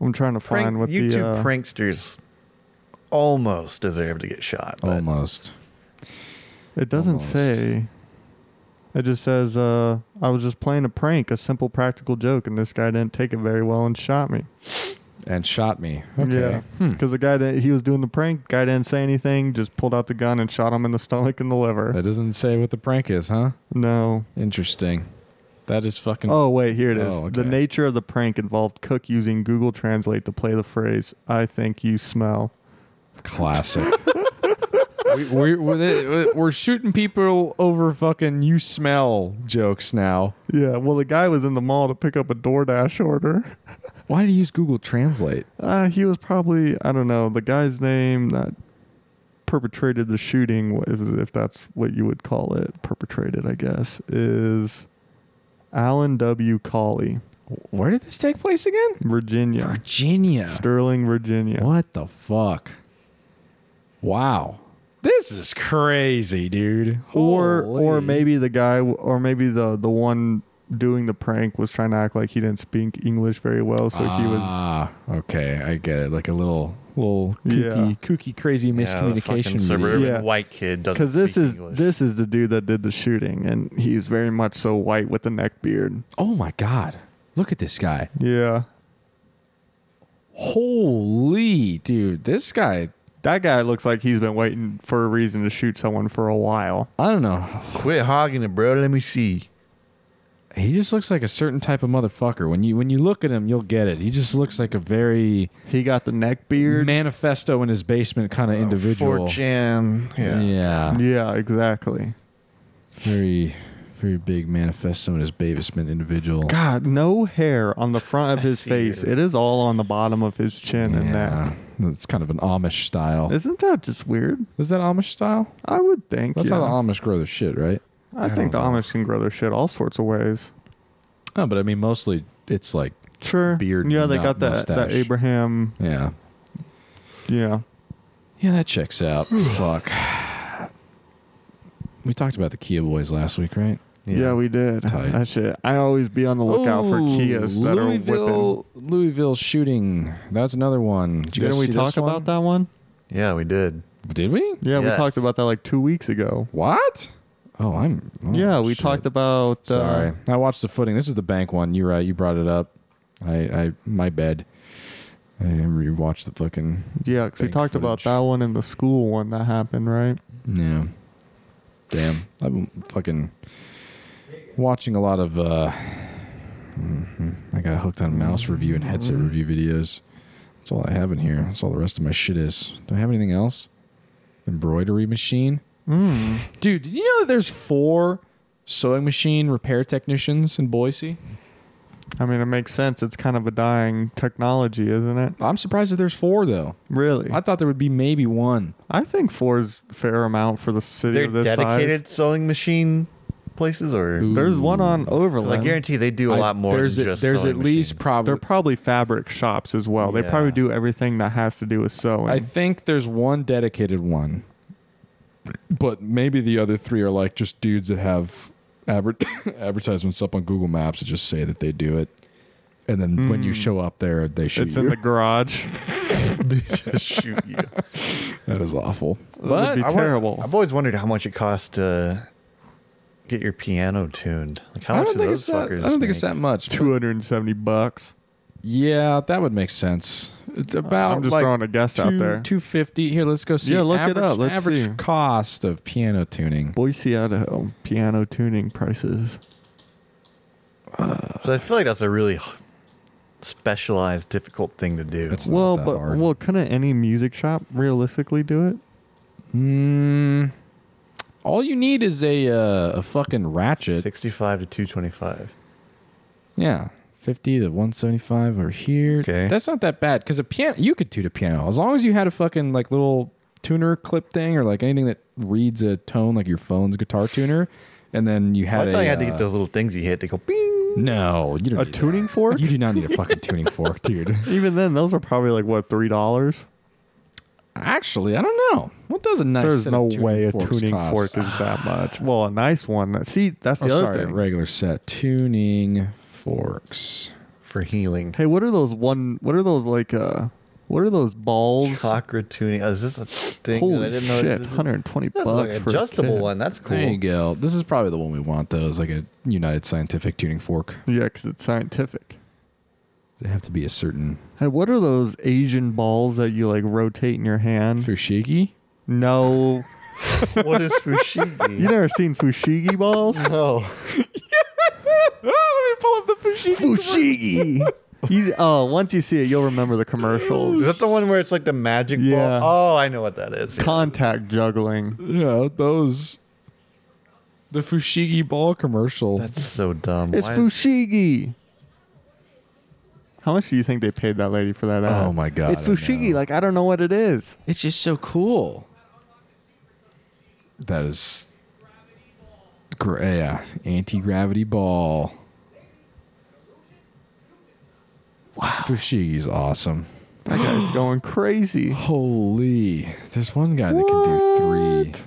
[SPEAKER 3] I'm trying to
[SPEAKER 2] Prank,
[SPEAKER 3] find what
[SPEAKER 2] you
[SPEAKER 3] the
[SPEAKER 2] two
[SPEAKER 3] uh,
[SPEAKER 2] pranksters almost deserve to get shot.
[SPEAKER 1] Oh
[SPEAKER 2] But
[SPEAKER 1] Almost.
[SPEAKER 3] It doesn't
[SPEAKER 1] Almost.
[SPEAKER 3] say. It just says, uh, I was just playing a prank, a simple practical joke, and this guy didn't take it very well and shot me.
[SPEAKER 1] And shot me. Okay. Hmm.
[SPEAKER 3] Yeah.
[SPEAKER 2] Hmm.
[SPEAKER 3] Because the guy, that he was doing the prank, guy didn't say anything, just pulled out the gun and shot him in the stomach and the liver.
[SPEAKER 1] That doesn't say what the prank is, huh?
[SPEAKER 3] No.
[SPEAKER 1] Interesting. That is fucking.
[SPEAKER 3] Oh, wait, here it is.
[SPEAKER 1] Oh,
[SPEAKER 3] The
[SPEAKER 1] okay.
[SPEAKER 3] nature of the prank involved Cook using Google Translate to play the phrase, I think you smell.
[SPEAKER 1] Classic. we, we're, we're, we're shooting people over fucking you smell jokes now.
[SPEAKER 3] Yeah, well, the guy was in the mall to pick up a DoorDash order.
[SPEAKER 1] Why do you use Google Translate?
[SPEAKER 3] Uh, he was probably I don't know the guy's name that perpetrated the shooting, wh- if if that's what you would call it, perpetrated I guess is Alan W. Colley,
[SPEAKER 1] Where did this take place again?
[SPEAKER 3] Virginia,
[SPEAKER 1] Virginia.
[SPEAKER 3] Sterling, Virginia.
[SPEAKER 1] What the fuck? Wow. This is crazy, dude.
[SPEAKER 3] Or or
[SPEAKER 1] Holy.
[SPEAKER 3] maybe the guy w- or maybe the the one doing the prank was trying to act like he didn't speak English very well, so he was
[SPEAKER 1] Ah, okay. I get it. Like a little, little kooky,
[SPEAKER 3] Yeah.
[SPEAKER 1] kooky, crazy
[SPEAKER 2] yeah, the
[SPEAKER 1] miscommunication.
[SPEAKER 2] fucking
[SPEAKER 1] with you.
[SPEAKER 2] suburban
[SPEAKER 3] Yeah.
[SPEAKER 2] white kid doesn't
[SPEAKER 3] because this
[SPEAKER 2] speak
[SPEAKER 3] is
[SPEAKER 2] English.
[SPEAKER 3] this is the dude that did the shooting, and he's very much so white with the neck beard.
[SPEAKER 1] Oh my god! Look at this guy.
[SPEAKER 3] Yeah.
[SPEAKER 1] Holy dude, this guy.
[SPEAKER 3] That guy looks like he's been waiting for a reason to shoot someone for a while.
[SPEAKER 1] I don't know.
[SPEAKER 2] Quit hogging it, bro. Let me see.
[SPEAKER 1] He just looks like a certain type of motherfucker. When you when you look at him, you'll get it. He just looks like a very
[SPEAKER 3] He got the neck beard.
[SPEAKER 1] manifesto in his basement kind of individual.
[SPEAKER 2] 4chan. Yeah.
[SPEAKER 1] Yeah.
[SPEAKER 3] Yeah, exactly.
[SPEAKER 1] very very big manifesto in his basement individual.
[SPEAKER 3] God, no hair on the front of his
[SPEAKER 2] see
[SPEAKER 3] face.
[SPEAKER 2] you.
[SPEAKER 3] It is all on the bottom of his chin and
[SPEAKER 1] yeah,
[SPEAKER 3] neck.
[SPEAKER 1] it's kind of an Amish style.
[SPEAKER 3] Isn't that just weird?
[SPEAKER 1] Is that Amish style?
[SPEAKER 3] I would think.
[SPEAKER 1] That's
[SPEAKER 3] yeah.
[SPEAKER 1] how the Amish grow their shit, right?
[SPEAKER 3] I,
[SPEAKER 1] I
[SPEAKER 3] think the
[SPEAKER 1] don't know.
[SPEAKER 3] Amish can grow their shit all sorts of ways.
[SPEAKER 1] No, but I mean mostly it's like
[SPEAKER 3] Sure.
[SPEAKER 1] Beard,
[SPEAKER 3] Yeah, they
[SPEAKER 1] not
[SPEAKER 3] got that, that
[SPEAKER 1] mustache.
[SPEAKER 3] Abraham.
[SPEAKER 1] yeah.
[SPEAKER 3] Yeah.
[SPEAKER 1] Yeah, that checks out. Fuck. We talked about the Kia boys last week, right?
[SPEAKER 3] Yeah, we did.
[SPEAKER 1] Tight.
[SPEAKER 3] That shit. I always be on the lookout for
[SPEAKER 1] Ooh,
[SPEAKER 3] Kias that are whipping.
[SPEAKER 1] Louisville, Louisville shooting. That's another one. Did you
[SPEAKER 3] Didn't
[SPEAKER 1] guys
[SPEAKER 3] we
[SPEAKER 1] see
[SPEAKER 3] talk
[SPEAKER 1] this one?
[SPEAKER 3] about that one?
[SPEAKER 2] Yeah, we did.
[SPEAKER 1] Did we?
[SPEAKER 3] Yeah, we
[SPEAKER 2] Yes.
[SPEAKER 3] talked about that like two weeks ago.
[SPEAKER 1] What? Oh, I'm. oh,
[SPEAKER 3] yeah, we
[SPEAKER 1] shit.
[SPEAKER 3] talked about. Uh,
[SPEAKER 1] Sorry, I watched the footing. This is the bank one. You're right. You brought it up. I, I, my bed. I rewatched the fucking.
[SPEAKER 3] Yeah, 'cause we
[SPEAKER 1] Bank
[SPEAKER 3] talked about
[SPEAKER 1] footage.
[SPEAKER 3] that one and the school one that happened, right?
[SPEAKER 1] Yeah. Damn, I've been fucking watching a lot of. uh mhm. I got hooked on mouse review and headset review videos. That's all I have in here. That's all the rest of my shit is. Do I have anything else? Embroidery machine.
[SPEAKER 2] Hmm.
[SPEAKER 3] Mm.
[SPEAKER 1] Dude, did you know that there's four sewing machine repair technicians in Boise?
[SPEAKER 3] I mean, it makes sense. It's kind of a dying technology, isn't it?
[SPEAKER 1] I'm surprised that there's four though.
[SPEAKER 3] Really?
[SPEAKER 1] I
[SPEAKER 3] I,
[SPEAKER 1] thought there would be maybe one.
[SPEAKER 3] think four is a fair amount for the city
[SPEAKER 2] They're
[SPEAKER 3] of this
[SPEAKER 2] dedicated sewing machine places, or
[SPEAKER 1] Ooh.
[SPEAKER 3] size. There's one on
[SPEAKER 2] 'Cause
[SPEAKER 3] Overland.
[SPEAKER 2] I guarantee they do a
[SPEAKER 1] I-
[SPEAKER 2] lot more.
[SPEAKER 1] There's
[SPEAKER 2] than
[SPEAKER 1] a-
[SPEAKER 2] just
[SPEAKER 1] there's
[SPEAKER 2] sewing
[SPEAKER 1] at least
[SPEAKER 2] machines.
[SPEAKER 1] probably
[SPEAKER 3] They're probably fabric shops as well. They
[SPEAKER 2] Yeah.
[SPEAKER 3] probably do everything that has to do with sewing.
[SPEAKER 1] I think there's one dedicated one, but maybe the other three are like just dudes that have adver- advertisements up on Google Maps that just say that they do it, and then when you show up there, they shoot
[SPEAKER 3] it's
[SPEAKER 1] you.
[SPEAKER 3] in the garage.
[SPEAKER 2] just shoot you.
[SPEAKER 1] that is awful.
[SPEAKER 3] That'd
[SPEAKER 1] But
[SPEAKER 3] be
[SPEAKER 2] I wa-
[SPEAKER 3] terrible.
[SPEAKER 2] I've always wondered how much it costs to get your piano tuned. Like how
[SPEAKER 1] I
[SPEAKER 2] much
[SPEAKER 1] don't
[SPEAKER 2] do
[SPEAKER 1] think
[SPEAKER 2] those
[SPEAKER 1] it's that. I
[SPEAKER 2] fuckers?
[SPEAKER 1] don't think it's
[SPEAKER 2] make?
[SPEAKER 1] that much. but-
[SPEAKER 3] 270 bucks.
[SPEAKER 1] Yeah, that would make sense. It's about
[SPEAKER 3] I'm just
[SPEAKER 1] like
[SPEAKER 3] throwing a guess out there.
[SPEAKER 1] Two fifty. Here, let's go see.
[SPEAKER 3] Yeah, look it
[SPEAKER 1] average,
[SPEAKER 3] up. Let's
[SPEAKER 1] average
[SPEAKER 3] see.
[SPEAKER 1] cost of piano tuning.
[SPEAKER 3] Boise, Idaho, piano tuning prices.
[SPEAKER 2] So I feel like that's a really h- specialized, difficult thing to do.
[SPEAKER 1] It's not
[SPEAKER 3] well,
[SPEAKER 1] that
[SPEAKER 3] but
[SPEAKER 1] hard.
[SPEAKER 3] well, couldn't any music shop realistically do it?
[SPEAKER 1] Hmm. all you need is a uh, a fucking ratchet.
[SPEAKER 2] sixty-five to two twenty-five.
[SPEAKER 1] Yeah. 50 to 175 over here.
[SPEAKER 2] Okay.
[SPEAKER 1] That's not that bad because a piano, you could tune a piano as long as you had a fucking like little tuner clip thing or like anything that reads a tone like your phone's guitar tuner. And then you
[SPEAKER 2] Oh, I
[SPEAKER 1] had
[SPEAKER 2] thought
[SPEAKER 1] a,
[SPEAKER 2] you had to
[SPEAKER 1] uh,
[SPEAKER 2] get those little things you hit. They go bing.
[SPEAKER 1] No, you don't.
[SPEAKER 3] A
[SPEAKER 1] need
[SPEAKER 3] tuning
[SPEAKER 1] that.
[SPEAKER 3] fork?
[SPEAKER 1] You do not need a fucking tuning fork, dude.
[SPEAKER 3] Even then, those are probably like what three dollars.
[SPEAKER 1] Actually, I don't know. What does a nice?
[SPEAKER 3] There's
[SPEAKER 1] set
[SPEAKER 3] no
[SPEAKER 1] of tuning
[SPEAKER 3] way a
[SPEAKER 1] forks
[SPEAKER 3] tuning
[SPEAKER 1] cost?
[SPEAKER 3] fork is that much. Well, a nice one. See, that's
[SPEAKER 1] Oh,
[SPEAKER 3] the other
[SPEAKER 1] sorry,
[SPEAKER 3] thing.
[SPEAKER 1] regular set tuning forks.
[SPEAKER 2] for healing.
[SPEAKER 3] Hey, what are those one? What are those like? Uh, what are those balls?
[SPEAKER 2] Chakra tuning. Oh, Is this a thing? that I
[SPEAKER 3] Holy
[SPEAKER 2] didn't know
[SPEAKER 3] shit!
[SPEAKER 2] existed?
[SPEAKER 3] 120
[SPEAKER 2] That's
[SPEAKER 3] bucks
[SPEAKER 2] like
[SPEAKER 3] for
[SPEAKER 2] an
[SPEAKER 3] a
[SPEAKER 2] adjustable
[SPEAKER 3] kid.
[SPEAKER 2] one. That's cool.
[SPEAKER 1] There you go. This is probably the one we want, though. Is like a United Scientific tuning fork.
[SPEAKER 3] Yeah, 'cause it's scientific.
[SPEAKER 1] They have to be a certain
[SPEAKER 3] Hey, what are those Asian balls that you like rotate in your hand?
[SPEAKER 1] fushigi.
[SPEAKER 3] No,
[SPEAKER 2] What is fushigi?
[SPEAKER 3] you never seen fushigi balls?
[SPEAKER 2] know.
[SPEAKER 1] Ah, Let me pull up the fushigi.
[SPEAKER 3] fushigi. you, oh, once you see it, you'll remember the
[SPEAKER 2] Is
[SPEAKER 3] commercials.
[SPEAKER 2] that the one where it's like the magic
[SPEAKER 3] Yeah.
[SPEAKER 2] ball? Oh, I know what that is. Yeah.
[SPEAKER 3] Contact juggling.
[SPEAKER 1] Yeah, those. The fushigi ball commercial.
[SPEAKER 2] That's so dumb.
[SPEAKER 3] It's
[SPEAKER 2] Why-
[SPEAKER 3] fushigi. How much do you think they paid that lady for that? Ad?
[SPEAKER 1] Oh my God,
[SPEAKER 3] It's
[SPEAKER 1] I
[SPEAKER 3] fushigi.
[SPEAKER 1] know.
[SPEAKER 3] Like I don't know what it is.
[SPEAKER 1] it's just so cool. That is. Gra- yeah, anti gravity ball. Wow, fushigi's awesome.
[SPEAKER 3] That guy's going crazy.
[SPEAKER 1] Holy. There's one guy that can do three.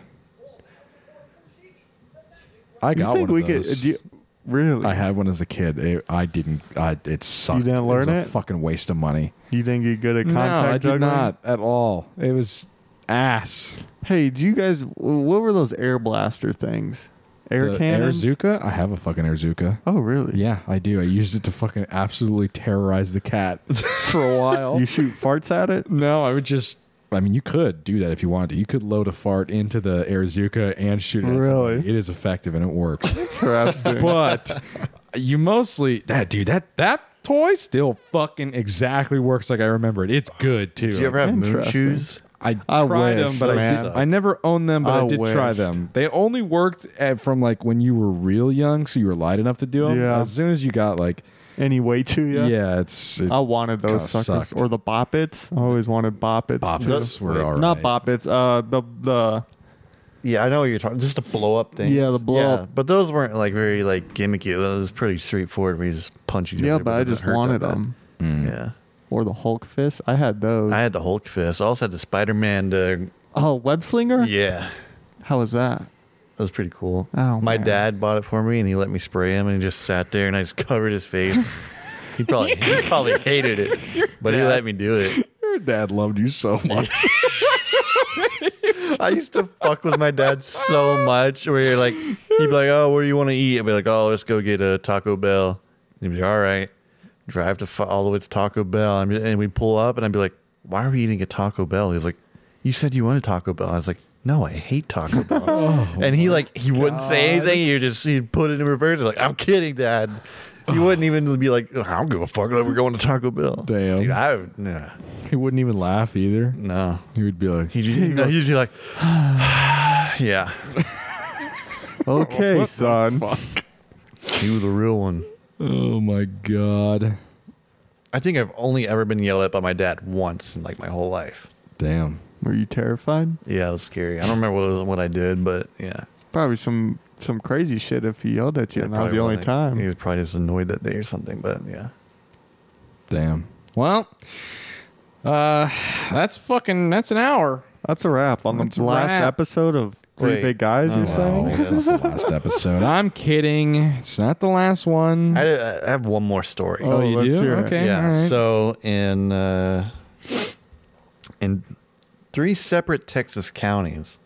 [SPEAKER 1] I
[SPEAKER 3] You
[SPEAKER 1] got
[SPEAKER 3] think
[SPEAKER 1] one
[SPEAKER 3] we
[SPEAKER 1] of
[SPEAKER 3] could? uh,
[SPEAKER 1] those.
[SPEAKER 3] do you- really?
[SPEAKER 1] I had one as a kid. It, I didn't. I, it sucked.
[SPEAKER 3] didn't
[SPEAKER 1] it was
[SPEAKER 3] learn
[SPEAKER 1] a
[SPEAKER 3] it?
[SPEAKER 1] fucking waste of money.
[SPEAKER 3] You didn't get good at
[SPEAKER 1] no,
[SPEAKER 3] contact
[SPEAKER 1] I did
[SPEAKER 3] juggling.
[SPEAKER 1] not at all. It was ass.
[SPEAKER 3] Hey, do you guys? What were those air blaster things? Air
[SPEAKER 1] The
[SPEAKER 3] cannons.
[SPEAKER 1] Airzuka? I have a fucking Airzuka.
[SPEAKER 3] Oh, really?
[SPEAKER 1] Yeah, I do. I used it to fucking absolutely terrorize the cat for a while.
[SPEAKER 3] You shoot farts at it.
[SPEAKER 1] no, I would just. I mean, you could do that if you wanted to. You could load a fart into the Airzuka and shoot it. at somebody.
[SPEAKER 3] Really?
[SPEAKER 1] It is effective and it works.
[SPEAKER 3] Interesting.
[SPEAKER 1] but you mostly that dude that that toy still fucking exactly works like I remember it. It's good too.
[SPEAKER 2] Do you ever have moon
[SPEAKER 3] Interesting.
[SPEAKER 2] shoes?
[SPEAKER 1] I
[SPEAKER 3] I
[SPEAKER 1] tried
[SPEAKER 3] wish,
[SPEAKER 1] them, but I,
[SPEAKER 3] man.
[SPEAKER 1] did, I never owned them, but I,
[SPEAKER 3] I
[SPEAKER 1] did try
[SPEAKER 3] wished.
[SPEAKER 1] them. They only worked at, from like when you were real young, so you were light enough to do them.
[SPEAKER 3] Yeah.
[SPEAKER 1] As soon as you got like,
[SPEAKER 3] anyway, too.
[SPEAKER 1] yeah,
[SPEAKER 3] Yeah. Uh,
[SPEAKER 1] it's it,
[SPEAKER 3] I wanted
[SPEAKER 1] Kinda
[SPEAKER 3] those suckers
[SPEAKER 1] sucked.
[SPEAKER 3] or the boppets. I always wanted boppets.
[SPEAKER 1] boppets
[SPEAKER 2] That's-
[SPEAKER 1] were all right.
[SPEAKER 3] Not boppets. Uh, the the
[SPEAKER 2] Yeah, I know what you're talking. Just the blow up thing.
[SPEAKER 3] Yeah, the blow up.
[SPEAKER 2] But those weren't like very like gimmicky. Those was pretty straightforward. We just punch each other.
[SPEAKER 3] yeah, but
[SPEAKER 2] it
[SPEAKER 3] I
[SPEAKER 2] doesn't
[SPEAKER 3] just
[SPEAKER 2] hurt that
[SPEAKER 3] wanted Mm.
[SPEAKER 2] bad.
[SPEAKER 3] them.
[SPEAKER 2] Yeah.
[SPEAKER 3] Or the Hulk fist. I had those.
[SPEAKER 2] I had the Hulk fist. I also had the Spider Man. Uh,
[SPEAKER 3] oh, web slinger.
[SPEAKER 2] yeah,
[SPEAKER 3] How was that?
[SPEAKER 2] that was pretty cool.
[SPEAKER 3] Oh,
[SPEAKER 2] My
[SPEAKER 3] man.
[SPEAKER 2] dad bought it for me, and he let me spray him, and he just sat there, and I just covered his face. he probably he probably hated it, but he let me do it.
[SPEAKER 1] Your dad loved you so much.
[SPEAKER 2] I used to fuck with my dad so much. Where you're like, he'd be like, "Oh, where do you want to eat?" I'd be like, "Oh, let's go get a Taco Bell." And he'd be like, "All right." Drive to fu- all the way to Taco Bell, and and we'd pull up, and I'd be like, "Why are we eating at Taco Bell?" He's like, "You said you wanted Taco Bell." I was like, "No, I hate Taco Bell." and he like he wouldn't say anything. You just he'd put it in reverse. Like I'm kidding, Dad. He wouldn't even be like, I don't give a fuck. Like we're going to Taco Bell.
[SPEAKER 1] Damn.
[SPEAKER 2] Dude, I would- nah,
[SPEAKER 1] he wouldn't even laugh either.
[SPEAKER 2] no.
[SPEAKER 1] He would be like,
[SPEAKER 2] He'd, he'd, no, he'd be like, yeah.
[SPEAKER 3] Okay, son.
[SPEAKER 1] "Fuck."
[SPEAKER 2] He was the real one.
[SPEAKER 1] Oh my god.
[SPEAKER 2] I think I've only ever been yelled at by my dad once in like my whole life.
[SPEAKER 1] Damn.
[SPEAKER 3] Were you terrified?
[SPEAKER 2] Yeah, it was scary. I don't remember what, it was, what I did, but yeah.
[SPEAKER 3] Probably some some crazy shit if he yelled at you, and that was
[SPEAKER 2] Probably
[SPEAKER 3] the only
[SPEAKER 2] wasn't-
[SPEAKER 3] time.
[SPEAKER 2] He was probably just annoyed that day or something, but yeah.
[SPEAKER 1] Damn. Well, uh, that's fucking. That's an hour.
[SPEAKER 3] That's a wrap on
[SPEAKER 1] That's a
[SPEAKER 3] the last
[SPEAKER 1] wrap.
[SPEAKER 3] episode of Three
[SPEAKER 2] Wait.
[SPEAKER 3] Big Guys.
[SPEAKER 2] Oh,
[SPEAKER 3] you're
[SPEAKER 2] wow.
[SPEAKER 3] saying?
[SPEAKER 2] Yes.
[SPEAKER 1] This is the last episode. I'm kidding. It's not the last one.
[SPEAKER 2] I, I have one more story.
[SPEAKER 3] Oh,
[SPEAKER 1] you
[SPEAKER 3] let's
[SPEAKER 1] do?
[SPEAKER 3] hear it.
[SPEAKER 1] okay.
[SPEAKER 2] yeah.
[SPEAKER 1] all right.
[SPEAKER 2] So in uh, in three separate Texas counties,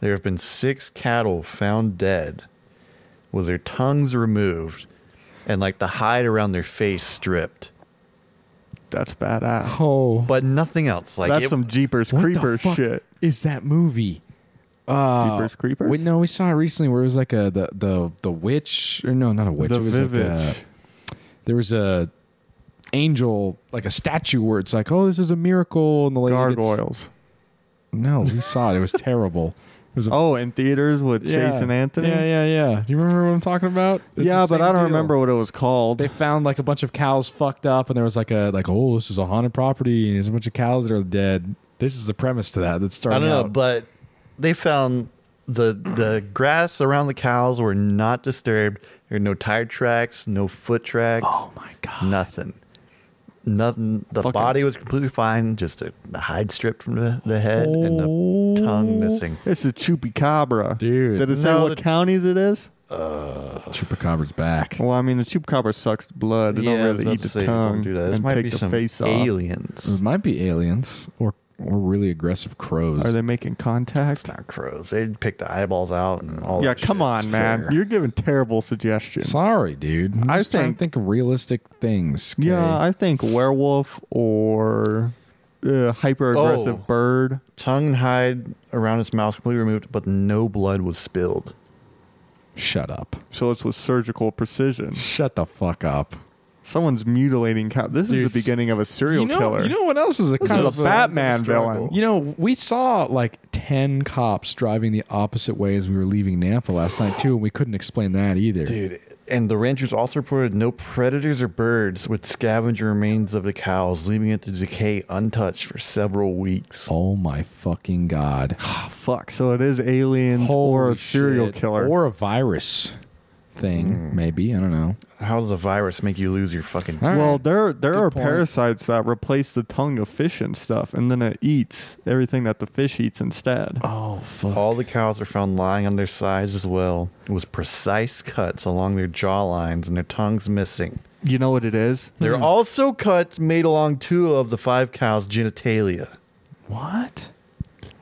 [SPEAKER 2] there have been six cattle found dead with their tongues removed and like the hide around their face stripped,
[SPEAKER 3] That's badass.
[SPEAKER 1] oh,
[SPEAKER 2] but nothing else. Like
[SPEAKER 3] That's
[SPEAKER 2] it-
[SPEAKER 3] some Jeepers
[SPEAKER 1] what the
[SPEAKER 3] Creepers
[SPEAKER 1] fuck
[SPEAKER 3] shit.
[SPEAKER 1] Is that movie? Uh,
[SPEAKER 3] Jeepers Creepers?
[SPEAKER 1] Wait, no, we saw it recently where it was like a the the the witch or no, not a witch.
[SPEAKER 3] the
[SPEAKER 1] it was
[SPEAKER 3] Vivitch.
[SPEAKER 2] uh,
[SPEAKER 1] like a, there was a angel like a statue where it's like, oh, this is a miracle, and the lady gets-
[SPEAKER 3] Gargoyles.
[SPEAKER 1] No, we saw it. It was terrible. It was a
[SPEAKER 3] Oh, in theaters with
[SPEAKER 1] Yeah.
[SPEAKER 3] Chase and Anthony.
[SPEAKER 1] Yeah, yeah, yeah. Do you remember what I'm talking about? It's
[SPEAKER 3] Yeah,
[SPEAKER 1] the
[SPEAKER 3] but
[SPEAKER 1] same
[SPEAKER 3] I don't
[SPEAKER 1] deal.
[SPEAKER 3] remember what it was called.
[SPEAKER 1] They found like a bunch of cows fucked up, and there was like a like, oh, this is a haunted property, and there's a bunch of cows that are dead. This is the premise to that. That's starting.
[SPEAKER 2] I don't know,
[SPEAKER 1] out.
[SPEAKER 2] but they found the the grass around the cows were not disturbed. There were no tire tracks, no foot tracks.
[SPEAKER 1] oh my god,
[SPEAKER 2] Nothing. Nothing. The
[SPEAKER 3] Fucking-
[SPEAKER 2] body was completely fine. Just a, the hide stripped from the, the head and the tongue missing.
[SPEAKER 3] It's a chupacabra.
[SPEAKER 1] Dude.
[SPEAKER 3] Did it say
[SPEAKER 2] Oh. No,
[SPEAKER 3] what
[SPEAKER 2] the-
[SPEAKER 3] counties it is?
[SPEAKER 1] Chupacabra's back.
[SPEAKER 3] Well, I mean, the chupacabra sucks blood. It
[SPEAKER 2] I
[SPEAKER 3] don't
[SPEAKER 2] was
[SPEAKER 3] really
[SPEAKER 2] about
[SPEAKER 3] eat
[SPEAKER 2] to
[SPEAKER 3] the
[SPEAKER 2] say,
[SPEAKER 3] tongue
[SPEAKER 2] Don't do that. This
[SPEAKER 3] and
[SPEAKER 2] might
[SPEAKER 3] take
[SPEAKER 2] be
[SPEAKER 3] the
[SPEAKER 2] some
[SPEAKER 3] face off.
[SPEAKER 2] aliens.
[SPEAKER 1] It might be aliens or or really aggressive crows.
[SPEAKER 3] Are they making
[SPEAKER 2] It's
[SPEAKER 3] contact?
[SPEAKER 2] not crows. They pick the eyeballs out and all.
[SPEAKER 3] Yeah,
[SPEAKER 2] that
[SPEAKER 3] come
[SPEAKER 2] shit.
[SPEAKER 3] on,
[SPEAKER 2] It's
[SPEAKER 3] man.
[SPEAKER 2] fair.
[SPEAKER 3] You're giving terrible suggestions.
[SPEAKER 1] Sorry, dude. I'm
[SPEAKER 3] I
[SPEAKER 1] just trying to
[SPEAKER 3] think-
[SPEAKER 1] think of realistic things. 'kay?
[SPEAKER 3] Yeah, I think werewolf or uh, hyper aggressive
[SPEAKER 2] Oh.
[SPEAKER 3] bird.
[SPEAKER 2] Tongue and hide around its mouth completely removed, but no blood was spilled.
[SPEAKER 1] shut up.
[SPEAKER 3] So it's with surgical precision.
[SPEAKER 1] Shut the fuck up.
[SPEAKER 3] Someone's mutilating cow. This
[SPEAKER 1] Dude,
[SPEAKER 3] is the beginning of a serial
[SPEAKER 1] you know,
[SPEAKER 3] killer.
[SPEAKER 1] You know what else is a
[SPEAKER 3] this
[SPEAKER 1] kind
[SPEAKER 3] is
[SPEAKER 1] of
[SPEAKER 3] a Batman
[SPEAKER 2] historical.
[SPEAKER 3] villain.
[SPEAKER 1] You know, we saw like 10 cops driving the opposite way as we were leaving Napa last night, too, and we couldn't explain that either.
[SPEAKER 2] Dude, and the ranchers also reported no predators or birds would scavenge the remains of the cows, leaving it to decay untouched for several weeks.
[SPEAKER 1] Oh my fucking God.
[SPEAKER 3] Ah, fuck. So it is aliens or
[SPEAKER 1] Holy
[SPEAKER 3] a serial
[SPEAKER 1] shit.
[SPEAKER 3] killer. Hmm.
[SPEAKER 1] Or a virus thing, maybe. I don't know.
[SPEAKER 2] How does a virus make you lose your fucking
[SPEAKER 1] All
[SPEAKER 3] well,
[SPEAKER 1] right.
[SPEAKER 3] there there
[SPEAKER 1] Good
[SPEAKER 3] are
[SPEAKER 1] point.
[SPEAKER 3] parasites that replace the tongue of fish and stuff, and then it eats everything that the fish eats instead.
[SPEAKER 1] Oh, fuck.
[SPEAKER 2] All the cows are found lying on their sides as well, with precise cuts along their jawlines and their tongues missing.
[SPEAKER 3] You know what it is?
[SPEAKER 2] There are also cuts made along two of the five cows' genitalia.
[SPEAKER 1] What?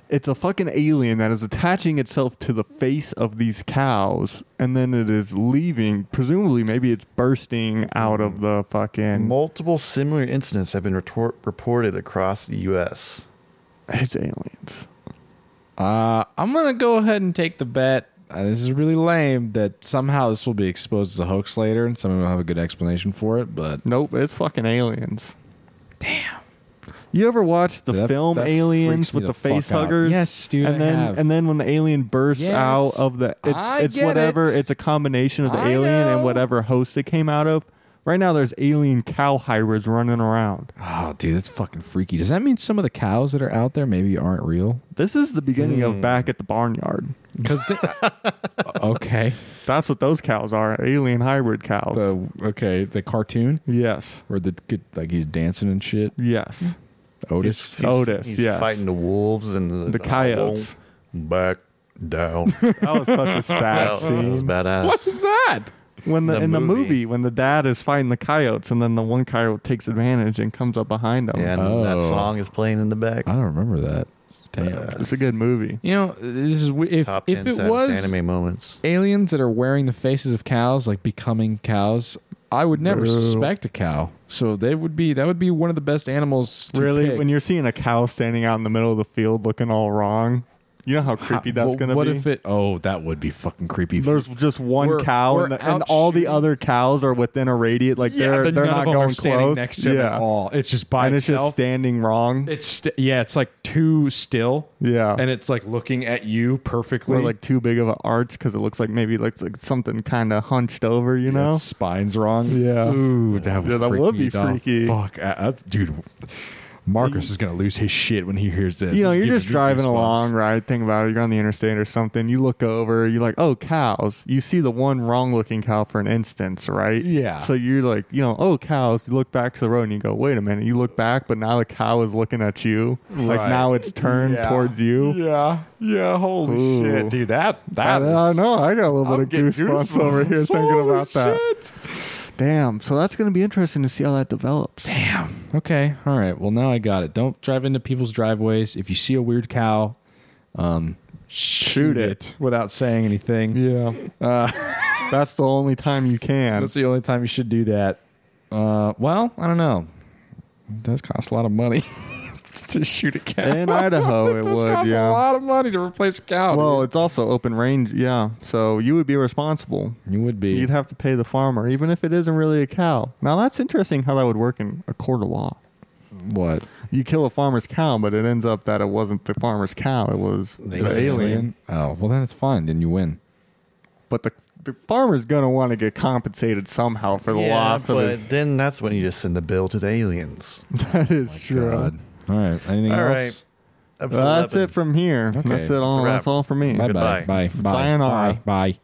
[SPEAKER 3] It's a fucking alien that is attaching itself to the face of these cows, and then it is leaving. Presumably, maybe it's bursting out of the fucking.
[SPEAKER 2] Multiple similar incidents have been retor- reported across the U.S.
[SPEAKER 3] It's aliens.
[SPEAKER 1] Uh, I'm going to go ahead and take the bet. Uh, this is really lame that somehow this will be exposed as a hoax later and someone will have a good explanation for it, but.
[SPEAKER 3] Nope, it's fucking aliens. Damn. You ever watch the
[SPEAKER 1] Dude, that-
[SPEAKER 3] film
[SPEAKER 1] that
[SPEAKER 3] Aliens
[SPEAKER 1] freaks me
[SPEAKER 3] with
[SPEAKER 1] the
[SPEAKER 3] the, face
[SPEAKER 1] fuck out.
[SPEAKER 3] huggers?
[SPEAKER 1] Yes, dude, I
[SPEAKER 3] And then
[SPEAKER 1] have.
[SPEAKER 3] and then when the alien bursts
[SPEAKER 1] Yes.
[SPEAKER 3] out of the it's
[SPEAKER 1] I
[SPEAKER 3] it's
[SPEAKER 1] get
[SPEAKER 3] whatever,
[SPEAKER 1] it.
[SPEAKER 3] it's a combination of the
[SPEAKER 1] I
[SPEAKER 3] alien
[SPEAKER 1] know.
[SPEAKER 3] and whatever host it came out of. Right now there's alien cow hybrids running around.
[SPEAKER 1] Oh, dude, that's fucking freaky. Does that mean some of the cows that are out there maybe aren't real?
[SPEAKER 3] This is the beginning
[SPEAKER 1] Hmm.
[SPEAKER 3] of back at the barnyard.
[SPEAKER 1] Because okay,
[SPEAKER 3] That's what those cows are, alien hybrid cows.
[SPEAKER 1] the okay the cartoon
[SPEAKER 3] yes.
[SPEAKER 1] where the kid like he's dancing and shit.
[SPEAKER 3] Yes.
[SPEAKER 1] Otis,
[SPEAKER 2] He's-
[SPEAKER 3] Otis,
[SPEAKER 2] he's
[SPEAKER 3] yes.
[SPEAKER 2] fighting the wolves and the,
[SPEAKER 3] The coyotes.
[SPEAKER 2] I won't Back down.
[SPEAKER 3] That was such a sad
[SPEAKER 2] That was
[SPEAKER 3] scene.
[SPEAKER 2] badass.
[SPEAKER 1] what is that?
[SPEAKER 3] when the,
[SPEAKER 2] the
[SPEAKER 3] in the
[SPEAKER 2] movie.
[SPEAKER 3] movie when the dad is fighting the coyotes and then the one coyote takes advantage and comes up behind him.
[SPEAKER 2] Yeah, and that
[SPEAKER 1] Oh.
[SPEAKER 2] song is playing in the back.
[SPEAKER 1] I don't remember that. Damn.
[SPEAKER 3] it's a good movie.
[SPEAKER 1] Uh, You know, this is we- if
[SPEAKER 2] Top
[SPEAKER 1] if
[SPEAKER 2] ten
[SPEAKER 1] it
[SPEAKER 2] saddest
[SPEAKER 1] was
[SPEAKER 2] anime moments.
[SPEAKER 1] aliens that are wearing the faces of cows, like becoming cows. I would never
[SPEAKER 3] No.
[SPEAKER 1] suspect a cow, so they would be that would be one of the best animals. To
[SPEAKER 3] Really,
[SPEAKER 1] pick.
[SPEAKER 3] when you're seeing a cow standing out in the middle of the field looking all wrong, You know how creepy that's
[SPEAKER 1] Well,
[SPEAKER 3] gonna
[SPEAKER 1] what
[SPEAKER 3] be.
[SPEAKER 1] if it? Oh, that would be fucking creepy.
[SPEAKER 3] There's just one
[SPEAKER 1] We're-
[SPEAKER 3] cow,
[SPEAKER 1] we're
[SPEAKER 3] and, the-
[SPEAKER 1] out
[SPEAKER 3] and all the
[SPEAKER 1] shooting.
[SPEAKER 3] other cows are within a radius. Like
[SPEAKER 1] yeah,
[SPEAKER 3] they're
[SPEAKER 1] but
[SPEAKER 3] they're
[SPEAKER 1] none
[SPEAKER 3] not
[SPEAKER 1] of them
[SPEAKER 3] going
[SPEAKER 1] are standing
[SPEAKER 3] close.
[SPEAKER 1] next to
[SPEAKER 3] yeah,
[SPEAKER 1] it at all. It's just by
[SPEAKER 3] and it's
[SPEAKER 1] itself.
[SPEAKER 3] just standing wrong.
[SPEAKER 1] it's st- yeah, it's like too still.
[SPEAKER 3] Yeah.
[SPEAKER 1] and it's like looking at you perfectly.
[SPEAKER 3] We're like too big of an arch because it looks like maybe like, like something kind of hunched over. You know,
[SPEAKER 1] Its spine's wrong.
[SPEAKER 3] Yeah.
[SPEAKER 1] Ooh, that would,
[SPEAKER 3] Yeah, that
[SPEAKER 1] freak
[SPEAKER 3] would
[SPEAKER 1] me
[SPEAKER 3] be
[SPEAKER 1] out.
[SPEAKER 3] freaky.
[SPEAKER 1] Fuck, uh, that's, dude. Marcus is gonna lose his shit when he hears this.
[SPEAKER 3] you know, you're
[SPEAKER 1] giving
[SPEAKER 3] just
[SPEAKER 1] me
[SPEAKER 3] driving
[SPEAKER 1] goosebumps.
[SPEAKER 3] along, right? Think about it. You're on the interstate or something. You look over. You're like, oh, cows. You see the one wrong-looking cow for an instance, right?
[SPEAKER 1] Yeah.
[SPEAKER 3] So you're like, you know, oh, cows. You look back to the road and you go, wait a minute. You look back, but now the cow is looking at you. Like
[SPEAKER 1] Right.
[SPEAKER 3] now it's turned
[SPEAKER 1] Yeah.
[SPEAKER 3] towards you.
[SPEAKER 1] Yeah, yeah. Holy
[SPEAKER 3] Ooh.
[SPEAKER 1] shit, dude. That
[SPEAKER 3] I,
[SPEAKER 1] that
[SPEAKER 3] I
[SPEAKER 1] is-
[SPEAKER 3] know. I got a little
[SPEAKER 1] I'm
[SPEAKER 3] bit
[SPEAKER 1] getting
[SPEAKER 3] of goosebumps, over here
[SPEAKER 1] goosebumps.
[SPEAKER 3] thinking
[SPEAKER 1] Holy
[SPEAKER 3] about that.
[SPEAKER 1] shit.
[SPEAKER 3] Damn. So that's going to be interesting to see how that develops.
[SPEAKER 1] Damn. Okay. All right. Well, now I got it. Don't drive into people's driveways. If you see a weird cow, um, shoot,
[SPEAKER 3] it.
[SPEAKER 1] it. without saying anything.
[SPEAKER 3] Yeah. that's the only time you can.
[SPEAKER 1] Uh, That's the only time you should do that. Uh, well, I don't know. It does cost a lot of money to shoot a cow.
[SPEAKER 3] In Idaho, oh, it
[SPEAKER 1] does
[SPEAKER 3] would,
[SPEAKER 1] cost
[SPEAKER 3] yeah.
[SPEAKER 1] a lot of money to replace a cow.
[SPEAKER 3] Well,
[SPEAKER 1] Well,
[SPEAKER 3] it's also open range, yeah. So you would be responsible.
[SPEAKER 1] you would be.
[SPEAKER 3] You'd have to pay the farmer, even if it isn't really a cow. Now that's interesting how that would work in a court of law.
[SPEAKER 1] what?
[SPEAKER 3] You kill a farmer's cow, but it ends up that it wasn't the farmer's cow; it was the
[SPEAKER 2] It was an
[SPEAKER 3] alien.
[SPEAKER 1] Oh, well, then it's fine. Then you win.
[SPEAKER 3] But the the farmer's gonna want to get compensated somehow for the loss of
[SPEAKER 2] but
[SPEAKER 3] his.
[SPEAKER 2] then that's when you just send the bill to the aliens.
[SPEAKER 3] That is true.
[SPEAKER 1] God. All right. Anything
[SPEAKER 2] All
[SPEAKER 1] else?
[SPEAKER 2] right.
[SPEAKER 3] Well, that's it from here.
[SPEAKER 1] Okay,
[SPEAKER 3] That's it. All.
[SPEAKER 2] wrap.
[SPEAKER 3] That's all for me.
[SPEAKER 1] Bye, bye
[SPEAKER 2] Goodbye.
[SPEAKER 1] bye bye
[SPEAKER 3] Sayonara.
[SPEAKER 1] bye bye.